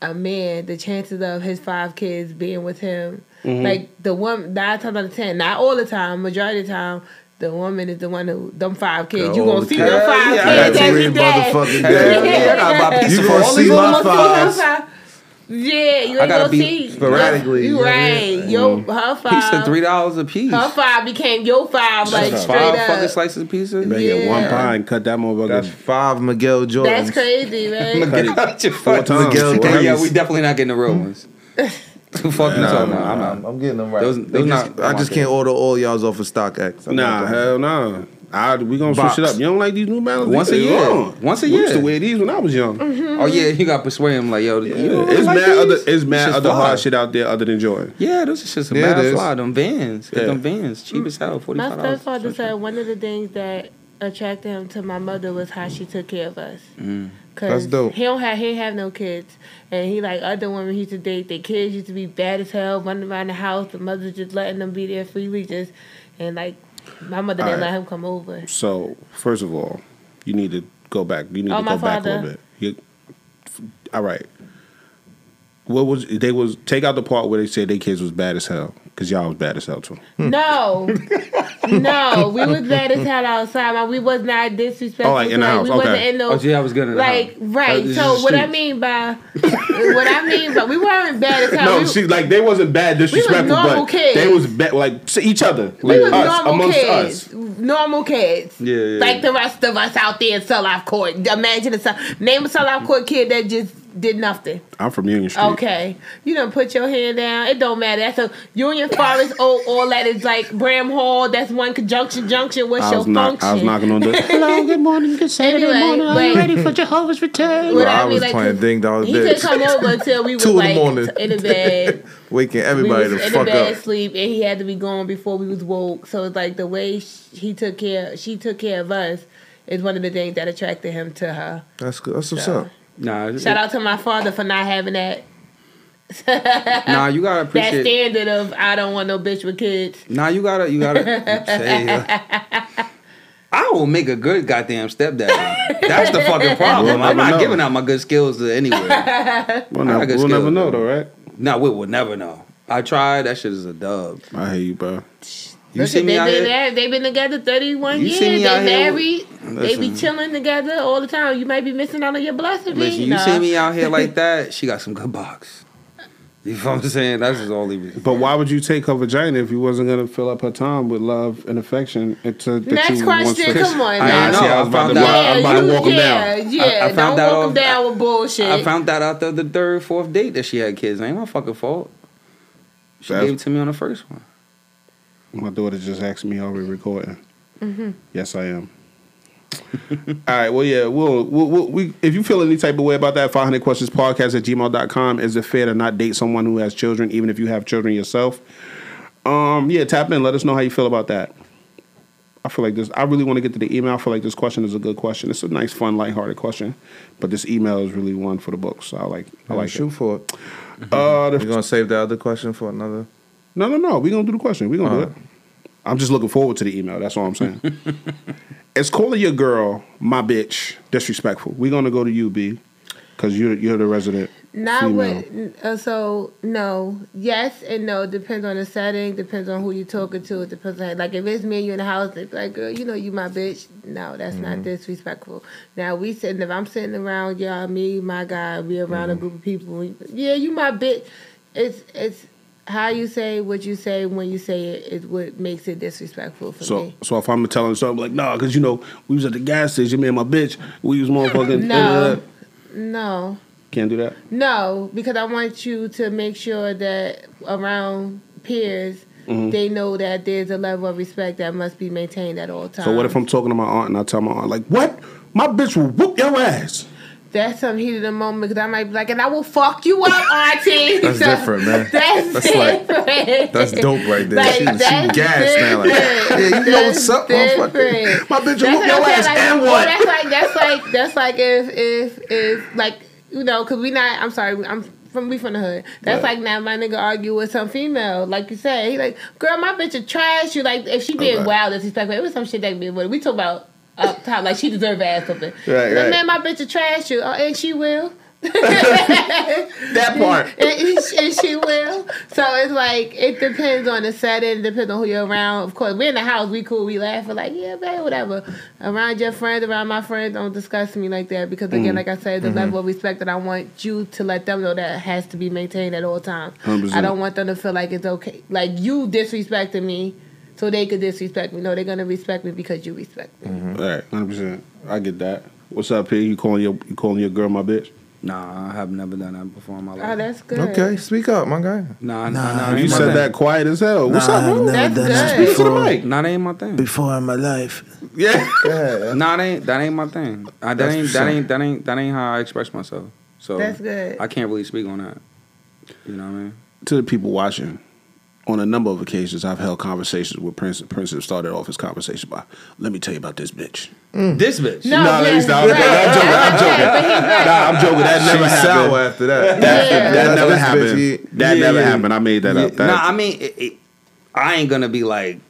Speaker 2: a man the chances of his five kids being with him
Speaker 4: Mm-hmm.
Speaker 2: like the one nine times out of ten not all the time majority of the time the woman is the one who them five kids you
Speaker 4: all
Speaker 2: gonna
Speaker 4: the
Speaker 2: see
Speaker 4: time.
Speaker 2: them five
Speaker 3: Yeah,
Speaker 4: yeah.
Speaker 2: kids
Speaker 4: Every
Speaker 2: every day
Speaker 4: motherfucking day.
Speaker 3: Yeah, I got my piece
Speaker 4: You
Speaker 3: of
Speaker 4: gonna
Speaker 3: all
Speaker 4: see
Speaker 3: these
Speaker 4: my
Speaker 3: little-
Speaker 2: Almost
Speaker 4: fives.
Speaker 2: all her five. yeah you
Speaker 3: I
Speaker 2: ain't
Speaker 3: gotta
Speaker 2: gonna
Speaker 3: be
Speaker 2: see
Speaker 4: sporadically, you
Speaker 2: you
Speaker 4: know what I
Speaker 2: right
Speaker 4: mean?
Speaker 2: your her five
Speaker 3: Piece of three dollars a piece.
Speaker 2: her five became your five like
Speaker 4: That's
Speaker 2: straight
Speaker 3: Five
Speaker 2: up
Speaker 3: fucking slices of pizza.
Speaker 1: They get one
Speaker 2: Yeah.
Speaker 1: pie and cut that
Speaker 4: That's
Speaker 1: motherfucker.
Speaker 4: five Miguel Jordans.
Speaker 2: That's crazy, right?
Speaker 3: Get out your fucking-
Speaker 1: times.
Speaker 4: Miguel
Speaker 1: Wow.
Speaker 3: Damn,
Speaker 4: Davis.
Speaker 3: yeah, we definitely not getting the real ones. Who fuck you
Speaker 4: Nah,
Speaker 3: talking
Speaker 4: nah,
Speaker 3: about? I'm
Speaker 4: nah,
Speaker 3: out.
Speaker 4: I'm getting them right.
Speaker 3: Those-
Speaker 4: They
Speaker 3: those
Speaker 4: just-
Speaker 3: not-
Speaker 4: I just can't order all y'all's off of StockX. I'm
Speaker 1: Nah,
Speaker 4: not doing
Speaker 1: hell nah. I, we gonna
Speaker 4: Box.
Speaker 1: switch it up. You don't like these New Balances?
Speaker 3: Once a
Speaker 1: They
Speaker 3: year.
Speaker 1: long.
Speaker 3: Once a
Speaker 1: We used to
Speaker 3: year.
Speaker 1: wear these when I was young.
Speaker 2: Mm-hmm.
Speaker 3: Oh yeah, you got to persuade him like, yo, you don't
Speaker 1: It's mad.
Speaker 3: like these?
Speaker 1: Other, it's
Speaker 3: This
Speaker 1: mad.
Speaker 3: shit's
Speaker 1: Other
Speaker 3: fly.
Speaker 1: hard shit out there other than joy.
Speaker 3: Yeah, those is just a
Speaker 4: Yeah, it
Speaker 3: mad
Speaker 4: is.
Speaker 3: fly. Them vans, get
Speaker 1: Yeah.
Speaker 3: them vans, cheap as hell, forty
Speaker 2: My
Speaker 3: five
Speaker 2: stepfather
Speaker 3: dollars.
Speaker 1: Mm.
Speaker 2: father said one of the things that attracted him to my mother was how she took care of us. Cause
Speaker 4: That's dope.
Speaker 2: He don't have he ain't have no kids, and he like other women he used to date. Their kids used to be bad as hell, running around the house. The mother just letting them be there freely, just and like my mother didn't
Speaker 1: Alright.
Speaker 2: let him come over.
Speaker 1: So first of all, you need to go back. You need
Speaker 2: Oh,
Speaker 1: to
Speaker 2: my
Speaker 1: go back a little
Speaker 2: father.
Speaker 1: bit. You, all right. What was they was take out the part where they said their kids was bad as hell because y'all was bad as hell too.
Speaker 2: No, no, we was bad as hell outside. My, we was not disrespectful.
Speaker 1: Oh, like in the
Speaker 2: to her.
Speaker 1: house,
Speaker 2: We wasn't
Speaker 1: okay.
Speaker 2: in no
Speaker 3: Oh, yeah, I was good at
Speaker 2: like right. So what I mean by what I mean by we weren't bad as hell.
Speaker 1: No,
Speaker 2: we,
Speaker 1: see, like they wasn't bad disrespectful,
Speaker 2: normal
Speaker 1: but
Speaker 2: kids.
Speaker 1: they was bad like to each other,
Speaker 2: we
Speaker 1: like
Speaker 2: was
Speaker 1: us
Speaker 2: normal
Speaker 1: amongst
Speaker 2: kids,
Speaker 1: us.
Speaker 2: normal kids.
Speaker 3: Yeah, yeah,
Speaker 2: like
Speaker 3: yeah.
Speaker 2: the rest of us out there in Sell-Off Court. Imagine a Sell- name a Sell-Off Court kid that just did nothing.
Speaker 1: I'm from Union Street.
Speaker 2: Okay, you don't put your hand down. It don't matter. That's a Union Forest. Oh, all that is like Bram Hall. That's one conjunction junction. What's
Speaker 1: I
Speaker 2: your
Speaker 1: was knock,
Speaker 2: function?
Speaker 1: I was knocking on the.
Speaker 5: Hello, good morning, good Saturday
Speaker 2: Anyway,
Speaker 5: morning. Are you
Speaker 2: wait.
Speaker 5: ready for Jehovah's return?
Speaker 2: What
Speaker 4: Bro, I
Speaker 2: mean,
Speaker 4: was
Speaker 2: like,
Speaker 4: playing
Speaker 2: cause
Speaker 4: ding dong
Speaker 2: He
Speaker 4: dead.
Speaker 2: could come over until we was
Speaker 4: Two in the
Speaker 2: like
Speaker 4: morning.
Speaker 2: in the bed.
Speaker 4: Waking
Speaker 2: we
Speaker 4: everybody
Speaker 2: was
Speaker 4: the
Speaker 2: in the
Speaker 4: fuck
Speaker 2: bed
Speaker 4: up.
Speaker 2: sleep, and he had to be gone before we was woke. So it's like the way sh- he took care, she took care of us, is one of the things that attracted him to her.
Speaker 4: That's good. That's what's
Speaker 2: Yeah.
Speaker 4: up.
Speaker 3: Nah, it-
Speaker 2: Shout out to my father for not having that
Speaker 3: nah, you gotta
Speaker 2: that
Speaker 3: appreciate.
Speaker 2: standard of I don't want no bitch with kids.
Speaker 3: Nah, you gotta, you gotta. say, uh, I will make a good goddamn stepdad. That's the fucking problem.
Speaker 1: We'll never
Speaker 3: I'm not
Speaker 1: know.
Speaker 3: giving out my good skills to anyone.
Speaker 1: We'll,
Speaker 3: I
Speaker 1: never,
Speaker 3: got
Speaker 1: we'll never
Speaker 3: skills,
Speaker 1: know
Speaker 3: though.
Speaker 1: though, right?
Speaker 3: nah, we will never know. I tried. That shit is a dub.
Speaker 1: I hear you, bro.
Speaker 3: You
Speaker 2: Listen,
Speaker 3: see me
Speaker 2: they
Speaker 3: out
Speaker 2: been
Speaker 3: here.
Speaker 2: there- they been together thirty one
Speaker 3: You
Speaker 2: years.
Speaker 3: see me
Speaker 2: They
Speaker 3: out here-
Speaker 2: married. They be
Speaker 3: Listen.
Speaker 2: chilling together all the time. You might be missing out on your blessing. B.
Speaker 3: Listen, you
Speaker 2: Nah.
Speaker 3: see me out here like that. She got some good box. You know what I'm saying? That's just all he was.
Speaker 1: But why would you take her vagina if you wasn't gonna fill up her time with love and affection? And to, that
Speaker 2: Next
Speaker 1: you
Speaker 2: question,
Speaker 1: once-
Speaker 2: come on
Speaker 1: I,
Speaker 2: now.
Speaker 1: see, I was
Speaker 3: I
Speaker 1: about to,
Speaker 3: found out-
Speaker 1: I was about to
Speaker 2: you-
Speaker 1: walk him
Speaker 2: yeah,
Speaker 1: down.
Speaker 2: Yeah,
Speaker 3: I- I
Speaker 2: don't
Speaker 3: found
Speaker 2: walk
Speaker 3: that
Speaker 2: them
Speaker 3: off-
Speaker 2: down with bullshit.
Speaker 3: I found that out the, the third, fourth date that she had kids. It ain't my fucking fault. She
Speaker 1: That's-
Speaker 3: gave it to me on the first one.
Speaker 1: My daughter just asked me, "Are we recording?" Yes, I am. All right. Well, yeah. We'll, we'll, we'll we if you feel any type of way about that, 500 questions podcast at gmail.com. Is it fair to not date someone who has children, even if you have children yourself? Um. Yeah. Tap in. Let us know how you feel about that. I feel like this. I really want to get to the email. I feel like this question is a good question. It's a nice, fun, lighthearted question, but this email is really one for the books. So I like. I
Speaker 4: I
Speaker 1: like
Speaker 4: shoot
Speaker 1: it.
Speaker 4: for it.
Speaker 1: Uh, the
Speaker 4: You gonna save the other question for another?
Speaker 1: no, no, no. We're gonna do the question. We're gonna do
Speaker 4: Uh-huh.
Speaker 1: it. I'm just looking forward to the email. That's all I'm saying. It's calling your girl my bitch disrespectful. We're gonna go to you, B, because you're you're the resident.
Speaker 2: Not
Speaker 1: female.
Speaker 2: what. Uh, so no, yes and no depends on the setting. Depends on who you're talking to. It depends on like if it's me and you in the house, it's like girl, you know you my bitch. No, that's
Speaker 1: Mm-hmm.
Speaker 2: not disrespectful. Now we sitting if I'm sitting around y'all, me, my guy, we around a
Speaker 1: Mm-hmm.
Speaker 2: group of people. we- Yeah, you my bitch. It's it's how you say what you say when you say it is what makes it disrespectful for
Speaker 1: So
Speaker 2: me.
Speaker 1: so if I'm telling something like nah, because you know we was at the gas station, me and my bitch, we was motherfucking.
Speaker 2: No, no.
Speaker 1: Can't do that.
Speaker 2: No, because I want you to make sure that around peers,
Speaker 4: Mm-hmm.
Speaker 2: they know that there's a level of respect that must be maintained at all times.
Speaker 1: So what if I'm talking to my aunt and I tell my aunt like what? My bitch will whoop your ass.
Speaker 2: That's some heat of the moment because I might be like, and I will fuck you up, auntie.
Speaker 4: That's different, man.
Speaker 2: That's,
Speaker 4: That's like-
Speaker 2: different.
Speaker 4: That's dope right there.
Speaker 2: Like,
Speaker 4: she,
Speaker 2: that's
Speaker 4: she gassed now. Like,
Speaker 2: different.
Speaker 4: yeah, you know what's up, motherfucker.
Speaker 2: different.
Speaker 1: My bitch will
Speaker 2: That's
Speaker 1: whoop
Speaker 2: what I'm
Speaker 1: your
Speaker 2: saying,
Speaker 1: ass
Speaker 2: like,
Speaker 1: and
Speaker 2: well,
Speaker 1: what?
Speaker 2: that's like that's like that's like if if if like you know, cause we not. I'm sorry, I'm from we from the hood. That's like now my nigga argue with some female, like you say, he like, girl, my bitch is trash. You like if she being
Speaker 1: Okay.
Speaker 2: wild, disrespectful. It was some shit that we we talk about up top, like she deserve an ass something.
Speaker 1: Right, right.
Speaker 2: Man, my bitch is trash. You oh, and she will.
Speaker 1: That part.
Speaker 2: and, she- and she will. So it's like it depends on the setting, depends on who you're around. Of course, we're in the house, we cool, we laugh, we're like, yeah, babe, whatever. Around your friends, around my friends, don't discuss me like that because again, like I said, the level of respect that I want you to let them know that has to be maintained at all times.
Speaker 1: 100%.
Speaker 2: I don't want them to feel like it's okay, like you disrespecting me. So they could disrespect me. No, they're gonna respect me because you respect me.
Speaker 1: All right, hundred percent. I get that. What's up, P? You calling your you calling your girl my bitch?
Speaker 3: Nah, I have never done that before in my life.
Speaker 2: Oh, that's good.
Speaker 4: Okay, speak up, my guy.
Speaker 3: Nah, nah, nah.
Speaker 1: You
Speaker 3: ain't my
Speaker 1: said
Speaker 3: thing.
Speaker 1: that quiet as hell. What's up,
Speaker 5: Um,
Speaker 1: bro?
Speaker 2: That's good.
Speaker 1: Speak to the mic.
Speaker 3: Nah, that ain't my thing.
Speaker 5: Before in my life.
Speaker 1: Yeah.
Speaker 4: Yeah,
Speaker 3: Nah, that ain't that ain't my thing. I, that
Speaker 4: That's
Speaker 3: ain't
Speaker 4: for
Speaker 3: that
Speaker 4: sure.
Speaker 3: ain't that ain't that ain't how I express myself. So
Speaker 2: That's good.
Speaker 3: I can't really speak on that. You know what I mean?
Speaker 1: to the people watching, on a number of occasions, I've held conversations with Prince. Prince have started off his conversation by, "Let me tell you about this bitch."
Speaker 3: This bitch.
Speaker 2: No,
Speaker 1: Nah, let me
Speaker 2: Oh, yeah,
Speaker 1: stop. I'm
Speaker 2: right,
Speaker 1: joking, I'm joking, I'm
Speaker 2: right,
Speaker 1: joking.
Speaker 2: right, but he's right.
Speaker 1: Nah, I'm joking. That never
Speaker 4: She
Speaker 1: happened.
Speaker 4: sour after that.
Speaker 1: That,
Speaker 2: Yeah.
Speaker 1: that never
Speaker 4: This bitch,
Speaker 1: happened.
Speaker 4: yeah.
Speaker 1: that
Speaker 3: Yeah,
Speaker 1: never
Speaker 3: yeah.
Speaker 1: happened. I made that up. That,
Speaker 3: No, I mean, it, it, I ain't gonna be like.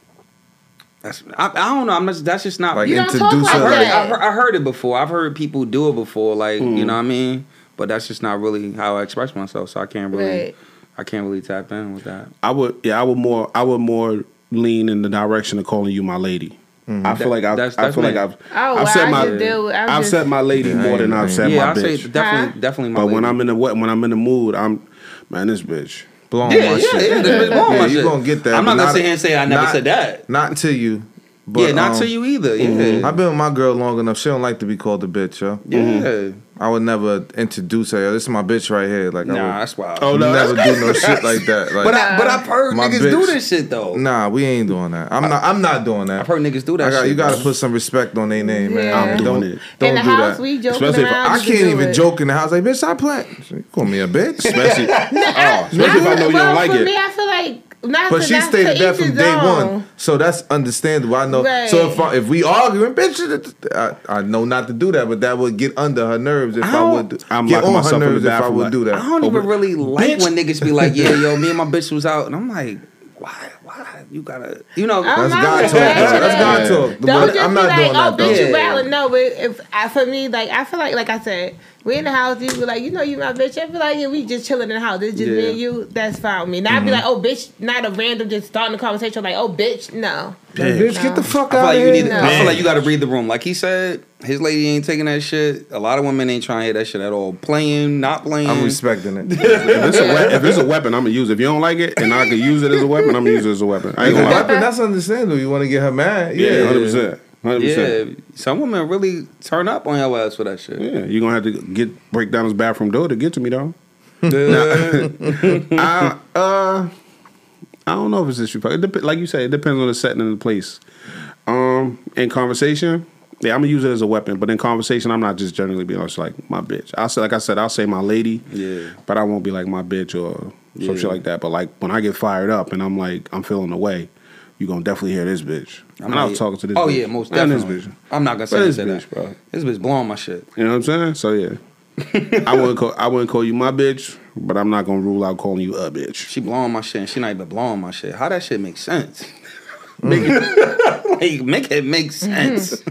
Speaker 3: That's, I, I don't know. I'm just, that's just not.
Speaker 4: Like
Speaker 2: You don't talk
Speaker 4: introduce
Speaker 2: like
Speaker 3: I've,
Speaker 4: her.
Speaker 3: heard,
Speaker 2: that.
Speaker 3: I've heard, I heard it before. I've heard people do it before. Like you know what I mean. But that's just not really how I express myself. So I can't really,
Speaker 2: Right.
Speaker 3: I can't really tap in with that.
Speaker 1: I would yeah, I would more I would more lean in the direction of calling you my lady.
Speaker 3: Mm-hmm.
Speaker 1: I feel like I've,
Speaker 3: That's-
Speaker 1: I
Speaker 3: that's
Speaker 1: feel like
Speaker 3: me.
Speaker 1: I've
Speaker 2: Oh,
Speaker 1: I've
Speaker 2: well,
Speaker 1: said
Speaker 2: I
Speaker 1: my
Speaker 2: just deal with- I'm
Speaker 1: I've
Speaker 2: just-
Speaker 1: said my lady more than I've said
Speaker 3: yeah, I
Speaker 1: my
Speaker 3: say
Speaker 1: bitch.
Speaker 3: definitely,
Speaker 2: Huh?
Speaker 3: definitely. My
Speaker 1: But when
Speaker 3: lady.
Speaker 1: I'm in the wet, when I'm in the mood, I'm man, this bitch.
Speaker 4: Blowing
Speaker 3: yeah,
Speaker 4: my
Speaker 3: yeah,
Speaker 4: shit.
Speaker 3: yeah, this bitch blowing
Speaker 4: Yeah,
Speaker 3: my
Speaker 4: you
Speaker 3: shit.
Speaker 4: gonna get that,
Speaker 3: I'm not
Speaker 4: but
Speaker 3: gonna
Speaker 4: not-
Speaker 3: sit here and say I never
Speaker 4: not-
Speaker 3: said that.
Speaker 4: Not to you. But,
Speaker 3: yeah, not
Speaker 4: um,
Speaker 3: to you either. Yeah,
Speaker 4: I've been with my girl long enough. She don't like to be called a bitch, yo.
Speaker 3: Mm-hmm.
Speaker 4: Mm-hmm.
Speaker 3: yeah.
Speaker 4: I would never introduce her. Yo, this is my bitch right here. Like,
Speaker 3: Nah,
Speaker 4: I
Speaker 3: that's wild.
Speaker 1: Oh,
Speaker 4: would
Speaker 1: no,
Speaker 4: never
Speaker 1: that's-
Speaker 4: do no shit like that. Like,
Speaker 3: but I, but I've heard
Speaker 4: My
Speaker 3: niggas do
Speaker 4: bitch.
Speaker 3: this shit though.
Speaker 4: nah, we ain't doing that. I'm not. I'm not doing that.
Speaker 3: I've heard niggas do that.
Speaker 4: I got,
Speaker 3: shit,
Speaker 4: you got
Speaker 3: though.
Speaker 4: to put some respect on their name, man.
Speaker 2: Yeah. I'm doing
Speaker 4: don't,
Speaker 1: it.
Speaker 4: Don't
Speaker 2: in the
Speaker 4: do
Speaker 2: house,
Speaker 4: that.
Speaker 2: we joke
Speaker 1: Especially if
Speaker 2: around.
Speaker 4: I
Speaker 2: you
Speaker 4: can't
Speaker 2: do
Speaker 4: even
Speaker 2: it.
Speaker 4: joke in the house. Like, bitch, stop playing. She call me a bitch.
Speaker 1: Especially, oh, especially if I know you don't
Speaker 2: well,
Speaker 1: like
Speaker 2: for me,
Speaker 1: it.
Speaker 2: I feel like not.
Speaker 4: But
Speaker 2: to,
Speaker 4: she
Speaker 2: not
Speaker 4: stated
Speaker 2: to
Speaker 4: that
Speaker 2: each
Speaker 4: from
Speaker 2: his
Speaker 4: day
Speaker 2: own.
Speaker 4: one, so that's understandable. I know.
Speaker 2: Right.
Speaker 4: So if I, if we arguing, bitch, it- I, I know not to do that, but that would get under her nerves if
Speaker 3: I
Speaker 4: I,
Speaker 3: don't-
Speaker 4: would.
Speaker 1: I'm
Speaker 4: get
Speaker 1: locking
Speaker 4: on her
Speaker 1: myself in the
Speaker 4: nerves if I
Speaker 1: bathroom,
Speaker 4: would
Speaker 1: like,
Speaker 4: do that.
Speaker 3: I don't even really like when niggas be like, yeah, yo, me and my bitch was out, and I'm like, why, why you gotta, you know,
Speaker 2: I'm
Speaker 4: that's
Speaker 2: not
Speaker 4: God
Speaker 2: with
Speaker 4: talk.
Speaker 2: that
Speaker 4: though.
Speaker 2: shit.
Speaker 4: That's God talk.
Speaker 2: Don't
Speaker 4: But
Speaker 2: just
Speaker 4: I'm
Speaker 2: be
Speaker 4: not
Speaker 2: like,
Speaker 4: doing
Speaker 2: oh,
Speaker 4: that though.
Speaker 2: bitch, you
Speaker 3: Yeah.
Speaker 2: valid. No, but if I, for me, like I feel like, like I said, we in the house. You be like, you know, you my bitch. I feel like yeah, we just chilling in the house. It's just me
Speaker 3: Yeah.
Speaker 2: and you. That's fine with me. Not
Speaker 1: Mm-hmm.
Speaker 2: be like, oh, bitch, not a random just starting a conversation. Like, oh, bitch, no.
Speaker 4: Bitch, get the fuck
Speaker 3: I feel
Speaker 4: out
Speaker 3: like
Speaker 4: of
Speaker 3: you need.
Speaker 4: here.
Speaker 3: To, I feel like you got to read the room. Like he said, his lady ain't taking that shit. A lot of women ain't trying to hear that shit at all. Playing, not playing.
Speaker 4: I'm respecting it.
Speaker 1: If it's, a we- if it's a weapon, I'm gonna use it. If you don't like it, and I can use it as a weapon, I'm gonna use it as a weapon. I ain't
Speaker 4: Because
Speaker 1: gonna lie.
Speaker 4: weapon, that's understandable. You want to get her mad?
Speaker 1: Yeah,
Speaker 4: Yeah.
Speaker 1: hundred percent, hundred
Speaker 3: yeah,
Speaker 1: percent.
Speaker 3: some women really turn up on your ass for that shit.
Speaker 1: Yeah, you're gonna have to get break down his bathroom door to get to me though. I uh, I don't know if it's disrespectful. It dep- like you said, it depends on the setting and the place. Um, in conversation, yeah, I'm gonna use it as a weapon. But in conversation, I'm not just generally being just like my bitch. I say, like I said, I'll say my lady.
Speaker 3: Yeah.
Speaker 1: But I won't be like my bitch or some
Speaker 3: Yeah.
Speaker 1: shit like that. But like when I get fired up and I'm like I'm feeling away, you are gonna definitely hear this bitch. I'm not
Speaker 3: like-
Speaker 1: talking to this.
Speaker 3: Oh
Speaker 1: bitch.
Speaker 3: yeah, most
Speaker 1: And
Speaker 3: definitely.
Speaker 1: this bitch.
Speaker 3: I'm not gonna say
Speaker 1: But this
Speaker 3: this
Speaker 1: bitch,
Speaker 3: bitch,
Speaker 1: bro.
Speaker 3: bro. This bitch blowing my shit.
Speaker 1: You know what I'm saying? So yeah. I wouldn't call I wouldn't call you my bitch, but I'm not gonna rule out calling you a bitch.
Speaker 3: She blowing my shit, and she not even blowing my shit. How that shit make sense?
Speaker 1: Mm.
Speaker 3: Make it- like make it make
Speaker 2: Mm-hmm.
Speaker 3: sense.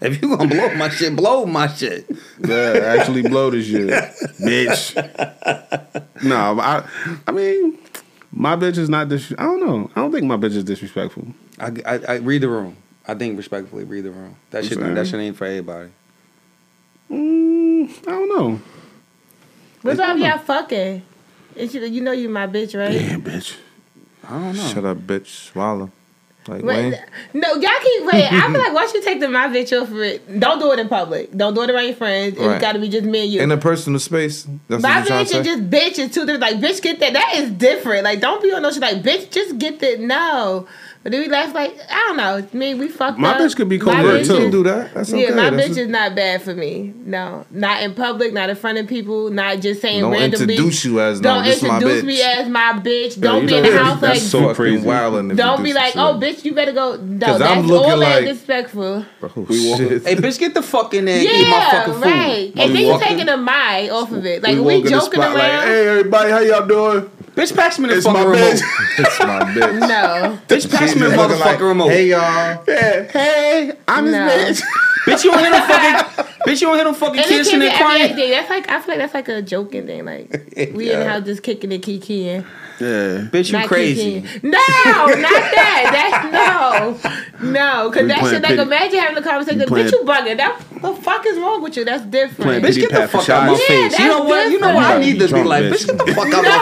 Speaker 3: if you gonna blow my shit, blow my shit.
Speaker 1: Yeah, actually blow this shit. bitch. No, I I mean, my bitch is not dis I don't know. I don't think my bitch is disrespectful.
Speaker 3: I, I, I read the room. I think respectfully, read the room. That
Speaker 1: I'm
Speaker 3: shit,
Speaker 1: sorry.
Speaker 3: that shit ain't for everybody.
Speaker 1: Mm, I don't know.
Speaker 2: What's up, y'all fucking? It's you, you know you my bitch, right?
Speaker 1: Damn bitch.
Speaker 3: I don't know.
Speaker 4: Shut up, bitch. Swallow. Like,
Speaker 2: Wait,
Speaker 4: Wayne.
Speaker 2: no, y'all keep wait. I feel like once you take the my bitch off for it, don't do it in public. Don't do it around your friends.
Speaker 4: Right.
Speaker 2: It's got to be just me and you.
Speaker 4: In a personal space. That's
Speaker 2: My bitch
Speaker 4: what you're trying
Speaker 2: and
Speaker 4: to say.
Speaker 2: just bitch is two different. Like, bitch, get that. That is different. Like, don't be on no shit. Like, bitch, just get that. No. But then we laugh like, I don't know. Me, we fucked
Speaker 1: My
Speaker 2: up.
Speaker 1: bitch could be
Speaker 2: My
Speaker 1: covert,
Speaker 4: Yeah,
Speaker 2: bitch
Speaker 1: too.
Speaker 4: you can
Speaker 2: is-
Speaker 4: do that. That's okay.
Speaker 2: yeah, my
Speaker 4: That's
Speaker 2: bitch
Speaker 4: what-
Speaker 2: is not bad for me. No, not in public, not in front of people, not just saying
Speaker 4: Don't
Speaker 2: randomly.
Speaker 4: introduce you as no,
Speaker 2: don't
Speaker 4: this is my
Speaker 2: introduce me
Speaker 4: bitch.
Speaker 2: as my bitch.
Speaker 1: Yeah,
Speaker 2: Don't
Speaker 1: you
Speaker 2: be in
Speaker 1: know,
Speaker 2: the house
Speaker 1: that's
Speaker 2: like.
Speaker 1: so
Speaker 4: fucking
Speaker 1: crazy.
Speaker 4: wildin' if
Speaker 2: don't
Speaker 4: you
Speaker 2: be
Speaker 4: do
Speaker 2: like,
Speaker 4: some
Speaker 2: oh,
Speaker 4: shit
Speaker 2: bitch, you better go. No,
Speaker 4: 'Cause I'm
Speaker 2: that's
Speaker 4: looking
Speaker 2: all that
Speaker 4: like-
Speaker 2: disrespectful.
Speaker 4: that.
Speaker 1: We
Speaker 4: Oh,
Speaker 1: walking-
Speaker 4: shit.
Speaker 3: Hey, bitch, get the fuck in there and eat my
Speaker 2: Yeah,
Speaker 3: fucking food.
Speaker 2: right. And then you
Speaker 3: Motherfucker.
Speaker 2: taking a my off of it. Like
Speaker 1: We
Speaker 2: we,
Speaker 1: walk in the
Speaker 2: joking
Speaker 1: spot
Speaker 2: around.
Speaker 1: like, hey everybody, how y'all doing?
Speaker 3: Bitch, pass me the
Speaker 1: It's
Speaker 3: fucking
Speaker 1: my
Speaker 3: remote.
Speaker 1: bitch.
Speaker 4: It's my bitch.
Speaker 2: No.
Speaker 3: Bitch, pass me the
Speaker 4: Looking
Speaker 3: motherfucking
Speaker 4: like,
Speaker 3: remote.
Speaker 4: Hey y'all.
Speaker 1: Hey, I'm his
Speaker 2: No.
Speaker 1: bitch.
Speaker 3: Bitch, you don't hear no fucking. bitch, you don't hear no fucking
Speaker 2: And it
Speaker 3: kissing
Speaker 2: can be
Speaker 3: and
Speaker 2: everyday
Speaker 3: crying.
Speaker 2: day. That's like I feel like that's like a joking thing. Like we in the
Speaker 3: Yeah.
Speaker 2: house just kicking and kikiing.
Speaker 1: Yeah.
Speaker 3: Bitch, you
Speaker 2: Not
Speaker 3: crazy.
Speaker 2: kikiing. No, not that. That's no, no. Cause
Speaker 1: We
Speaker 2: that
Speaker 1: playing
Speaker 2: shit. Like
Speaker 1: pity-
Speaker 2: imagine having a conversation.
Speaker 1: playing-
Speaker 2: Bitch, you bugging. That the fuck is wrong with you? That's different.
Speaker 1: Playing
Speaker 3: Bitch,
Speaker 1: pity
Speaker 3: get the
Speaker 1: pat for
Speaker 3: fuck out my
Speaker 1: shots.
Speaker 2: Yeah,
Speaker 3: face. You know
Speaker 2: that's
Speaker 3: what? You know what? I
Speaker 2: different.
Speaker 3: need to be
Speaker 1: Drunk
Speaker 3: like,
Speaker 1: bitch.
Speaker 3: bitch, get the fuck
Speaker 2: No,
Speaker 3: out my
Speaker 2: don't do
Speaker 3: face.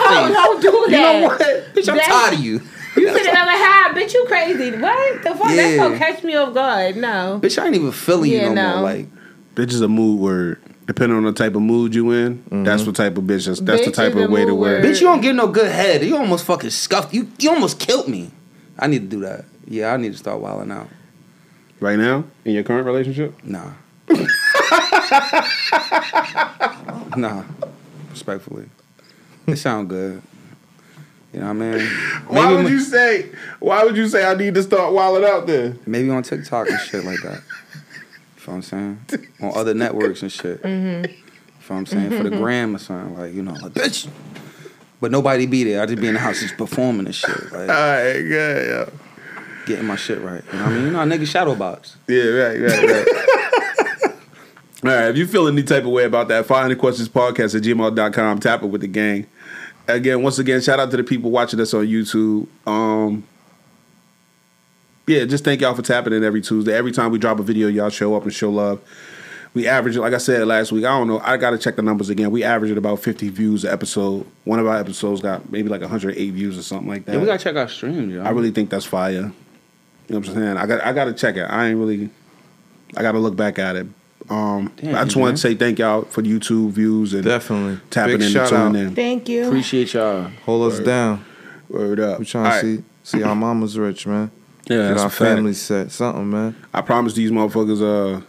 Speaker 3: You
Speaker 2: that.
Speaker 3: know what? Bitch, I'm
Speaker 2: That's-
Speaker 3: tired of you.
Speaker 2: You sitting there like, hi, bitch, you crazy? What the fuck? That's
Speaker 3: Yeah.
Speaker 2: gonna catch me off guard. No.
Speaker 3: Bitch, I ain't even feeling
Speaker 2: Yeah,
Speaker 3: you no,
Speaker 2: no.
Speaker 3: more. Like,
Speaker 1: Bitch is a mood word. Depending on the type of mood you in, that's what type of bitch. That's, that's the
Speaker 2: Bitch
Speaker 1: type
Speaker 2: is
Speaker 1: of
Speaker 2: a
Speaker 1: way to
Speaker 2: mood
Speaker 1: wear.
Speaker 2: word.
Speaker 1: it.
Speaker 3: bitch, you don't give no good head. You almost fucking scuffed. You you almost killed me. I need to do that. Yeah, I need to start wilding out.
Speaker 1: Right now, in your current relationship,
Speaker 3: Nah. nah. Respectfully. It sound good. You know what I mean?
Speaker 1: Why
Speaker 3: Maybe
Speaker 1: would
Speaker 3: on-
Speaker 1: you say? Why would you say I need to start wilding out then?
Speaker 3: Maybe on TikTok and shit like that. You know what I'm saying? On other networks and shit. You know what I'm saying? For the gram or something. Like, you know, like, bitch. But nobody be there. I just be in the house just performing and shit.
Speaker 1: All
Speaker 3: Like,
Speaker 1: right, good.
Speaker 3: getting my shit right. You know what I mean? You know, a nigga shadow box.
Speaker 1: Yeah, yeah right, right, right. All right, if you feel any type of way about that, find the questions podcast at gmail.com. Tap it with the gang. Again, once again, shout out to the people watching us on YouTube. Um, yeah, just thank y'all for tapping in every Tuesday. Every time we drop a video, y'all show up and show love. We average, like I said last week, I don't know. I got to check the numbers again. We averaged about 50 views an episode. One of our episodes got maybe like 108 views or something like that.
Speaker 3: Yeah, we gotta check our stream, yo.
Speaker 1: I really think that's fire. You know what I'm saying? I got I gotta check it. I ain't really I gotta look back at it. Um
Speaker 3: Damn,
Speaker 1: I just wanna
Speaker 3: man.
Speaker 1: say thank y'all for the YouTube views and
Speaker 4: Definitely.
Speaker 1: tapping
Speaker 4: Big
Speaker 1: in and
Speaker 4: shout
Speaker 1: tuning
Speaker 4: out.
Speaker 1: in.
Speaker 2: Thank you.
Speaker 3: appreciate y'all.
Speaker 4: Hold us down.
Speaker 1: Word up.
Speaker 4: We trying
Speaker 1: All right.
Speaker 4: to see see our mama's rich, man.
Speaker 1: Yeah,
Speaker 4: Get
Speaker 1: that's
Speaker 4: our
Speaker 1: a fact.
Speaker 4: family set. Something, man.
Speaker 1: I promise these motherfuckers uh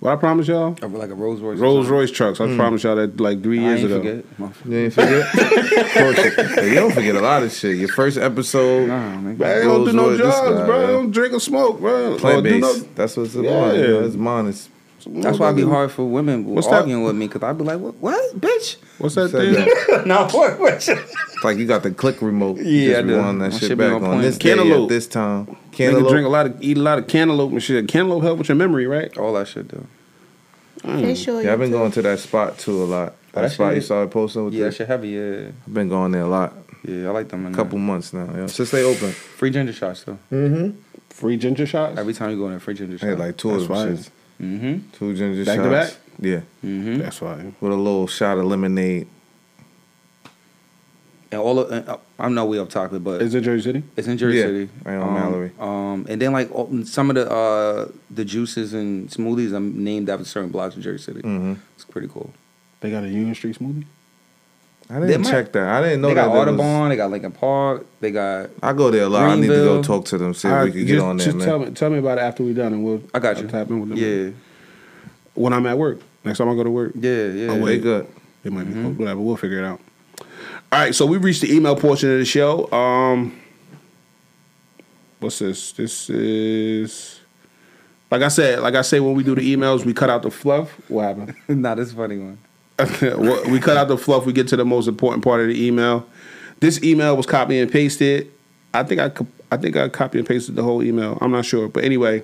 Speaker 1: what I promise y'all?
Speaker 3: I feel Like a Rolls Royce. or
Speaker 1: Rolls
Speaker 3: something.
Speaker 1: Royce trucks. I
Speaker 4: Hmm.
Speaker 1: promised y'all that like three
Speaker 3: I
Speaker 1: years
Speaker 3: ain't
Speaker 1: ago.
Speaker 3: forget. Motherfucker.
Speaker 4: You ain't forget? Of course you- hey, you don't forget a lot of shit. Your first episode.
Speaker 3: Nah, nigga.
Speaker 1: Man, they don't do
Speaker 4: Rolls
Speaker 1: no
Speaker 4: Royce, this
Speaker 1: drugs,
Speaker 4: guy,
Speaker 1: bro. They
Speaker 4: man.
Speaker 1: don't drink or smoke, bro.
Speaker 4: Play
Speaker 1: Or Oh, do
Speaker 4: bass.
Speaker 1: no-
Speaker 4: That's what's the
Speaker 1: Yeah.
Speaker 4: yeah. You know, it's honest.
Speaker 3: That's why it be hard for women
Speaker 1: What's that?
Speaker 3: arguing with me because I'd be like, what, what bitch?
Speaker 1: What's that
Speaker 4: Said
Speaker 1: thing?
Speaker 4: that.
Speaker 3: no, what, what?
Speaker 4: It's like you got the click remote.
Speaker 3: Yeah, I
Speaker 4: Just
Speaker 3: do.
Speaker 4: rewind
Speaker 3: My
Speaker 4: that
Speaker 3: shit be
Speaker 4: shit back
Speaker 3: on
Speaker 4: on,
Speaker 3: point.
Speaker 4: this day
Speaker 1: Cantaloupe.
Speaker 4: at this time.
Speaker 1: Cantaloupe. drink a
Speaker 4: Cantaloupe.
Speaker 1: lot of eat a lot of cantaloupe and shit. Cantaloupe help with your memory, right?
Speaker 3: All that shit, though.
Speaker 2: Facial
Speaker 4: Yeah, I've been
Speaker 2: YouTube.
Speaker 4: going to that spot too a lot. That,
Speaker 3: that
Speaker 4: spot you
Speaker 3: Oh, shit-
Speaker 4: saw I posted with
Speaker 3: Yeah,
Speaker 4: the-
Speaker 3: that shit Mm. heavy, yeah.
Speaker 4: I've been going there a lot.
Speaker 3: Yeah, I like them. In
Speaker 4: Couple
Speaker 3: there.
Speaker 4: months now, yo. Since they opened.
Speaker 3: Free ginger shots, though.
Speaker 1: Free ginger shots.
Speaker 3: Every time you go in there, free ginger
Speaker 4: I had
Speaker 3: shots.
Speaker 4: like two
Speaker 1: That's
Speaker 4: of them
Speaker 1: fine.
Speaker 4: shits.
Speaker 3: Mm-hmm.
Speaker 4: Two ginger
Speaker 1: Back to
Speaker 4: shots.
Speaker 1: back?
Speaker 4: Yeah.
Speaker 3: Mm-hmm.
Speaker 1: That's why.
Speaker 4: With a little shot of lemonade.
Speaker 3: And all of, and, uh, I know we up topic, but
Speaker 1: Is it Jersey City?
Speaker 3: it's in Jersey
Speaker 4: Yeah,
Speaker 3: City.
Speaker 4: right on
Speaker 3: um,
Speaker 4: Mallory.
Speaker 3: Um, and then like all- some of the uh, the juices and smoothies are named after certain blocks in Jersey City.
Speaker 1: Mm.
Speaker 4: Mm-hmm.
Speaker 3: It's pretty cool.
Speaker 1: They got a Union Street smoothie.
Speaker 4: I
Speaker 3: They
Speaker 4: didn't
Speaker 3: might-
Speaker 4: check that. I didn't know
Speaker 3: they
Speaker 4: that.
Speaker 3: got
Speaker 4: there was-
Speaker 3: Audubon. They got Lincoln Park. They got.
Speaker 4: I go there a lot. I need to
Speaker 3: Greenville.
Speaker 4: go talk to them, see if we can get on there, man.
Speaker 1: tell me, tell me about it after we done, and we'll.
Speaker 3: I got
Speaker 1: I'll
Speaker 3: you.
Speaker 1: Tap in with them.
Speaker 3: Yeah,
Speaker 1: When I'm at work, next time I go to work,
Speaker 3: yeah, yeah.
Speaker 1: Oh,
Speaker 4: They
Speaker 1: wait.
Speaker 4: good.
Speaker 1: it might be close,
Speaker 4: Mm-hmm.
Speaker 1: whatever. We'll figure it out. All right, so we reached the email portion of the show. Um, what's this? This is. Like I said, like I say, when we do the emails, we cut out the fluff. What happened?
Speaker 3: nah, this is a funny one.
Speaker 1: Well, we cut out the fluff. We get to the most important part of the email. This email was copy and pasted. I think I co- I think I copy and pasted the whole email. I'm not sure, but anyway,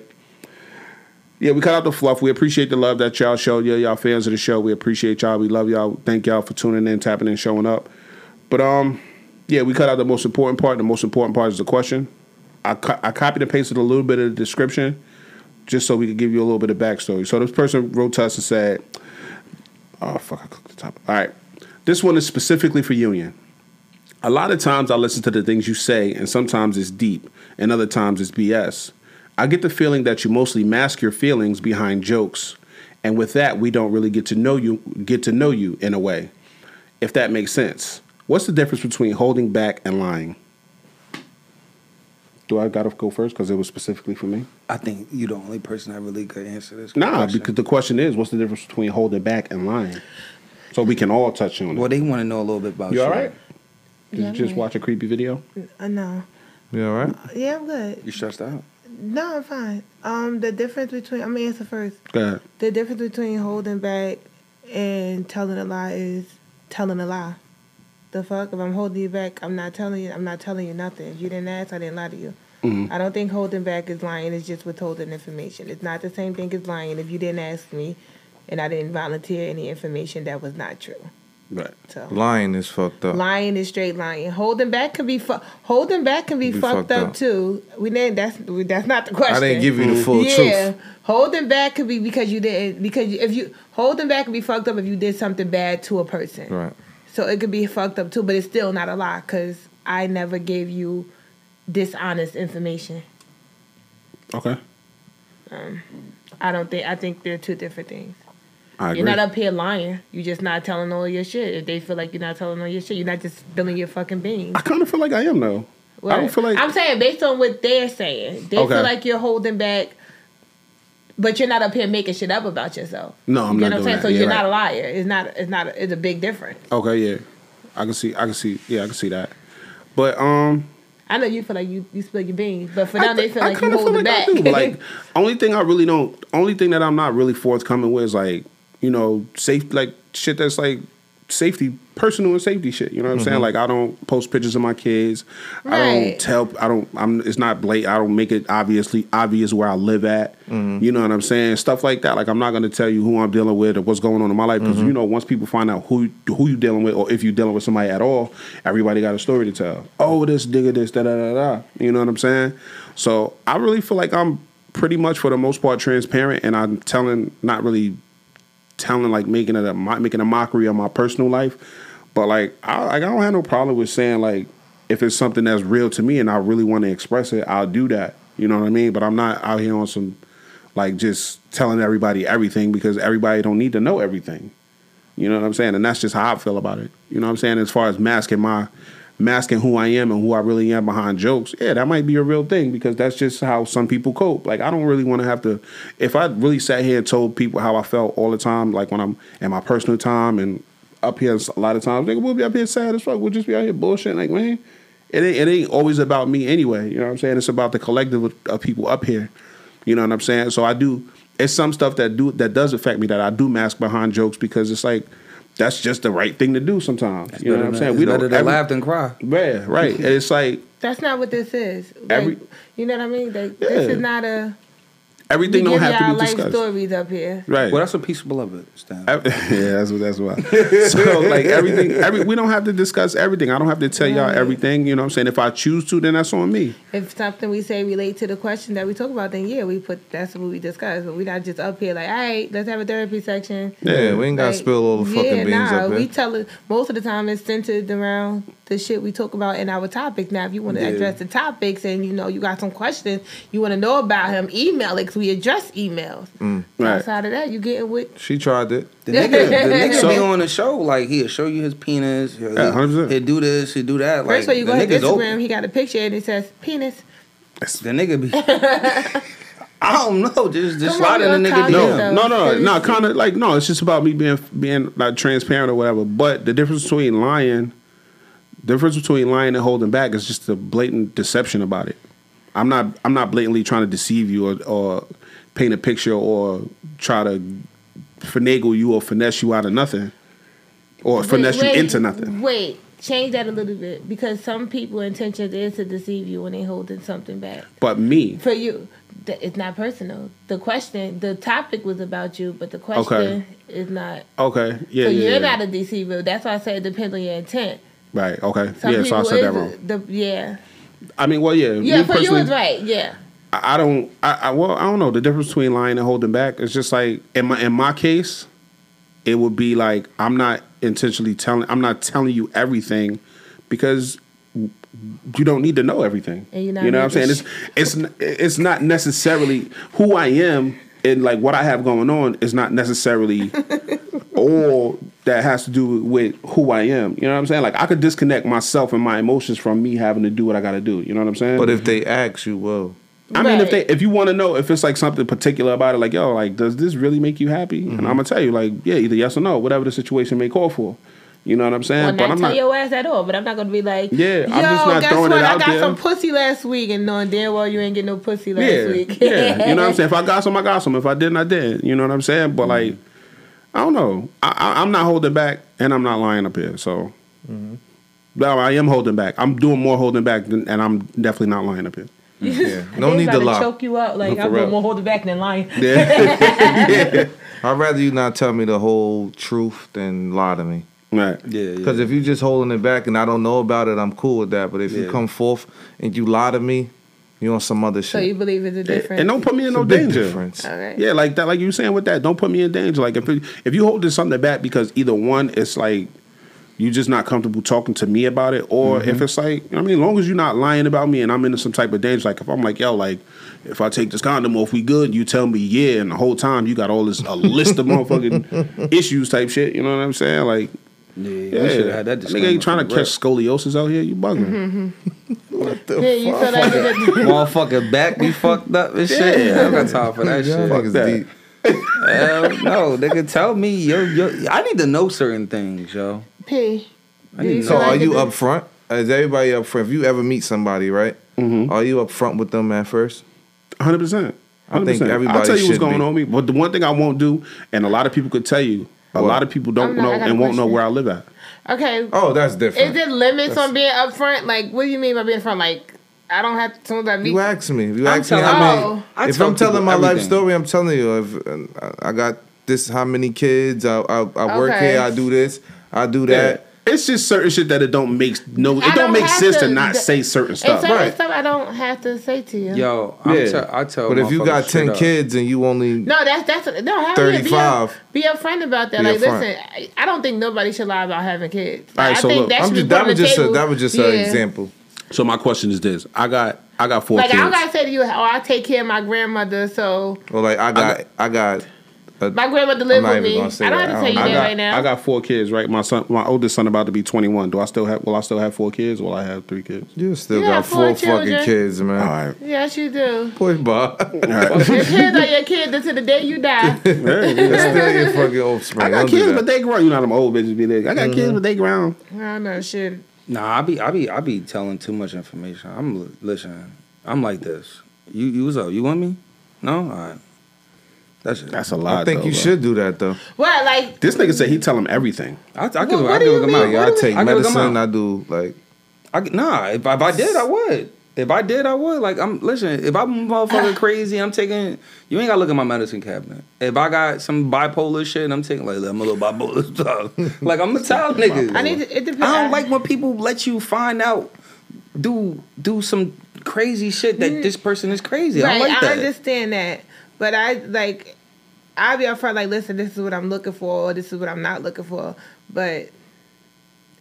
Speaker 1: yeah, we cut out the fluff. We appreciate the love that y'all show. Yeah, y'all fans of the show. We appreciate y'all. We love y'all. Thank y'all for tuning in, tapping in, showing up. But um, yeah, we cut out the most important part. The most important part is the question. I co- I copied and pasted a little bit of the description, just so we could give you a little bit of backstory. So this person wrote to us and said. Oh fuck! I clicked the top. All right, this one is specifically for Union. A lot of times I listen to the things you say, and sometimes it's deep, and other times it's BS. I get the feeling that you mostly mask your feelings behind jokes, and with that, we don't really get to know you. Get to know you in a way, if that makes sense. What's the difference between holding back and lying? Do I gotta go first because it was specifically for me?
Speaker 3: I think you're the only person that really could answer this.
Speaker 1: Nah,
Speaker 3: question.
Speaker 1: because the question is, what's the difference between holding back and lying? So we can all touch on it.
Speaker 3: well, they want to know a little bit about
Speaker 1: You
Speaker 3: you.
Speaker 1: all right? Did
Speaker 2: Yeah,
Speaker 1: you just
Speaker 2: I'm
Speaker 1: watch a creepy video?
Speaker 2: Uh, no.
Speaker 4: You all right?
Speaker 2: Yeah, I'm good.
Speaker 3: You stressed out.
Speaker 2: No, I'm fine. Um, the difference between I'm gonna answer first.
Speaker 1: Go ahead.
Speaker 2: The difference between holding back and telling a lie is telling a lie. The fuck? If I'm holding you back, I'm not telling you. I'm not telling you nothing. If you didn't ask, I didn't lie to you. I don't think holding back is lying. It's just withholding information. It's not the same thing as lying. If you didn't ask me, and I didn't volunteer any information that was not true.
Speaker 1: Right.
Speaker 2: So
Speaker 4: Lying is fucked up.
Speaker 2: lying is straight lying. Holding back can be fu- holding back can be,
Speaker 4: Be
Speaker 2: fucked,
Speaker 4: fucked
Speaker 2: up,
Speaker 4: up.
Speaker 2: too. We didn't. That's that's not the question.
Speaker 4: I didn't give you the full
Speaker 2: Yeah,
Speaker 4: truth.
Speaker 2: holding back could be because you didn't because if you holding back could be fucked up if you did something bad to a person.
Speaker 4: Right.
Speaker 2: So it could be fucked up too, but it's still not a lie because I never gave you dishonest information.
Speaker 1: Okay.
Speaker 2: I don't think I think they're two different things.
Speaker 1: I agree.
Speaker 2: You're not up here lying. You're just not telling all your shit. If they feel like you're not telling all your shit, you're not just spilling your fucking beans.
Speaker 1: I kind of feel like I am though. I don't feel like
Speaker 2: am saying based on what they're saying. They
Speaker 1: Okay.
Speaker 2: feel like you're holding back, but you're not up here making shit up about yourself.
Speaker 1: No, I'm
Speaker 2: you
Speaker 1: not
Speaker 2: know
Speaker 1: doing
Speaker 2: what I'm saying?
Speaker 1: that.
Speaker 2: So
Speaker 1: Yeah,
Speaker 2: you're
Speaker 1: right.
Speaker 2: not a liar. It's not. It's not. It's a big difference.
Speaker 1: okay, yeah. I can see. I can see. Yeah, I can see that. But um,
Speaker 2: I know you feel like you, you spill your beans, but for
Speaker 1: I
Speaker 2: now
Speaker 1: thi-
Speaker 2: they feel
Speaker 1: I
Speaker 2: like you
Speaker 1: kinda
Speaker 2: hold it
Speaker 1: I
Speaker 2: back.
Speaker 1: do. Like, only thing I really don't, only thing that I'm not really forthcoming with is like, you know, safe, like shit that's like safety, personal and safety shit. You know what I'm saying? Like, I don't post pictures of my kids. I
Speaker 2: Right.
Speaker 1: don't tell. I don't. I'm. It's not blatant. I don't make it obviously obvious where I live at. You know what I'm saying? Stuff like that. Like, I'm not gonna tell you who I'm dealing with or what's going on in my life because you know once people find out who who you dealing with or if you dealing with somebody at all, everybody got a story to tell. Oh, this digger, this da da da da. You know what I'm saying? So I really feel like I'm pretty much for the most part transparent and I'm telling not really telling like making it a mo- making a mockery of my personal life. But like I like I don't have no problem with saying like if it's something that's real to me and I really want to express it, I'll do that. You know what I mean? But I'm not out here on some like just telling everybody everything because everybody don't need to know everything. You know what I'm saying? And that's just how I feel about it. You know what I'm saying? As far as masking my masking who I am and who I really am behind jokes, yeah, that might be a real thing because that's just how some people cope. Like I don't really want to have to if I really sat here and told people how I felt all the time, like when I'm in my personal time and up here a lot of times, nigga, we'll be up here sad as fuck. We'll just be out here bullshitting like, man, it ain't it ain't always about me anyway. You know what I'm saying? It's about the collective of, of people up here. You know what I'm saying? So I do. It's some stuff that do that does affect me that I do mask behind jokes because it's like that's just the right thing to do sometimes. you know what I'm saying?
Speaker 3: We better to
Speaker 1: every-
Speaker 3: laugh than cry.
Speaker 1: Yeah, right. And it's like
Speaker 2: That's not what this is. Like,
Speaker 1: Every-
Speaker 2: you know what I mean? Like,
Speaker 1: Yeah.
Speaker 2: This is not a. We
Speaker 1: everything
Speaker 2: give
Speaker 1: don't
Speaker 2: y'all
Speaker 1: have to be
Speaker 2: life
Speaker 1: discussed.
Speaker 2: stories up here.
Speaker 1: Right.
Speaker 3: Well, that's what peace beloved stand.
Speaker 1: Ev- yeah, that's what that's why. So like everything, every we don't have to discuss everything. I don't have to tell y'all everything. You know what I'm saying? If I choose to, then that's on me.
Speaker 2: If something we say relate to the question that we talk about, then yeah, we put that's what we discuss. But we're not just up here like, all right, let's have a therapy section.
Speaker 4: Yeah, we ain't gotta
Speaker 2: Like,
Speaker 4: spill all the fucking beans
Speaker 2: nah,
Speaker 4: up there.
Speaker 2: we tell it most of the time it's centered around the shit we talk about in our topics. Now, if you want to
Speaker 3: Yeah.
Speaker 2: address the topics and you know you got some questions you want to know about him, email it 'cause we address emails.
Speaker 4: Mm.
Speaker 1: Right.
Speaker 2: Outside of that, you getting with
Speaker 4: she tried it.
Speaker 3: The nigga, the nigga
Speaker 1: So-
Speaker 3: be on the show like he'll show you his penis. He'll,
Speaker 1: Yeah, 100%.
Speaker 3: he'll do this. He'll do that.
Speaker 2: first.
Speaker 3: like
Speaker 2: so you
Speaker 3: the
Speaker 2: go ahead to
Speaker 3: nigga's
Speaker 2: Instagram,
Speaker 3: open.
Speaker 2: he got a picture and it says penis.
Speaker 3: The nigga be. I don't know. Just just
Speaker 2: Come
Speaker 3: slide
Speaker 2: on,
Speaker 3: in the
Speaker 2: your
Speaker 3: nigga.
Speaker 2: comment,
Speaker 3: No.
Speaker 2: though.
Speaker 1: No, no, no, no.
Speaker 2: seriously.
Speaker 1: Kind of like no. It's just about me being being like transparent or whatever. But the difference between lying, the difference between lying and holding back is just the blatant deception about it. I'm not I'm not blatantly trying to deceive you or, or paint a picture or try to finagle you or finesse you out of nothing or finesse you into nothing.
Speaker 2: Wait, change that a little bit because some people' intentions is to deceive you when they holding something back.
Speaker 1: But me,
Speaker 2: For you, th- it's not personal. The question, the topic was about you, but the question is not.
Speaker 1: okay, yeah, yeah,
Speaker 2: so you're
Speaker 1: yeah.
Speaker 2: not a deceiver. That's why I said it depends on your intent.
Speaker 1: right, okay,
Speaker 2: Some
Speaker 1: yeah. So I
Speaker 2: people
Speaker 1: said that
Speaker 2: is
Speaker 1: wrong.
Speaker 2: The, yeah,
Speaker 1: I mean, well, yeah,
Speaker 2: yeah.
Speaker 1: me
Speaker 2: for you,
Speaker 1: personally-
Speaker 2: it's right. Yeah,
Speaker 1: I I don't. I, I well, I don't know the difference between lying and holding back. It's just like in my in my case, it would be like I'm not intentionally telling. I'm not telling you everything because you don't need to know everything.
Speaker 2: And
Speaker 1: you know
Speaker 2: you're not
Speaker 1: what I'm saying?
Speaker 2: making
Speaker 1: It's it's n- it's not necessarily who I am and like what I have going on is not necessarily all that has to do with who I am. You know what I'm saying? Like I could disconnect myself and my emotions from me having to do what I got to do. You know what I'm saying?
Speaker 4: But if they ask, you will.
Speaker 1: I mean, if they
Speaker 2: Right.
Speaker 1: if you want to know if it's like something particular about it, like yo, like does this really make you happy? And
Speaker 4: Mm-hmm.
Speaker 1: I'm gonna tell you, like yeah, either yes or no, whatever the situation may call for. You know what I'm saying?
Speaker 2: well,
Speaker 1: but
Speaker 2: not
Speaker 1: I'm
Speaker 2: tell
Speaker 1: not.
Speaker 2: your ass at all. But I'm not gonna be like,
Speaker 1: Yeah,
Speaker 2: yo,
Speaker 1: I'm just not
Speaker 2: guess
Speaker 1: throwing it
Speaker 2: what?
Speaker 1: out
Speaker 2: I got
Speaker 1: there."
Speaker 2: some pussy last week, and knowing damn well you ain't get no pussy last
Speaker 1: yeah,
Speaker 2: week.
Speaker 1: yeah. You know what I'm saying? If I got some, I got some. If I didn't, I did. You know what I'm saying? But like, I don't know. I, I, I'm not holding back, and I'm not lying up here. So,
Speaker 4: Mm-hmm.
Speaker 1: no, I am holding back. I'm doing more holding back, than, and I'm definitely not lying up here.
Speaker 4: Yeah. No
Speaker 2: They
Speaker 4: need
Speaker 2: about
Speaker 4: to lie.
Speaker 2: Choke you out like
Speaker 1: For
Speaker 2: I'm
Speaker 1: real.
Speaker 2: gonna hold it back than lying.
Speaker 4: I'd rather you not tell me the whole truth than lie to me.
Speaker 1: Right.
Speaker 3: Yeah, yeah.
Speaker 4: Because if you just holding it back and I don't know about it, I'm cool with that. But if you
Speaker 3: Yeah.
Speaker 4: come forth and you lie to me, you on some other
Speaker 2: So
Speaker 4: shit.
Speaker 2: you Uh, believe it's a difference.
Speaker 1: And don't put me in
Speaker 4: It's
Speaker 1: no
Speaker 4: a big
Speaker 1: danger.
Speaker 4: difference.
Speaker 2: All right.
Speaker 1: Yeah, like that, like you saying with that. Don't put me in danger. Like if it, if you holding something back because either one, it's like you just not comfortable talking to me about it, or
Speaker 3: Mm-hmm.
Speaker 1: if it's like you know what I mean, as long as you're not lying about me and I'm into some type of danger. Like if I'm like yo, like if I take this condom off, we good. You tell me yeah, and the whole time you got all this a list of motherfucking issues type shit. You know what I'm saying? Like
Speaker 3: yeah,
Speaker 1: yeah,
Speaker 3: we should have had
Speaker 1: nigga
Speaker 3: that
Speaker 1: ain't
Speaker 3: disclaimer Mm-hmm.
Speaker 1: trying to
Speaker 3: from the
Speaker 1: catch scoliosis out here. You bugging.
Speaker 2: Yeah, you feel like it's a-
Speaker 3: rep. motherfucking back be fucked up and shit.
Speaker 1: Yeah.
Speaker 3: I don't got time for that
Speaker 4: Y'all
Speaker 3: shit.
Speaker 4: niggas
Speaker 1: that.
Speaker 4: deep.
Speaker 3: Hell no, nigga, tell me yo yo. I need to know certain things, yo.
Speaker 2: P.
Speaker 3: I
Speaker 2: do
Speaker 3: need to
Speaker 2: feel
Speaker 4: So
Speaker 3: know.
Speaker 2: like
Speaker 4: are
Speaker 2: it's
Speaker 4: you
Speaker 2: a-
Speaker 4: upfront? is everybody up front? If you ever meet somebody, right?
Speaker 3: Mm-hmm.
Speaker 4: Are you up front with them at first?
Speaker 1: Hundred percent.
Speaker 4: I think everybody
Speaker 1: I'll tell you what's
Speaker 4: should
Speaker 1: going
Speaker 4: be.
Speaker 1: on with me. But the one thing I won't do, and a lot of people could tell you, a
Speaker 4: What?
Speaker 1: lot of people don't
Speaker 2: I'm not-
Speaker 1: know
Speaker 2: I got a
Speaker 1: and won't know
Speaker 2: question.
Speaker 1: where I live at.
Speaker 2: Okay.
Speaker 4: Oh, that's different.
Speaker 2: Is there limits
Speaker 4: That's-
Speaker 2: on being upfront? Like, what do you mean by being upfront? Like, I don't have to. Soon as I meet
Speaker 4: You ask me. If you
Speaker 3: I'm
Speaker 4: ask me
Speaker 3: telling-
Speaker 4: how
Speaker 2: Oh.
Speaker 4: many.
Speaker 3: I
Speaker 4: if
Speaker 3: tell
Speaker 4: I'm telling
Speaker 3: people
Speaker 4: my life
Speaker 3: everything.
Speaker 4: story, I'm telling you. If uh, I I got this, how many kids? I I, I work
Speaker 2: Okay.
Speaker 4: here. I do this. I do that.
Speaker 1: It's just certain shit that it don't make no. It
Speaker 2: I
Speaker 1: don't,
Speaker 2: don't
Speaker 1: make
Speaker 2: have
Speaker 1: sense to,
Speaker 2: to-
Speaker 1: not
Speaker 2: the-
Speaker 1: say certain
Speaker 2: And
Speaker 1: stuff.
Speaker 2: certain
Speaker 4: Right.
Speaker 2: stuff I don't have to say to you.
Speaker 3: Yo, I'm
Speaker 4: Yeah.
Speaker 3: tell, I tell.
Speaker 4: but if you
Speaker 3: motherfuckers
Speaker 4: got
Speaker 3: straight
Speaker 4: ten
Speaker 3: up.
Speaker 4: kids and you only
Speaker 2: No, that's that's no. Hell Yeah,
Speaker 4: 35.
Speaker 2: be, up, be upfront about that.
Speaker 4: Be
Speaker 2: like,
Speaker 4: upfront.
Speaker 2: listen, I, I don't think nobody should lie about having kids.
Speaker 1: All right,
Speaker 2: I
Speaker 1: so
Speaker 2: think
Speaker 1: look,
Speaker 2: that
Speaker 4: I'm
Speaker 2: should
Speaker 4: just,
Speaker 2: be put
Speaker 4: that
Speaker 2: on
Speaker 4: was
Speaker 2: the
Speaker 4: just a,
Speaker 2: table.
Speaker 4: that was just
Speaker 2: Yeah.
Speaker 4: an example.
Speaker 1: So my question is this: I got I got four
Speaker 2: Like, I
Speaker 1: kids.
Speaker 2: don't gotta say to you, oh, I take care of my grandmother, so
Speaker 4: Or like I got I got
Speaker 2: my grandmother
Speaker 4: I'm
Speaker 2: lived
Speaker 4: not
Speaker 2: with me. I
Speaker 4: even gonna
Speaker 2: don't
Speaker 4: say that.
Speaker 2: have to
Speaker 4: I
Speaker 2: tell you
Speaker 4: don't-
Speaker 1: I
Speaker 2: that
Speaker 1: got,
Speaker 2: right now.
Speaker 1: I got four kids, right? My son, my oldest son, about to be twenty one. Do I still have? Will I still have four kids? Will I have three kids?
Speaker 4: you still
Speaker 2: You
Speaker 4: got
Speaker 2: got
Speaker 4: four,
Speaker 2: four
Speaker 4: fucking
Speaker 2: children.
Speaker 4: kids, man.
Speaker 1: All right.
Speaker 2: yes, you do.
Speaker 4: Boy, Bob.
Speaker 2: Your kids are your kids until the day you die.
Speaker 4: That's still your fucking offspring.
Speaker 1: I got
Speaker 4: Don't do
Speaker 1: kids,
Speaker 4: that. Mm-hmm.
Speaker 1: but they grown. You know how them old bitches be there. I got kids, but they grown.
Speaker 2: I don't know shit.
Speaker 3: Nah, I be I be I be telling too much information. I'm li- listen. I'm like this. You you was up. You want me? No. All right. That's it.
Speaker 1: That's a lot.
Speaker 4: I think
Speaker 1: though,
Speaker 4: you
Speaker 1: bro.
Speaker 4: should do that though.
Speaker 2: What? Like,
Speaker 1: This nigga said he tell him everything.
Speaker 3: I, I could.
Speaker 2: what
Speaker 3: I
Speaker 2: do
Speaker 3: could
Speaker 2: you
Speaker 3: come
Speaker 2: mean?
Speaker 3: out.
Speaker 2: What
Speaker 4: Yeah, I
Speaker 2: do
Speaker 4: take
Speaker 3: I give a
Speaker 4: medicine.
Speaker 3: come out.
Speaker 4: I do like
Speaker 3: I, nah, if, if I did, I would. If I did, I would. Like I'm listen. If I'm motherfucking crazy, I'm taking. You ain't gotta look at my medicine cabinet. If I got some bipolar shit, I'm taking like I'm a little bipolar stuff. like I'm a child nigga.
Speaker 2: I need to, it depends.
Speaker 3: I don't like when people let you find out. Do do some crazy shit that this person is crazy. I
Speaker 2: Mm. Right,
Speaker 3: don't like that.
Speaker 2: understand that, but I like. I'll be upfront, like, listen, this is what I'm looking for, or this is what I'm not looking for. But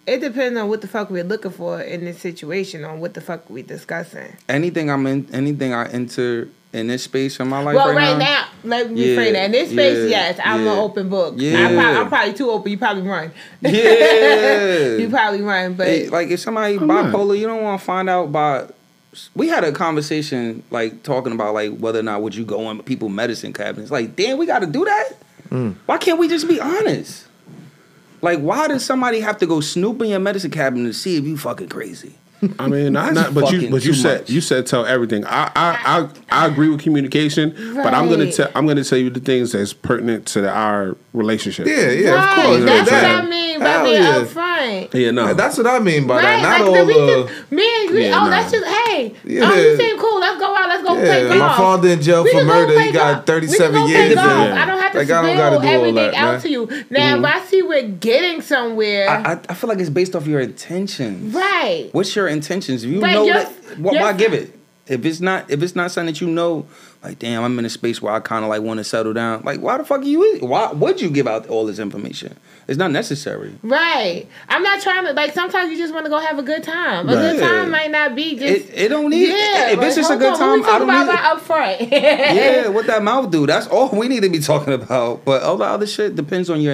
Speaker 2: it depends on what the fuck we're looking for in this situation, on what the fuck we discussing.
Speaker 3: anything I'm in, anything I enter in this space in my life.
Speaker 2: well,
Speaker 3: right, now,
Speaker 2: let me rephrase
Speaker 3: Yeah,
Speaker 2: that. In this space,
Speaker 3: yeah,
Speaker 2: yes, I'm
Speaker 3: yeah.
Speaker 2: an open book.
Speaker 3: Yeah.
Speaker 2: I prob- I'm probably too open. You probably run.
Speaker 3: Yeah.
Speaker 2: you probably run, but
Speaker 3: Hey, like if somebody
Speaker 1: not.
Speaker 3: bipolar, you don't want to find out by. We had a conversation like talking about like whether or not would you go in people medicine cabinets. Like, damn, we got to do that. Why can't we just be honest? Like, why does somebody have to go snoop in your medicine cabinet to see if you fucking crazy?
Speaker 1: I mean, not,
Speaker 3: That's
Speaker 1: not but you
Speaker 3: fucking
Speaker 1: but you
Speaker 3: too
Speaker 1: said
Speaker 3: much.
Speaker 1: you said tell everything. I I I, I agree with communication, but I'm gonna
Speaker 2: Right.
Speaker 1: tell I'm gonna tell you the things that's pertinent to the, our relationship.
Speaker 4: yeah, yeah,
Speaker 2: right,
Speaker 4: of course.
Speaker 2: that's
Speaker 4: yeah.
Speaker 2: what I mean by
Speaker 4: Hell
Speaker 2: being
Speaker 4: yeah.
Speaker 2: upfront.
Speaker 1: yeah, no,
Speaker 4: That's what I mean by
Speaker 2: Right,
Speaker 4: that. Not
Speaker 2: like
Speaker 4: all.
Speaker 2: the
Speaker 4: Uh,
Speaker 2: reason, me and you,
Speaker 1: Yeah,
Speaker 2: oh,
Speaker 1: nah.
Speaker 2: let's just, hey, oh,
Speaker 4: Yeah.
Speaker 2: you seem cool, let's go out, let's go play
Speaker 4: yeah,
Speaker 2: golf.
Speaker 4: my father in jail
Speaker 2: We
Speaker 4: for
Speaker 2: can go
Speaker 4: murder.
Speaker 2: play
Speaker 4: He got
Speaker 2: golf. We can
Speaker 4: 37
Speaker 2: go play
Speaker 4: years.
Speaker 2: golf.
Speaker 4: in-
Speaker 2: I don't have to
Speaker 4: Like,
Speaker 2: spill
Speaker 4: I don't gotta do all
Speaker 2: everything out
Speaker 4: that, man. Mm-hmm.
Speaker 2: to you. Now, if I see we're getting somewhere,
Speaker 3: I, I, I feel like it's based off your intentions.
Speaker 2: right.
Speaker 3: What's your intentions? If you
Speaker 2: Right,
Speaker 3: know
Speaker 2: yes-
Speaker 3: that, why,
Speaker 2: yes.
Speaker 3: why give it? If it's not, if it's not something that you know, like damn, I'm in a space where I kind of like want to settle down. Like, why the fuck are you? Why would you give out all this information? It's not necessary.
Speaker 2: Right. I'm not trying to, like, sometimes you just want to go have a good time. A good
Speaker 3: Right.
Speaker 2: time might not be just.
Speaker 3: It, it don't need.
Speaker 2: yeah,
Speaker 3: if
Speaker 2: like,
Speaker 3: it's just a
Speaker 2: hold
Speaker 3: good
Speaker 2: on,
Speaker 3: time,
Speaker 2: what we
Speaker 3: I don't
Speaker 2: talking
Speaker 3: need.
Speaker 2: about up front.
Speaker 3: Yeah, what that mouth do? That's all we need to be talking about. But all the other shit depends on your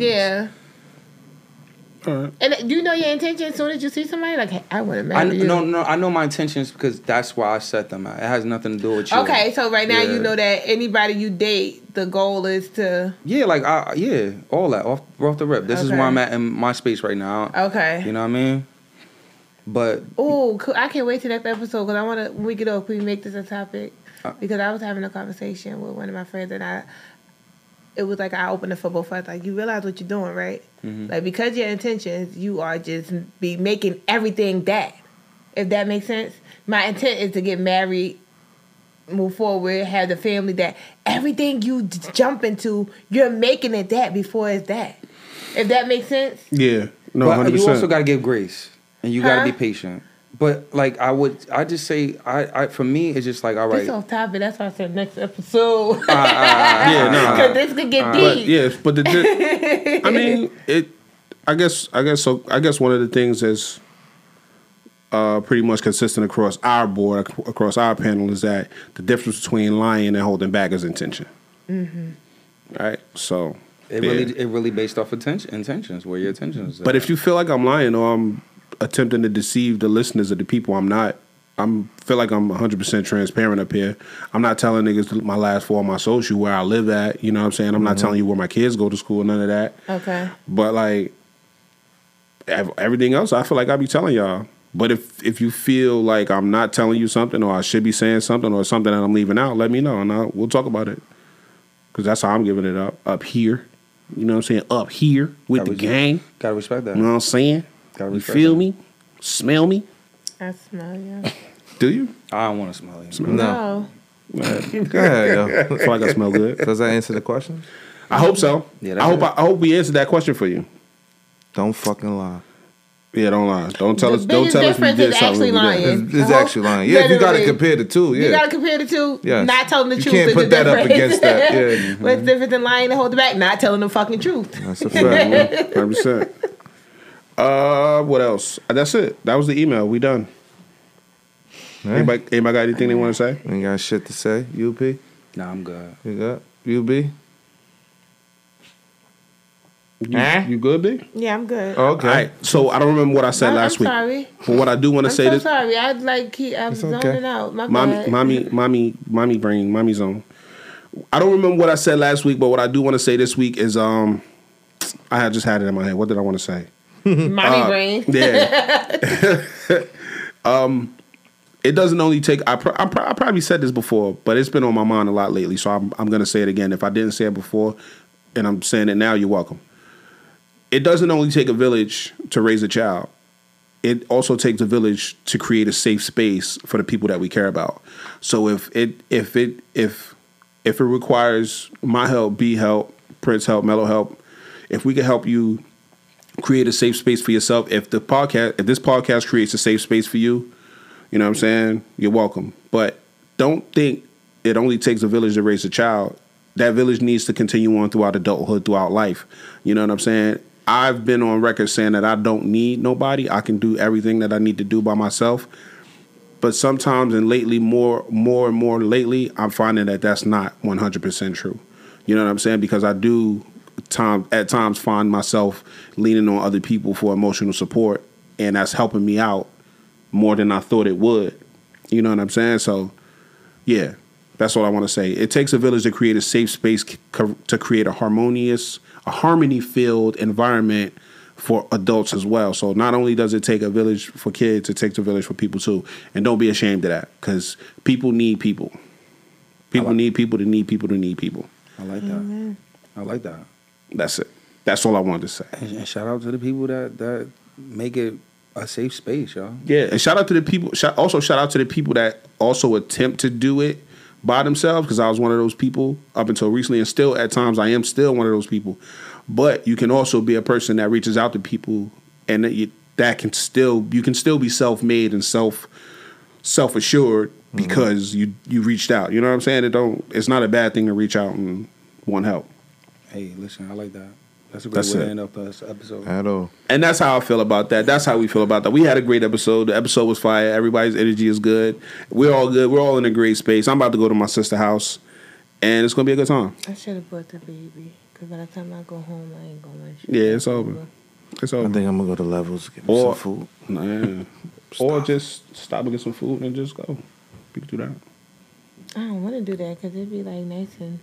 Speaker 2: Yeah.
Speaker 1: Alright.
Speaker 2: And do you know your intention as soon as you see somebody? Like, hey, I want to marry
Speaker 3: I
Speaker 2: you.
Speaker 3: no no I know my intentions because that's why I set them out. It has nothing to do with you.
Speaker 2: Okay, so right now
Speaker 3: Yeah.
Speaker 2: you know that anybody you date, the goal is to.
Speaker 3: Yeah, like I yeah, all that off off the rip. This is
Speaker 2: Okay.
Speaker 3: where I'm at in my space right now.
Speaker 2: Okay.
Speaker 3: You know what I mean? But
Speaker 2: Oh, I can't wait till next episode because I want to. When we get up, we make this a topic because I was having a conversation with one of my friends and I. It was like I opened it for both of us. Like you realize what you're doing, right? Like because your intentions, you are just be making everything that. If that makes sense, my intent is to get married, move forward, have the family. That everything you j- jump into, you're making it that before it's that. If that makes sense,
Speaker 1: yeah, no,
Speaker 3: but
Speaker 1: hundred
Speaker 3: you also
Speaker 1: percent.
Speaker 3: gotta give grace and you gotta
Speaker 2: Huh?
Speaker 3: be patient. But like I would, I just say I, I for me it's just like all
Speaker 2: This
Speaker 3: right.
Speaker 2: off topic. That's why I said next episode.
Speaker 1: Yeah, no,
Speaker 2: Because this could get
Speaker 1: but
Speaker 2: deep.
Speaker 1: yes, but the, the- I mean it. I guess I guess so. I guess one of the things that's uh, pretty much consistent across our board, ac- across our panel, is that the difference between lying and holding back is intention. Right. So
Speaker 3: It
Speaker 1: yeah.
Speaker 3: really it really based off attention intentions where your intentions.
Speaker 1: But if you feel like I'm lying or I'm attempting to deceive the listeners or the people, I'm not. I'm feel like I'm 100% transparent up here. I'm not telling niggas my last four of my social where I live at. You know what I'm saying? I'm not telling you where my kids go to school, none of that.
Speaker 2: Okay.
Speaker 1: But like, ev- everything else, I feel like I be telling y'all. But if if you feel like I'm not telling you something, or I should be saying something, or something that I'm leaving out, let me know, and I, we'll talk about it. Because that's how I'm giving it up up here. You know what I'm saying? Up here with
Speaker 3: Gotta
Speaker 1: the
Speaker 3: respect-
Speaker 1: gang.
Speaker 3: Gotta respect that.
Speaker 1: You know what I'm saying?
Speaker 3: Gotta
Speaker 1: You
Speaker 3: respect
Speaker 1: feel
Speaker 3: that.
Speaker 1: me? Smell me?
Speaker 2: I smell you.
Speaker 1: Do you?
Speaker 3: I don't want to smell it.
Speaker 2: No.
Speaker 4: Go ahead, yo.
Speaker 1: I feel like I smell good.
Speaker 4: Does that answer the question?
Speaker 1: I hope so.
Speaker 3: Yeah,
Speaker 1: I
Speaker 3: that's
Speaker 1: hope
Speaker 3: it.
Speaker 1: I, I hope we answered that question for you.
Speaker 4: Don't fucking lie.
Speaker 1: Yeah, don't lie. Don't tell
Speaker 2: The
Speaker 1: us. Don't
Speaker 2: biggest
Speaker 1: tell us we
Speaker 2: difference
Speaker 1: did
Speaker 2: is
Speaker 1: something.
Speaker 2: actually
Speaker 1: we didn't.
Speaker 2: lying.
Speaker 4: It's, it's
Speaker 2: The whole-
Speaker 4: actually lying. Yeah, if you gotta
Speaker 2: Literally.
Speaker 4: compare the two. Yeah.
Speaker 2: You gotta compare the two.
Speaker 4: Yes.
Speaker 2: Not telling the
Speaker 4: You
Speaker 2: truth.
Speaker 4: can't
Speaker 2: is
Speaker 4: put
Speaker 2: the
Speaker 4: that up
Speaker 2: difference.
Speaker 4: against that. Yeah.
Speaker 2: What's different than lying and holding back? Not telling the fucking truth.
Speaker 4: That's a fact. man.
Speaker 1: Hundred percent. Uh, what else? That's it. That was the email. We done.
Speaker 4: All right.
Speaker 1: Anybody, anybody got anything they want to say?
Speaker 4: Ain't got shit to say. UP, you
Speaker 3: Nah, I'm good.
Speaker 4: got UB.
Speaker 1: You, you good, B?
Speaker 2: Yeah, I'm good.
Speaker 4: Okay.
Speaker 1: All right. So I don't remember what I said
Speaker 2: I'm-
Speaker 1: last
Speaker 2: I'm
Speaker 1: week.
Speaker 2: sorry.
Speaker 1: But what I do want
Speaker 2: I'm
Speaker 1: to say
Speaker 2: so
Speaker 1: this,
Speaker 2: sorry. I like keep I'm
Speaker 4: It's
Speaker 2: zoning
Speaker 4: okay.
Speaker 2: out. My
Speaker 1: mommy,
Speaker 2: bad.
Speaker 1: mommy, mommy, mommy brain, mommy zone. I don't remember what I said last week, but what I do want to say this week is um, I had- just had it in my head. What did I want to say?
Speaker 2: mommy brain.
Speaker 1: Yeah. um, it doesn't only take. I, pr- I, pr- I probably said this before, but it's been on my mind a lot lately. So I'm I'm gonna say it again. If I didn't say it before, and I'm saying it now, you're welcome. It doesn't only take a village to raise a child. It also takes a village to create a safe space for the people that we care about. So if it if it if if it requires my help, B help, Prince help, Mellow help, if we can help you create a safe space for yourself. If the podcast, if this podcast creates a safe space for you, you know what I'm saying? You're welcome. But don't think it only takes a village to raise a child. That village needs to continue on throughout adulthood, throughout life. You know what I'm saying? I've been on record saying that I don't need nobody. I can do everything that I need to do by myself. But sometimes and lately more more and more lately, I'm finding that that's not 100% true. You know what I'm saying? Because I do time at times find myself leaning on other people for emotional support and that's helping me out more than I thought it would. You know what I'm saying? So, yeah, that's all I want to say. It takes a village to create a safe space c- co- to create a harmonious, a harmony-filled environment for adults as well. So, not only does it take a village for kids, it takes a village for people too. And don't be ashamed of that because people need people. People need people to need people to need people.
Speaker 3: I like that. I like that.
Speaker 1: That's it. That's all I wanted to say.
Speaker 3: And, and shout out to the people that that make it a safe space, y'all.
Speaker 1: Yeah, and shout out to the people. Shout, also, shout out to the people that also attempt to do it by themselves. Because I was one of those people up until recently, and still at times I am still one of those people. But you can also be a person that reaches out to people, and that, you, that can still you can still be self made and self self assured because you you reached out. You know what I'm saying? It don't. It's not a bad thing to reach out and want help.
Speaker 3: Hey, listen, I like that. That's a great
Speaker 1: That's
Speaker 3: way
Speaker 1: it.
Speaker 3: to end up this episode.
Speaker 4: At all.
Speaker 1: And that's how I feel about that. That's how we feel about that. We had a great episode. The episode was fire. Everybody's energy is good. We're all good. We're all in a great space. I'm about to go to my sister's house, and it's gonna be a good time.
Speaker 2: I should have bought the baby. Cause by the time I go home, I ain't going.
Speaker 1: Yeah, it's over. It's
Speaker 4: I
Speaker 1: over.
Speaker 4: think I'm gonna go to levels, get me
Speaker 1: Or-
Speaker 4: some food.
Speaker 1: Yeah. Or just stop and get some food and just go. You can do that.
Speaker 2: I don't want to do that because it'd be like nice and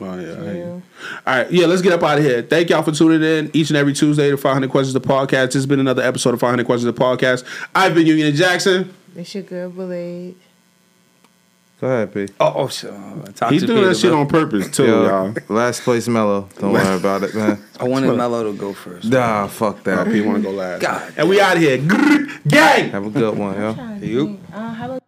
Speaker 1: Oh, yeah, I hear you.
Speaker 2: chill.
Speaker 1: All right, yeah, let's get up out of here. Thank y'all for tuning in each and every Tuesday to 500 Questions the Podcast. This has been another episode of 500 Questions the Podcast. I've been Union Jackson.
Speaker 2: It's your girl, Blade.
Speaker 4: Go ahead, P.
Speaker 3: Oh, oh shit.
Speaker 1: He's doing that shit on purpose too,
Speaker 4: Yo,
Speaker 1: y'all.
Speaker 4: Last place mellow. Don't worry about it, man.
Speaker 3: I wanted Mello to go first.
Speaker 4: Nah, fuck that.
Speaker 1: People want to go last.
Speaker 3: God.
Speaker 1: And we out of here. Gang.
Speaker 4: Have a good one, yo.
Speaker 2: Trying to
Speaker 3: You?
Speaker 2: think. Uh, how about